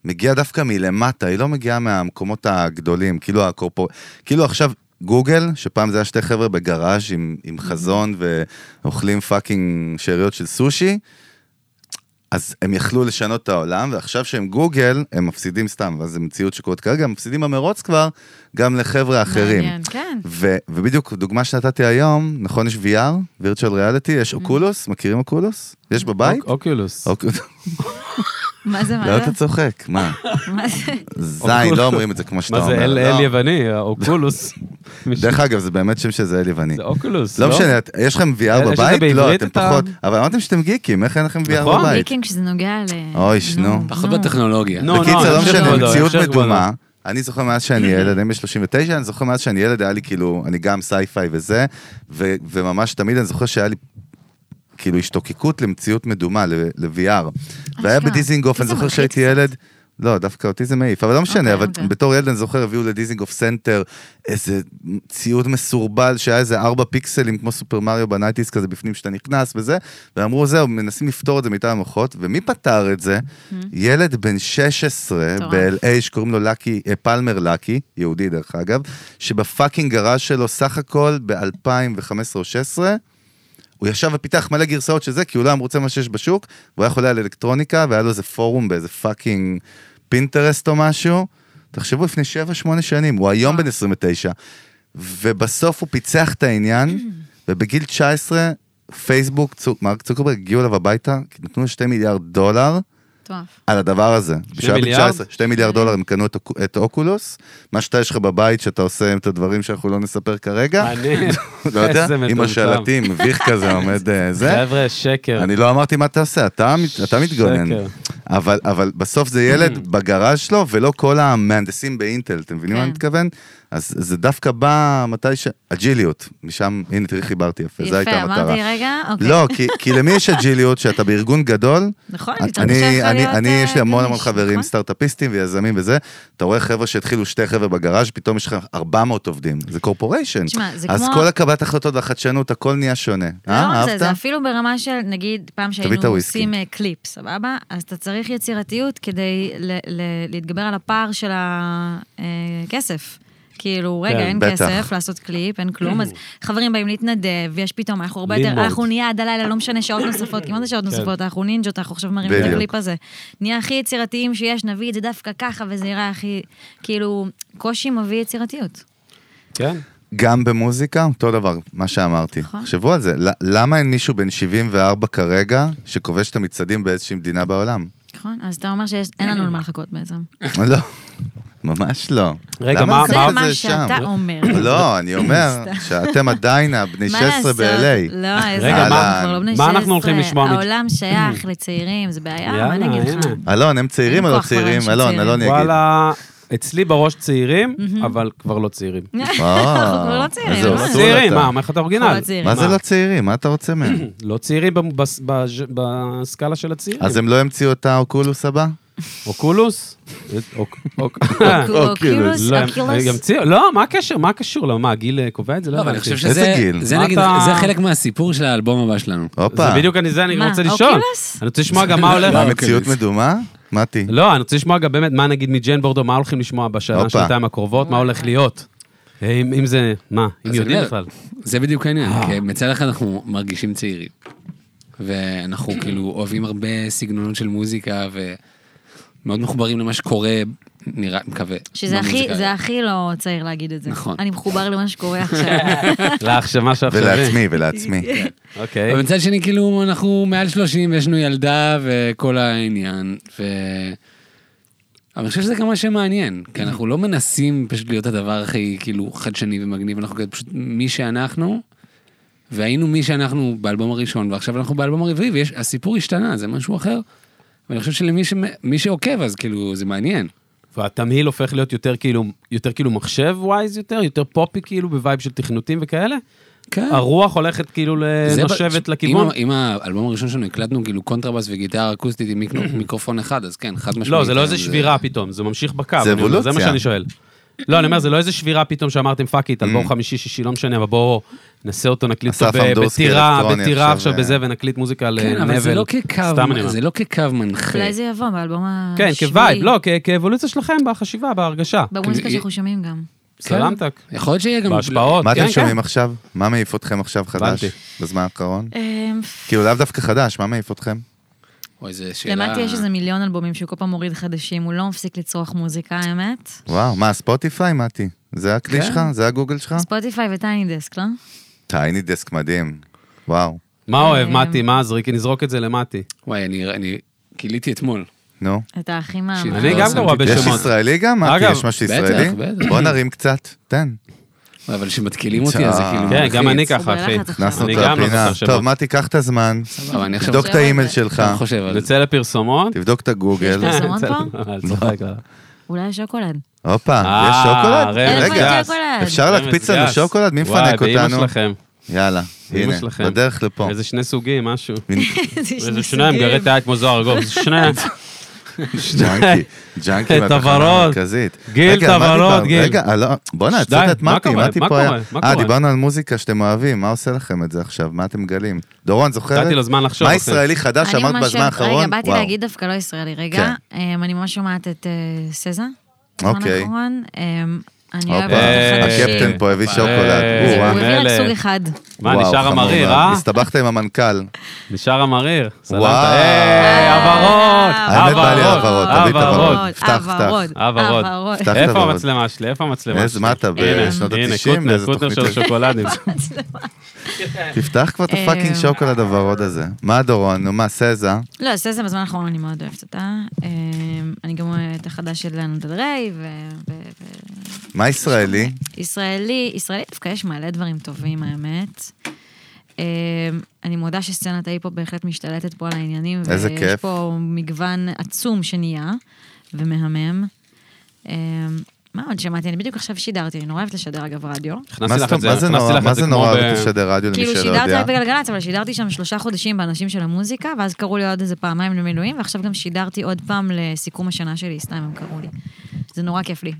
Speaker 1: מגיעה דווקא מלמטה, היא לא מגיעה מהמקומות הגדולים, כאילו הקורפור... כאילו עכשיו... גוגל, שפעם זה היה שתי חבר'ה בגראז' עם, עם חזון ואוכלים פאקינג שאריות של סושי, אז הם יכלו לשנות את העולם, ועכשיו שהם גוגל, הם מפסידים סתם, ואז זו מציאות שקורית כרגע, הם מפסידים במרוץ כבר, גם לחבר'ה אחרים.
Speaker 2: מעניין, כן.
Speaker 1: ו- ובדיוק, דוגמה שנתתי היום, נכון, יש VR, virtual reality, יש
Speaker 2: Mm.
Speaker 1: אוקולוס, מכירים אוקולוס? יש בבית?
Speaker 3: אוק- אוקיולוס.
Speaker 1: אוקולוס.
Speaker 2: מה זה, מה
Speaker 1: לא, אתה
Speaker 2: זה?
Speaker 1: צוחק, מה?
Speaker 2: מה זה?
Speaker 1: זין, לא אומרים את זה כמו שאתה
Speaker 3: מה זה
Speaker 1: אומר.
Speaker 3: אל
Speaker 1: לא.
Speaker 3: אל יווני, האוקולוס?
Speaker 1: דרך אגב, זה באמת שם שזה אל יווני.
Speaker 3: זה אוקולוס,
Speaker 1: לא משנה, את- יש לכם VR
Speaker 3: יש את זה
Speaker 1: בבית? לא,
Speaker 3: בעברית,
Speaker 1: אתם
Speaker 3: אתה-
Speaker 1: פחות. אבל אמרתם שאתם גיקים, איך אין לכם VR
Speaker 3: נכון.
Speaker 1: בבית?
Speaker 2: ויקינג שזה נוגע ל...
Speaker 1: אוי, שנו.
Speaker 4: פחות
Speaker 2: נו.
Speaker 4: בטכנולוגיה.
Speaker 3: נו,
Speaker 1: בקיצר, לא
Speaker 3: המשך
Speaker 1: משנה,
Speaker 3: כבודו,
Speaker 1: מציאות
Speaker 3: המשך כבודו.
Speaker 1: מדומה. אני זוכר מאז שאני ילד, אני ב-39, אני זוכר מאז שאני ילד, היה לי כאילו, אני גם סייפיי וזה, ו- וממש תמיד אני זוכר שהיה לי כאילו השתוקקות למציאות מדומה, ל- ל-VR. והיה
Speaker 2: כן.
Speaker 1: בדיזינגוף,
Speaker 2: אותי
Speaker 1: אני
Speaker 2: זה
Speaker 1: זוכר
Speaker 2: מלחיץ
Speaker 1: שהייתי ילד... לא, דווקא אותי זה מעיף, אבל לא משנה,
Speaker 2: אוקיי,
Speaker 1: אבל
Speaker 2: אוקיי.
Speaker 1: בתור ילד אני זוכר, הביאו לדיזינגוף סנטר איזה ציוד מסורבל שהיה איזה ארבע פיקסלים כמו סופר מריו בנייטיס כזה בפנים שאתה נכנס וזה, ואמרו זהו, מנסים לפתור את זה מטעם המוחות, ומי פתר את זה? ילד בן 16
Speaker 2: מטורף.
Speaker 1: ב-LA שקוראים לו לקי, אה, פלמר לקי, יהודי דרך אגב, שבפאקינג גראז' שלו סך הכל ב-2015 או 16, הוא ישב ופיתח מלא גרסאות של זה, כי הוא לא היה מרוצה מה שיש בשוק, והוא היה חולה על אלקטרוניקה, והיה לו איזה פורום באיזה פאקינג פינטרסט או משהו. תחשבו, לפני 7-8 שנים, הוא
Speaker 3: אה.
Speaker 1: היום בן 29, ובסוף הוא פיצח את העניין, ובגיל 19, פייסבוק, צוק, מרק צוקרברג הגיעו אליו הביתה, נתנו לו 2 מיליארד דולר
Speaker 2: מטורף.
Speaker 1: על הדבר הזה. כשהוא היה בן
Speaker 3: מיליארד?
Speaker 1: 19, 2 מיליארד דולר הם קנו את, אוק- את אוקולוס, מה שאתה יש לך בבית שאתה עושה עם את הדברים שאנחנו לא נספר כרגע,
Speaker 3: מעניין.
Speaker 1: לא יודע,
Speaker 3: איזה
Speaker 1: עם
Speaker 3: מטומטם.
Speaker 1: השלטים, מביך כזה עומד אה, זה.
Speaker 3: חבר'ה, שקר.
Speaker 1: אני לא אמרתי מה אתה עושה, אתה, מת- אתה מתגונן.
Speaker 3: שקר.
Speaker 1: אבל, אבל בסוף זה ילד בגראז' שלו, ולא כל המהנדסים באינטל, אתם מבינים מה אני
Speaker 2: כן.
Speaker 1: מתכוון? אז זה דווקא בא מתי ש... אג'יליות, משם, הנה תראי חיברתי יפה, זו הייתה
Speaker 2: יפה,
Speaker 1: המטרה.
Speaker 2: אמרתי, רגע, אוקיי.
Speaker 1: לא, כי, כי למי יש אג'יליות שאתה בארגון גדול?
Speaker 2: נכון, יותר קשה
Speaker 1: אני,
Speaker 2: לך
Speaker 1: אני,
Speaker 2: להיות,
Speaker 1: אני,
Speaker 2: אה,
Speaker 1: יש לי המון המון
Speaker 2: גמיש,
Speaker 1: חברים,
Speaker 2: נכון?
Speaker 1: סטארט-אפיסטים ויזמים וזה, אתה רואה חבר'ה שהתחילו שתי חבר'ה בגראז', פתאום יש לך 400 עובדים, זה קורפוריישן.
Speaker 2: תשמע, זה
Speaker 1: אז
Speaker 2: כמו-
Speaker 1: כל הקבלת החלטות והחדשנות, הכל נהיה שונה. אה,
Speaker 2: לא רק זה,
Speaker 1: אהבת?
Speaker 2: זה אפילו ברמה של, נגיד, פעם
Speaker 1: את
Speaker 2: שהיינו
Speaker 1: הוויסקי.
Speaker 2: עושים אה, קליפ, סבבה? אז אתה צריך יצירתיות כדי ל- ל- להתגבר על הפער של הכסף. כאילו, רגע,
Speaker 3: כן,
Speaker 2: אין
Speaker 1: בטח.
Speaker 2: כסף לעשות קליפ, אין כלום, אז חברים באים להתנדב, ויש פתאום, אנחנו הרבה יותר,
Speaker 3: לימוד.
Speaker 2: אנחנו נהיה עד הלילה, לא משנה שעות נוספות, כמעט זה שעות נוספות, אנחנו נינג'ות, אנחנו עכשיו מרימים את
Speaker 1: בדיוק.
Speaker 2: הקליפ הזה. נהיה הכי יצירתיים שיש, נביא את זה דווקא ככה, וזה יראה הכי, כאילו, קושי מביא יצירתיות.
Speaker 3: כן.
Speaker 1: גם במוזיקה, אותו דבר, מה שאמרתי.
Speaker 2: נכון.
Speaker 1: תחשבו על זה, ל- למה אין מישהו בן 74 כרגע שכובש את המצעדים באיזושהי מדינה בעולם?
Speaker 2: נכון? אז אתה אומר שאין לנו למה לחכות בעצם.
Speaker 1: לא, ממש לא.
Speaker 3: רגע,
Speaker 1: למה
Speaker 3: מה-
Speaker 1: עשית
Speaker 2: זה
Speaker 1: את
Speaker 2: מה
Speaker 1: שם?
Speaker 2: שאתה אומר.
Speaker 1: לא, אני אומר שאתם עדיין הבני
Speaker 2: מה
Speaker 1: 16
Speaker 2: לעשות?
Speaker 1: ב-LA.
Speaker 2: לא, איזה...
Speaker 3: רגע,
Speaker 2: אנחנו
Speaker 1: מה-
Speaker 2: כבר לא בני
Speaker 3: מה אנחנו
Speaker 2: 16.
Speaker 3: הולכים לשמוע מ-
Speaker 2: העולם שייך לצעירים, זה בעיה, מה
Speaker 3: יאללה,
Speaker 2: אני אגיד לך?
Speaker 3: הנה.
Speaker 1: אלון, הם צעירים או
Speaker 2: אין
Speaker 1: לא
Speaker 2: כוח כבר
Speaker 1: צעירים?
Speaker 2: לאנשים
Speaker 1: אלון,
Speaker 2: צעירים.
Speaker 1: אלון יגיד.
Speaker 3: וואלה, אצלי בראש צעירים, אבל כבר לא צעירים.
Speaker 2: אנחנו כבר לא צעירים,
Speaker 1: אה, איזה
Speaker 2: לא?
Speaker 1: אוסול
Speaker 3: צעירים,
Speaker 1: אתה.
Speaker 3: מה, אומר לך את האורגינל?
Speaker 2: לא צעירים.
Speaker 1: מה זה לא צעירים? מה אתה רוצה מהם?
Speaker 3: לא צעירים במ- בס- בז'- בסקאלה של הצעירים.
Speaker 1: אז הם לא המציאו את האוקולוס הבא?
Speaker 3: אוקולוס? אוק- אוק-
Speaker 2: אוקילוס,
Speaker 3: לא, הם-
Speaker 2: אוקילוס.
Speaker 3: ימציאו- לא, מה הקשר? מה הקשור? לא, מה, גיל אה, קובע את זה?
Speaker 4: לא, אבל אני
Speaker 3: הבנתי.
Speaker 4: חושב
Speaker 1: איזה
Speaker 4: שזה
Speaker 1: גיל? אה.
Speaker 4: זה
Speaker 3: מה
Speaker 4: נגיד-
Speaker 3: אתה-
Speaker 4: זה חלק מהסיפור של האלבום הבא שלנו.
Speaker 1: הופה.
Speaker 3: זה בדיוק אני, זה אני
Speaker 2: מה,
Speaker 3: רוצה לשאול.
Speaker 2: אוקילוס?
Speaker 3: אני רוצה לשמוע גם מה הולך.
Speaker 1: מה,
Speaker 4: לא,
Speaker 1: מציאות
Speaker 4: אוקילוס.
Speaker 1: מדומה? מתי?
Speaker 3: לא, אני רוצה לשמוע גם באמת מה נגיד מג'ן בורדו, מה הולכים לשמוע
Speaker 1: הופה.
Speaker 3: בשנה, שנתיים הקרובות, מה הולך להיות. אה, אם אם זה, מה, אם
Speaker 4: אז
Speaker 3: יודעים
Speaker 4: אני
Speaker 3: בכלל.
Speaker 4: אומר, זה בדיוק העניין, כי מצד אחד אנחנו מרגישים צעירים, ואנחנו כאילו אוהבים הרבה סגנונות של מוזיקה, ומאוד מחוברים למה שקורה, נראה, מקווה.
Speaker 2: שזה הכי,
Speaker 4: במוזיקה.
Speaker 2: זה הכי לא צעיר להגיד את זה.
Speaker 4: נכון.
Speaker 2: אני מחובר למה שקורה עכשיו.
Speaker 3: אוקיי. לך, שמה שאחרי.
Speaker 1: ולעצמי, ולעצמי.
Speaker 2: כן,
Speaker 3: אוקיי.
Speaker 4: אבל מצד שני, כאילו, אנחנו מעל 30 ויש לנו ילדה וכל העניין, ו... אבל אני חושב שזה גם מה שמעניין, כי אנחנו לא מנסים פשוט להיות הדבר הכי כאילו חדשני ומגניב, אנחנו כאילו פשוט מי שאנחנו, והיינו מי שאנחנו באלבום הראשון, ועכשיו אנחנו באלבום הרביעי, והסיפור השתנה, זה משהו אחר. ואני חושב שלמי שמ... מי שעוקב, אז כאילו, זה מעניין.
Speaker 3: והתמהיל הופך להיות יותר כאילו, יותר כאילו מחשב ווייז יותר, יותר פופי כאילו, בווייב של תכנותים וכאלה.
Speaker 4: כן.
Speaker 3: הרוח הולכת כאילו
Speaker 4: זה ב-
Speaker 3: נושבת
Speaker 4: אם
Speaker 3: לכיוון.
Speaker 4: ה- אם האלבום הראשון שלנו הקלטנו כאילו קונטרבאס וגיטרה אקוסטית עם מיקרו- מיקרופון אחד, אז כן, חד משמעית.
Speaker 3: לא, זה לא איזה
Speaker 4: זה-
Speaker 3: שבירה פתאום, זה ממשיך בקו.
Speaker 1: זה
Speaker 3: אני אומר, זה מה
Speaker 1: אבולוציה.
Speaker 3: שאני שואל. לא, אני אומר, זה לא איזה שבירה פתאום שאמרתם פאק איט, אלבום חמישי, שישי, לא משנה, אבל בואו נעשה אותו, נקליט
Speaker 1: Mm. אסף
Speaker 3: אותו ב-
Speaker 1: אמדורסקי
Speaker 3: בטירה,
Speaker 1: אלקטרוני
Speaker 3: בטירה
Speaker 1: עכשיו,
Speaker 3: עכשיו
Speaker 1: אה.
Speaker 3: בזה, ונקליט מוזיקה לנבל.
Speaker 4: כן, אבל זה לא
Speaker 3: סתם אני
Speaker 4: כקו,
Speaker 3: אומר.
Speaker 4: זה לא כקו מנחה.
Speaker 2: אולי זה יבוא באלבום השביעי.
Speaker 3: כן, כווייב, לא, כ- כאבולוציה שלכם בחשיבה, בהרגשה.
Speaker 2: במוזיקה
Speaker 4: כן.
Speaker 2: שאנחנו שומעים גם.
Speaker 3: כן. סלמתק.
Speaker 4: יכול להיות שיהיה גם...
Speaker 3: בהשפעות.
Speaker 1: מה אתם
Speaker 3: כן,
Speaker 1: שומעים עכשיו? מה מעיף אתכם עכשיו חדש?
Speaker 3: הבנתי.
Speaker 1: בזמן האחרון?
Speaker 2: אמ,
Speaker 1: כאילו לאו דווקא חדש, מה מעיף אתכם?
Speaker 4: אוי, זו
Speaker 3: כן,
Speaker 4: שאלה...
Speaker 2: למטי
Speaker 3: אה.
Speaker 2: יש איזה מיליון אלבומים שהוא כל פעם מוריד חדשים, הוא לא מפסיק לצרוך מוזיקה, האמת.
Speaker 1: וואו, מה, ספוטיפיי, מתי? זה הכלי
Speaker 4: כן.
Speaker 1: שלך? זה הגוגל
Speaker 2: אה?
Speaker 1: שלך?
Speaker 2: ספוטיפיי וטייני דסק, לא?
Speaker 1: טייני דסק מדהים. וואו.
Speaker 3: כן. מה אוהב,
Speaker 2: אה,
Speaker 3: מתי? מה, זריקי, נזרוק את זה למתי.
Speaker 4: וואי, אני- אני גיליתי אתמול.
Speaker 2: אה.
Speaker 1: נו.
Speaker 2: את האחים ה...
Speaker 4: אני
Speaker 3: אני
Speaker 4: לא
Speaker 3: גם
Speaker 4: שמתי
Speaker 3: גרוע
Speaker 4: לב.
Speaker 1: יש
Speaker 3: בשמות.
Speaker 1: ישראלי גם, מתי?
Speaker 3: אגב,
Speaker 1: יש משהו
Speaker 4: בטח,
Speaker 1: ישראלי?
Speaker 4: בטח.
Speaker 1: בוא נרים קצת, תן.
Speaker 4: אבל כשמתקילים אותי, אז זה
Speaker 1: אה.
Speaker 4: כאילו
Speaker 3: כן,
Speaker 4: מלחיץ.
Speaker 3: גם אני
Speaker 2: הוא
Speaker 3: ככה, אחי.
Speaker 2: בלחץ עכשיו.
Speaker 1: הכנסנו
Speaker 3: אני
Speaker 1: אותו
Speaker 3: גם לא
Speaker 1: לפינה.
Speaker 3: זוכר שמות.
Speaker 1: טוב, מתי, קח את הזמן,
Speaker 4: אבל אני עכשיו
Speaker 1: תבדוק את האימייל
Speaker 2: חושב
Speaker 1: שלך,
Speaker 4: גם חושב על זה.
Speaker 3: נצא לפרסומות.
Speaker 1: תבדוק את הגוגל.
Speaker 2: יש פרסומות פה?
Speaker 3: אל תצחק, לא.
Speaker 2: אולי שוקולד.
Speaker 1: הופה,
Speaker 3: אה,
Speaker 1: יש שוקולד?
Speaker 3: רמז
Speaker 2: אין
Speaker 1: רגע,
Speaker 2: לך
Speaker 3: גס.
Speaker 2: שוקולד.
Speaker 1: אפשר להקפיץ לנו
Speaker 3: רמז גס.
Speaker 1: שוקולד? מי
Speaker 3: וואי,
Speaker 1: מפנק
Speaker 3: באמא
Speaker 1: אותנו?
Speaker 3: שלכם.
Speaker 1: יאללה,
Speaker 3: באמא
Speaker 1: הנה,
Speaker 3: שלכם.
Speaker 1: בדרך לפה.
Speaker 3: איזה שני סוגים, משהו.
Speaker 2: שני
Speaker 3: איזה שניים,
Speaker 2: סוגים.
Speaker 3: גרד את היד כמו זוהר גוב. זה שניים.
Speaker 1: ג'אנקי, ג'אנקי
Speaker 3: את הוורוד.
Speaker 1: מהתחנה המרכזית.
Speaker 3: גיל,
Speaker 1: רגע, על מה
Speaker 3: את הוורוד,
Speaker 1: דיברנו?
Speaker 3: גיל.
Speaker 1: רגע, אה, לא, בואנה,
Speaker 3: שדי,
Speaker 1: עצרת את
Speaker 3: מה
Speaker 1: מתי,
Speaker 3: קורה?
Speaker 1: מתי
Speaker 3: מה
Speaker 1: פה היה.
Speaker 3: קורה? מה
Speaker 1: אה,
Speaker 3: קורה?
Speaker 1: דיברנו על מוזיקה שאתם אוהבים, מה עושה לכם את זה עכשיו? מה אתם מגלים? דורון, זוכרת?
Speaker 3: נתתי לו זמן לחשוב.
Speaker 1: מה
Speaker 3: אחי.
Speaker 1: ישראלי חדש
Speaker 2: אני
Speaker 1: שאמרת
Speaker 2: ממש
Speaker 1: בזמן
Speaker 2: אוהבת-
Speaker 1: האחרון?
Speaker 2: רגע, באתי
Speaker 1: וואו.
Speaker 2: להגיד דווקא לא ישראלי. רגע,
Speaker 1: כן.
Speaker 2: אמ, אני ממש שומעת את אה, סזה. בזמן
Speaker 1: אוקיי.
Speaker 2: האחרון. אמ, אני
Speaker 1: הופה,
Speaker 2: אוהבת אותו
Speaker 3: אה,
Speaker 1: הקפטן פה הביא
Speaker 4: אה,
Speaker 1: שוקולד.
Speaker 3: אה,
Speaker 2: הוא
Speaker 1: או, וואו,
Speaker 3: אה,
Speaker 2: הביא רק
Speaker 3: מלך.
Speaker 2: סוג אחד.
Speaker 3: מה,
Speaker 1: וואו,
Speaker 3: נשאר
Speaker 1: חמור
Speaker 3: המריר,
Speaker 1: מאוד.
Speaker 3: אה?
Speaker 1: הסתבכת עם המנכ"ל.
Speaker 3: נשאר המריר. סלמת.
Speaker 1: וואו.
Speaker 3: היי, הוורוד.
Speaker 1: האמת בא לי הוורוד,
Speaker 3: הוורוד,
Speaker 1: תביא את הוורוד.
Speaker 3: הוורוד.
Speaker 1: פתח, פתח.
Speaker 2: הוורוד,
Speaker 3: הוורוד.
Speaker 2: הוורוד.
Speaker 1: פתח את
Speaker 3: איפה
Speaker 1: הוורוד.
Speaker 3: המצלמה שלי? איפה המצלמה שלי?
Speaker 1: איזה- מה אתה,
Speaker 3: הנה,
Speaker 1: בשנות
Speaker 3: הנה,
Speaker 1: ה-90?
Speaker 3: קוטנר,
Speaker 1: לאיזה
Speaker 3: קוטנר
Speaker 1: תוכנית?
Speaker 3: של שוקולדים.
Speaker 1: תפתח כבר את
Speaker 2: אה,
Speaker 1: הפאקינג שוקולד הוורוד הזה. מה דורון? נו מה, סזה?
Speaker 2: לא, סזה בזמן האחרון אני מאוד אוהבת אותה. אמ, אני גם אוהבת את החדש של לנו דדריי,
Speaker 1: מה ישראלי?
Speaker 2: וישראלי, ישראלי דווקא יש מלא דברים טובים, האמת. אמ, אני מודה שסצנת ההיפ-הופ בהחלט משתלטת פה על העניינים.
Speaker 1: איזה
Speaker 2: ויש
Speaker 1: כיף.
Speaker 2: פה מגוון עצום שנהיה, ומהמם. אמ, מה עוד שמעתי? אני בדיוק עכשיו שידרתי, אני נורא אוהבת לשדר אגב רדיו.
Speaker 1: מה
Speaker 3: הכנסתי לך
Speaker 1: זאת-
Speaker 3: את זה,
Speaker 1: מה זה
Speaker 3: הכנסתי
Speaker 1: נורא-
Speaker 3: לך
Speaker 1: מה
Speaker 3: את זה
Speaker 1: זה
Speaker 3: כמו
Speaker 1: נורא
Speaker 3: ב-
Speaker 1: לשדר רדיו למי
Speaker 2: כאילו
Speaker 1: שלא
Speaker 2: שידרתי
Speaker 1: יודע?
Speaker 2: רק בגלגלצ, אבל שידרתי שם שלושה חודשים באנשים של המוזיקה, ואז קראו לי עוד איזה פעמיים למילואים, ועכשיו גם שידרתי עוד פעם לסיכום השנה שלי, סתם הם קראו לי. זה נורא כיף לי.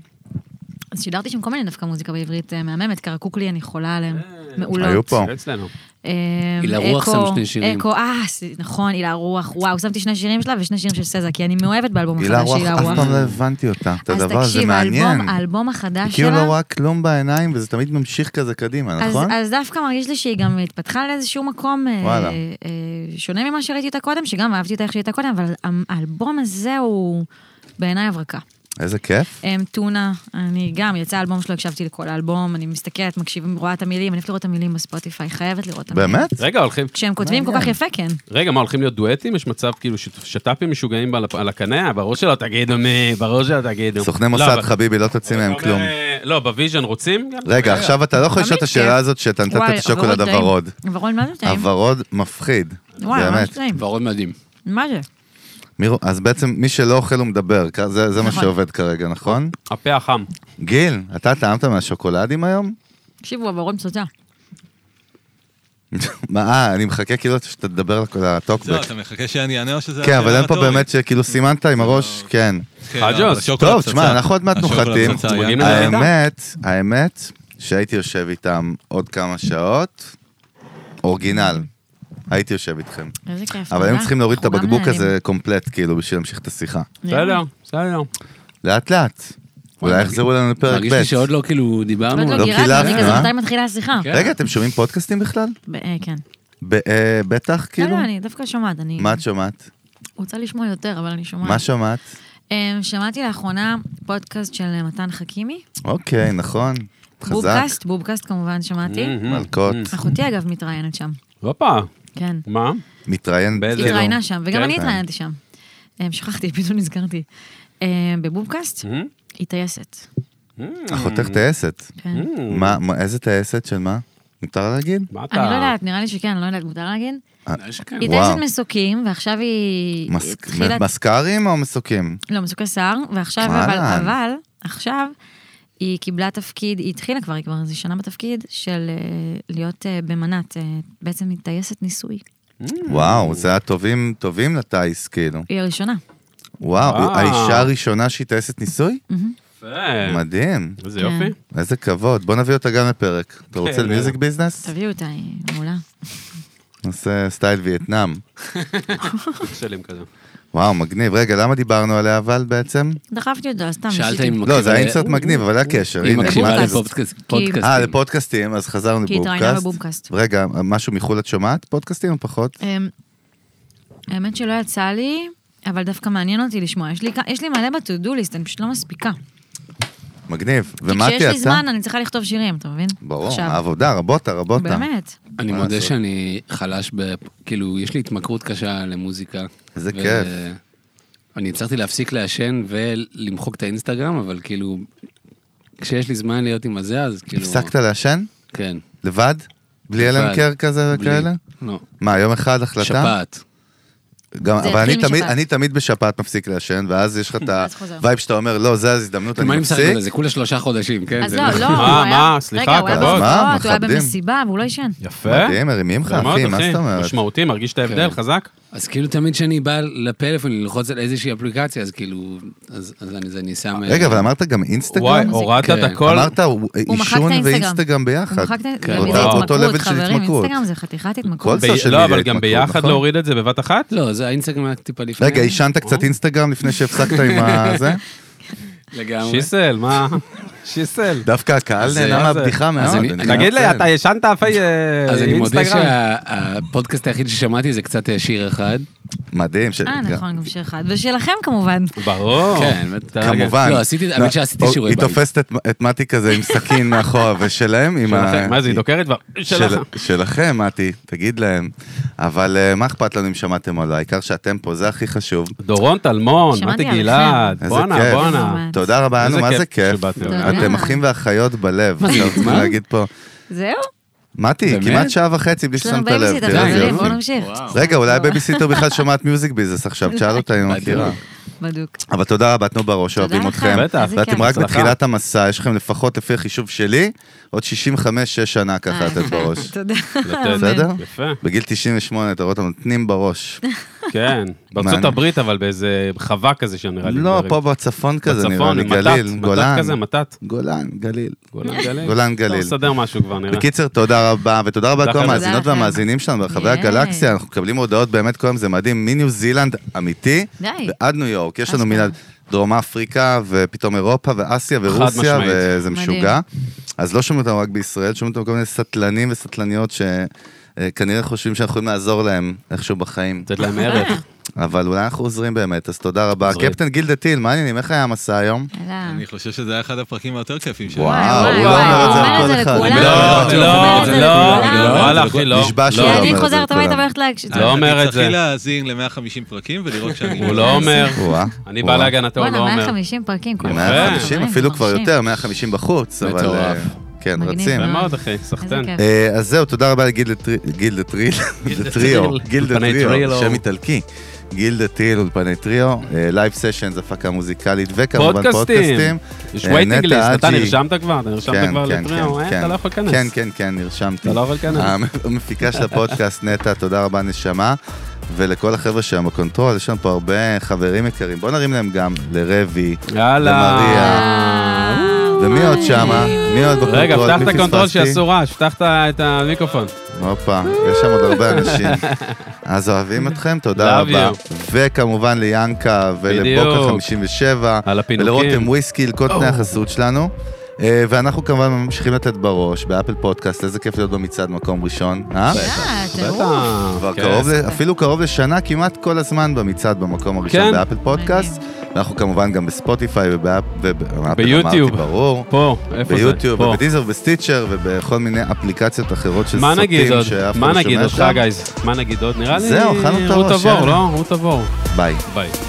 Speaker 2: אז שידרתי שם כל מיני דווקא מוזיקה בעברית אה, מהממת, קרקוקלי, אני חולה עליהם. מעולות.
Speaker 1: היו פה.
Speaker 3: זה כן, אצלנו.
Speaker 2: אמ,
Speaker 4: אה. הילה רוח
Speaker 2: אקו,
Speaker 4: שם שני שירים.
Speaker 2: אקו, אה, ס- נכון, הילה רוח, וואו, שמתי שני שירים שלה ושני שירים של סזה, כי אני מאוהבת באלבום
Speaker 1: הילה
Speaker 2: החדש של
Speaker 1: רוח,
Speaker 2: הילה
Speaker 1: אף
Speaker 2: רוח.
Speaker 1: פעם לא הבנתי אותה. את
Speaker 2: אז
Speaker 1: הדבר הזה
Speaker 2: תקשיב,
Speaker 1: מעניין.
Speaker 2: האלבום- האלבום
Speaker 1: היא
Speaker 2: החדש
Speaker 1: כאילו
Speaker 2: שלה...
Speaker 1: לא רואה כלום בעיניים, וזה תמיד ממשיך כזה קדימה,
Speaker 2: אז,
Speaker 1: נכון?
Speaker 2: אז דווקא מרגיש לי שהיא גם התפתחה לאיזשהו מקום
Speaker 1: וואלה.
Speaker 2: אה, אה, שונה ממה שראיתי אותה קודם, שגם אהבתי אותה איך שהיא הייתה קודם, אבל האלבום הזה הוא בעיניי הברקה.
Speaker 1: איזה כיף.
Speaker 2: אמ, טונה, אני גם, יצא האלבום שלו, הקשבתי לכל האלבום, אני מסתכלת, מקשיבה, רואה את המילים, אני אוהבת לראות את המילים בספוטיפיי, חייבת לראות את המילים.
Speaker 1: באמת?
Speaker 3: רגע, הולכים...
Speaker 2: כשהם כותבים כל כך יפה, כן.
Speaker 3: רגע, מה, הולכים להיות דואטים? יש מצב כאילו ש- שת"פים משוגעים על הפ- על הקנה? בראש שלו תגידו מי, בראש שלו תגידו.
Speaker 1: סוכני
Speaker 3: לא,
Speaker 1: מוסד,
Speaker 3: אבל-
Speaker 1: חביבי, לא תוציא מהם
Speaker 3: אתה
Speaker 1: כלום.
Speaker 3: אומר, אה, לא, בוויז'ן רוצים? גם?
Speaker 1: רגע, עכשיו אתה לא יכול
Speaker 2: תמיד
Speaker 1: לשאול את השאלה
Speaker 2: כיף.
Speaker 1: הזאת שאתה נתת
Speaker 2: וואי,
Speaker 1: את השוקולד
Speaker 2: טעים.
Speaker 1: הוורוד.
Speaker 2: הוורוד מה זה טעים?
Speaker 1: הוורוד מפחיד,
Speaker 2: וואי, ממש
Speaker 1: באמת.
Speaker 2: טעים.
Speaker 4: ורוד מדהים.
Speaker 2: מה זה?
Speaker 1: מי רוא- אז בעצם מי שלא אוכל הוא מדבר, כ- זה זה מה
Speaker 2: נכון.
Speaker 1: שעובד כרגע, נכון?
Speaker 3: הפה החם.
Speaker 1: גיל, אתה טעמת מהשוקולדים היום?
Speaker 2: תקשיבו, הוורוד פצצה.
Speaker 1: מה, אה, אני מחכה כאילו שאתה תדבר על כל
Speaker 5: זהו,
Speaker 1: הטוקבק.
Speaker 5: לא, אתה מחכה שאני אענה או שזה...
Speaker 1: כן, אבל
Speaker 5: השאלה
Speaker 1: אין פה
Speaker 5: הרטורית?
Speaker 1: באמת שכאילו סימנת עם הראש, כן.
Speaker 5: כן, אבל
Speaker 3: חג'וס.
Speaker 5: השוקולד
Speaker 1: טוב,
Speaker 5: פצצה.
Speaker 1: תשמע, אנחנו עוד מעט
Speaker 5: השוקולד אה,
Speaker 1: נוחתים.
Speaker 5: פצצה היה.
Speaker 3: מגיעים לזה. הלידה.
Speaker 1: האמת, האמת, שהייתי יושב איתם עוד כמה שעות, אורגינל. הייתי יושב איתכם.
Speaker 2: איזה כיף.
Speaker 1: אבל הם
Speaker 2: תודה.
Speaker 1: צריכים להוריד את
Speaker 2: אנחנו גם
Speaker 1: הבקבוק
Speaker 2: אה, נהנים.
Speaker 1: הזה קומפלט, כאילו, בשביל להמשיך את השיחה.
Speaker 2: לא
Speaker 3: בסדר, בסדר.
Speaker 1: לאט לאט. אולי
Speaker 4: מרגיש-
Speaker 1: יחזרו אלינו לפרק
Speaker 4: מרגיש לי
Speaker 1: ב'.
Speaker 4: שעוד לא כאילו דיברנו.
Speaker 2: עוד
Speaker 4: על
Speaker 2: לא
Speaker 1: לא
Speaker 4: זה.
Speaker 2: גירדנו,
Speaker 1: קילפנו,
Speaker 2: אני כזה
Speaker 1: אה?
Speaker 2: מתי מתחילה השיחה.
Speaker 5: לא-
Speaker 4: כן.
Speaker 1: רגע, אתם שומעים פודקאסטים בכלל?
Speaker 2: ב- אה, כן.
Speaker 1: ב- אה, בטח,
Speaker 2: לא,
Speaker 1: כאילו?
Speaker 2: לא, אני דווקא שומעת, אני
Speaker 1: מה את שומעת?
Speaker 2: רוצה לשמוע יותר, אבל אני שומעת.
Speaker 1: מה שומעת?
Speaker 2: אמ, שמעתי לאחרונה פודקאסט של אה, מתן חכימי.
Speaker 1: אוקיי, נכון. חזק.
Speaker 2: בובקאסט, בובקאסט כמובן שמעתי.
Speaker 3: Mm.
Speaker 1: מלכות.
Speaker 2: אחותי אגב מתראיינת שם,
Speaker 3: הופה,
Speaker 2: כן.
Speaker 3: מה?
Speaker 1: מתראיין,
Speaker 3: באיזה-
Speaker 1: כאילו.
Speaker 2: התראיינה שם, וגם
Speaker 3: כן.
Speaker 2: אני התראיינתי שם. אמ, שכחתי, פתאום נזכרתי. אמ, בבובקאסט, היא טייסת.
Speaker 1: אחותך טייסת.
Speaker 2: כן.
Speaker 3: Mm.
Speaker 1: מה, מה- איזה טייסת של מה? מותר להגיד?
Speaker 3: מה אתה...
Speaker 2: אני לא יודעת, נראה לי שכן, אני לא יודעת, מותר להגיד?
Speaker 4: נראה שכן.
Speaker 2: היא
Speaker 1: אה, וואו.
Speaker 2: טייסת מסוקים, ועכשיו היא...
Speaker 1: מס-
Speaker 2: התחילה-
Speaker 1: מסקרים או מסוקים?
Speaker 2: לא, מסוקי שיער, ועכשיו, אבל,
Speaker 1: וואלה.
Speaker 2: אבל, עכשיו, היא קיבלה תפקיד, היא התחילה כבר, היא כבר איזה שנה בתפקיד, של אה, להיות אה, במנת, אה, בעצם היא טייסת ניסוי.
Speaker 3: Mm.
Speaker 1: וואו, זה היה טובים, טובים לטיס, כאילו.
Speaker 2: היא הראשונה.
Speaker 1: וואו,
Speaker 3: וואו. כן.
Speaker 1: האישה הראשונה שהיא טייסת ניסוי?
Speaker 2: Mm.
Speaker 3: יפה.
Speaker 1: מדהים,
Speaker 3: איזה
Speaker 2: כן.
Speaker 3: יופי.
Speaker 1: איזה כבוד. בוא נביא אותה גם לפרק. אתה רוצה
Speaker 3: כן,
Speaker 1: למיוזיק ביזנס?
Speaker 2: תביאו אותה, היא מעולה.
Speaker 1: נעשה סטייל וייטנאם.
Speaker 3: שלים כזה.
Speaker 1: וואו, מגניב. רגע, למה דיברנו עליה אבל בעצם?
Speaker 2: דחפתי אותה, סתם.
Speaker 4: שאלת
Speaker 2: ניסיתי.
Speaker 4: אם היא מקשיבה
Speaker 1: לא, זה היה
Speaker 4: ל-
Speaker 1: אינסרט מגניב, אבל היה קשר.
Speaker 4: היא
Speaker 1: הנה,
Speaker 4: מקשיבה
Speaker 1: מה-
Speaker 2: לפודקאסט.
Speaker 4: לפודקאסט-
Speaker 1: אה,
Speaker 4: פודקאסטים.
Speaker 1: לפודקאסטים, אז חזרנו
Speaker 2: כי היא התראיינה
Speaker 1: לבובקאסט.
Speaker 2: בבובקאסט.
Speaker 1: רגע, משהו מחו"ל את שומעת? פודקאסטים או פחות?
Speaker 2: אמ, האמת שלא יצא לי, אבל דווקא מעניין אותי לשמוע. יש לי כ- יש לי מלא ב-to-do list, אני פשוט לא מספיקה.
Speaker 1: מגניב.
Speaker 2: כי
Speaker 1: ומה
Speaker 2: כשיש לי
Speaker 1: תיעשה?
Speaker 2: זמן, אני צריכה לכתוב שירים, אתה מבין?
Speaker 1: ברור,
Speaker 2: עכשיו.
Speaker 1: העבודה, רבותה, רבותה.
Speaker 2: באמת.
Speaker 4: אני
Speaker 1: מה
Speaker 4: מודה
Speaker 1: לעשות?
Speaker 4: שאני חלש ב... כאילו, יש לי התמכרות קשה למוזיקה.
Speaker 1: איזה כיף.
Speaker 4: אני הצלחתי להפסיק לעשן ולמחוק את האינסטגרם, אבל כאילו, כשיש לי זמן להיות עם הזה, אז כאילו...
Speaker 1: הפסקת לעשן?
Speaker 4: כן.
Speaker 1: לבד? בלי
Speaker 4: לבד.
Speaker 1: אלן קר כזה
Speaker 4: בלי-
Speaker 1: וכאלה?
Speaker 4: לא.
Speaker 1: מה, יום אחד החלטה?
Speaker 4: שפעת.
Speaker 1: גם,
Speaker 2: זה
Speaker 1: אבל אני
Speaker 2: התחיל
Speaker 1: תמיד,
Speaker 2: משפעת.
Speaker 1: אני תמיד בשפעת מפסיק לעשן, ואז יש לך את
Speaker 2: ואז חוזר.
Speaker 1: הווייב שאתה אומר, לא, זה הזדמנות,
Speaker 4: כאילו, מה
Speaker 1: אני
Speaker 4: אני משחק
Speaker 1: מפסיק.
Speaker 4: על זה? כולה שלושה חודשים, כן?
Speaker 2: אז
Speaker 4: זה
Speaker 2: לא,
Speaker 3: מה,
Speaker 2: לא, הוא היה...
Speaker 3: מה, סליחה,
Speaker 2: רגע, הוא היה
Speaker 1: כבוד. מה,
Speaker 2: בהופעות, הוא היה
Speaker 1: מכבדים.
Speaker 2: במסיבה, והוא לא ישן.
Speaker 3: יפה.
Speaker 1: מדהים, מרימים לך,
Speaker 3: מאוד,
Speaker 1: אחי, מה זאת אומרת?
Speaker 3: משמעותי, מרגיש את ההבדל,
Speaker 4: כן.
Speaker 3: חזק.
Speaker 4: אז כאילו תמיד כשאני בא לפלאפון ללחוץ על איזושהי אפליקציה, אז כאילו, אז אז אני זה- אני שם... אה,
Speaker 1: רגע, אבל אמרת גם
Speaker 3: וואי,
Speaker 1: אינסטגרם?
Speaker 3: הורדת
Speaker 4: כן.
Speaker 3: את הכל.
Speaker 1: אמרת
Speaker 2: מחק את
Speaker 1: עישון
Speaker 2: האינסטגרם.
Speaker 1: ואינסטגרם ביחד.
Speaker 2: הוא מחק את
Speaker 4: כן.
Speaker 2: זה
Speaker 1: אותו-
Speaker 4: זה
Speaker 1: אותו
Speaker 2: התמכרות,
Speaker 1: level של
Speaker 2: חברים,
Speaker 1: התמכרות.
Speaker 2: אינסטגרם זה חתיכת
Speaker 1: כל
Speaker 2: התמכרות.
Speaker 1: זה- סושיאל
Speaker 3: לא,
Speaker 1: מדיה
Speaker 3: אבל גם
Speaker 1: התמכרות,
Speaker 3: ביחד
Speaker 1: נכון?
Speaker 3: להוריד את זה בבת אחת?
Speaker 4: לא, זה האינסטגרם היה טיפה לפני.
Speaker 1: רגע, עישנת קצת אינסטגרם לפני שהפסקת עם הזה?
Speaker 4: לגמרי.
Speaker 3: שיסל, מה? שיסל.
Speaker 1: דווקא הקהל
Speaker 3: אז,
Speaker 1: נהנה
Speaker 3: אה,
Speaker 1: מהבדיחה מאוד.
Speaker 4: אני-
Speaker 1: אני
Speaker 3: תגיד לי,
Speaker 1: מתנצל.
Speaker 3: אתה ישנת אף אי-
Speaker 4: אז אני מודה
Speaker 3: אינסטגרם?
Speaker 4: שהפודקאסט היחיד ששמעתי זה קצת אה, שיר אחד.
Speaker 1: מדהים. ש-
Speaker 2: אה,
Speaker 1: גם-
Speaker 2: נכון, גם של אחד. ושלכם כמובן.
Speaker 3: ברור.
Speaker 4: כן, בטח.
Speaker 1: כמובן.
Speaker 4: לא, עשיתי, האמת שעשיתי
Speaker 1: או-
Speaker 4: שיעורי
Speaker 1: היא
Speaker 4: בית.
Speaker 1: תופסת את- את מתי כזה עם סכין מאחורה, ושלהם עם ה...
Speaker 3: שלכם, מה זה, היא דוקרת? כבר?
Speaker 1: של-
Speaker 3: שלכם.
Speaker 1: שלכם, מתי, תגיד להם. אבל אה, מה אכפת לנו אם שמעתם או לא, העיקר שאתם פה, זה הכי חשוב.
Speaker 3: דורון טלמון,
Speaker 2: שמעתי
Speaker 3: מתי
Speaker 2: עליכם.
Speaker 3: גלעד,
Speaker 1: איזה
Speaker 3: בואנה,
Speaker 1: כיף.
Speaker 3: בואנה.
Speaker 2: ממש.
Speaker 1: תודה רבה,
Speaker 3: איזה
Speaker 1: לנו, מה
Speaker 3: כיף
Speaker 1: זה כיף.
Speaker 3: שבאתם.
Speaker 2: תודה.
Speaker 1: אתם אחים ואחיות בלב,
Speaker 4: מה זה,
Speaker 1: עכשיו צריך
Speaker 4: נגמר?
Speaker 1: להגיד פה.
Speaker 2: זהו?
Speaker 1: מתי,
Speaker 4: באמת?
Speaker 1: כמעט שעה וחצי בלי
Speaker 2: יש לנו
Speaker 1: ששמת לב.
Speaker 2: בייביסיטר,
Speaker 1: תראה איזה
Speaker 2: חברים,
Speaker 1: יופי.
Speaker 2: בואו נמשיך.
Speaker 1: רגע, אולי הבייביסיטר בכלל שומעת מיוזיק ביזנס עכשיו, תשאל אותה אם היא מכירה.
Speaker 2: בדוק.
Speaker 1: אבל תודה רבה, תנו בראש,
Speaker 2: תודה
Speaker 1: אוהבים
Speaker 2: לך.
Speaker 1: אתכם.
Speaker 3: בטח.
Speaker 2: איזה
Speaker 1: ואתם
Speaker 2: כיף.
Speaker 1: רק
Speaker 3: הצלחה.
Speaker 1: בתחילת המסע, יש לכם לפחות לפי החישוב שלי, עוד 65-6 שנה ככה
Speaker 2: אה,
Speaker 1: לתת בראש.
Speaker 2: תודה.
Speaker 3: לתת.
Speaker 1: בסדר?
Speaker 3: יפה,
Speaker 1: בגיל 98, אתה רואה אותם נותנים בראש.
Speaker 3: כן. בארצות
Speaker 1: מעניין.
Speaker 3: הברית, אבל באיזה חווה כזה שם נראה לי.
Speaker 1: לא,
Speaker 3: דברים.
Speaker 1: פה בצפון כזה, נראה
Speaker 3: בצפון,
Speaker 1: לי,
Speaker 3: עם
Speaker 1: גליל,
Speaker 3: מתת,
Speaker 1: גולן.
Speaker 3: מתת כזה, מתת.
Speaker 1: גולן, גליל.
Speaker 3: גולן גליל.
Speaker 1: גולן
Speaker 3: טוב,
Speaker 1: גליל.
Speaker 3: נסדר משהו כבר, נראה.
Speaker 1: בקיצר, תודה רבה, ותודה רבה
Speaker 3: תודה
Speaker 1: לכל
Speaker 3: לכם.
Speaker 1: המאזינות
Speaker 2: תודה לכם.
Speaker 1: והמאזינים שלנו ברחבי
Speaker 2: יאי.
Speaker 1: הגלקסיה, אנחנו מקבלים הודעות באמת כל היום, זה מדהים, מניו זילנד אמיתי,
Speaker 2: די.
Speaker 1: ועד ניו יורק, יש לנו
Speaker 2: אשכרה.
Speaker 1: מילה דרום אפריקה, ופתאום אירופה, ואסיה, ורוסיה,
Speaker 3: משמעית.
Speaker 1: וזה
Speaker 2: מדהים.
Speaker 1: משוגע. אז לא שומעים אותנו רק בישראל, שומעים אותנו כל מיני סטלנים וסטלניות שכנראה חושבים שאנחנו יכולים לעזור להם איכשהו בחיים.
Speaker 3: לתת להם ערך.
Speaker 1: אבל אולי אנחנו עוזרים באמת, אז תודה רבה.
Speaker 3: עוזרים.
Speaker 1: קפטן גילדה טיל, מה העניינים? איך היה המסע היום?
Speaker 2: יאללה.
Speaker 5: אני חושב שזה היה אחד הפרקים היותר כיפים שלנו.
Speaker 1: וואו,
Speaker 2: וואי,
Speaker 1: הוא לא
Speaker 2: וואי,
Speaker 1: אומר את זה
Speaker 2: הוא
Speaker 1: על כל
Speaker 2: אומר
Speaker 1: אחד.
Speaker 2: את זה לכולם.
Speaker 3: לא,
Speaker 5: לא,
Speaker 3: לא,
Speaker 5: זה
Speaker 3: לא,
Speaker 2: לכולם.
Speaker 3: וואלה, אחי, לא.
Speaker 1: נשבע שהוא
Speaker 3: לא.
Speaker 1: אומר את
Speaker 2: יעדית
Speaker 1: זה
Speaker 2: חוזרת
Speaker 1: לכולם.
Speaker 2: הביתה והולכת להקשיב.
Speaker 3: לא אומר את זה.
Speaker 5: תתחיל להאזין ל-150 פרקים ולראות שאני...
Speaker 3: הוא לא אומר.
Speaker 1: וואה,
Speaker 3: אני
Speaker 1: וואה.
Speaker 3: בא להגנתו, הוא
Speaker 2: וואלה,
Speaker 3: לא אומר.
Speaker 2: 150 פרקים. כל
Speaker 3: יפה.
Speaker 2: הכבוד,
Speaker 1: 150,
Speaker 2: חברים,
Speaker 1: אפילו כבר
Speaker 2: 150.
Speaker 1: יותר, 150 בחוץ, אבל...
Speaker 4: מטורף.
Speaker 1: אה, כן,
Speaker 2: מגניב.
Speaker 1: רצים.
Speaker 3: יפה
Speaker 2: מאוד.
Speaker 3: מאוד, אחי, סחטן.
Speaker 2: איזה כיף.
Speaker 1: אה, אז זהו, תודה רבה לגילדה טרי- גילדה טריל, גילדה טריו, גילדה
Speaker 3: אולפני
Speaker 1: טריו,
Speaker 3: טריו.
Speaker 1: שם איטלקי. גילדה טריל, אולפני טריו, לייב סשן, הפקה מוזיקלית, וכמובן
Speaker 3: פודקאסטים.
Speaker 1: פודקאסטים.
Speaker 3: יש
Speaker 1: אה,
Speaker 3: וייטינג
Speaker 1: נטע
Speaker 3: ליסט, אתה
Speaker 1: אג'י.
Speaker 3: נרשמת כבר? אתה נרשמת
Speaker 1: כן,
Speaker 3: כבר
Speaker 1: כן,
Speaker 3: לטריו?
Speaker 1: כן,
Speaker 3: אה,
Speaker 1: כן.
Speaker 3: אתה לא יכול להיכנס.
Speaker 1: כן, כן, כן, נרשמתי. אה,
Speaker 3: אתה לא יכול להיכנס.
Speaker 1: המפיקה של הפודקאסט, נטע, תודה רבה, נשמה. ולכל החבר'ה שם בקונטרול, יש לנו פה הרבה חברים יקרים. בואו נרים להם גם לרבי,
Speaker 3: יאללה.
Speaker 1: למריה. ומי עוד שמה? מי עוד בקונטרול?
Speaker 3: רגע, פתח
Speaker 1: מי
Speaker 3: את הקונטרול
Speaker 1: פספסתי?
Speaker 3: שיעשו רעש, פתח את ה- את המיקרופון.
Speaker 1: הופה, יש שם עוד הרבה אנשים. אז אוהבים אתכם, תודה
Speaker 3: Love
Speaker 1: רבה.
Speaker 3: you.
Speaker 1: וכמובן ליאנקה ולבוקר
Speaker 3: בדיוק.
Speaker 1: 57.
Speaker 3: על הפינוקים.
Speaker 1: ולרותם וויסקי, לכל תנאי החסות שלנו. אה, ואנחנו כמובן ממשיכים לתת בראש באפל פודקאסט, איזה כיף להיות במצעד מקום ראשון, אה?
Speaker 3: כן.
Speaker 2: אה, טירוף.
Speaker 3: בטח.
Speaker 1: כבר
Speaker 3: כן.
Speaker 1: קרוב, ל- אפילו קרוב לשנה כמעט כל הזמן במצעד במקום הראשון
Speaker 3: כן.
Speaker 1: באפל פודקאסט. ואנחנו כמובן גם בספוטיפיי וביוטיוב,
Speaker 3: ביוטיוב.
Speaker 1: ברור.
Speaker 3: פה, איפה זה?
Speaker 1: ביוטיוב,
Speaker 3: פה.
Speaker 1: ובטיזר, בסטיצ'ר, ובכל מיני אפליקציות אחרות של
Speaker 3: מה
Speaker 1: סרטים
Speaker 3: נגיד עוד?
Speaker 1: שאף אחד
Speaker 3: מה
Speaker 1: לא
Speaker 3: נגיד
Speaker 1: שומע
Speaker 3: עוד?
Speaker 1: אותם.
Speaker 3: גייז, מה נגיד עוד? נראה לי
Speaker 1: זהו, אכלנו את הראש,
Speaker 3: רות עבור,
Speaker 1: יאללה.
Speaker 3: לא? רות עבור.
Speaker 1: ביי.
Speaker 3: ביי.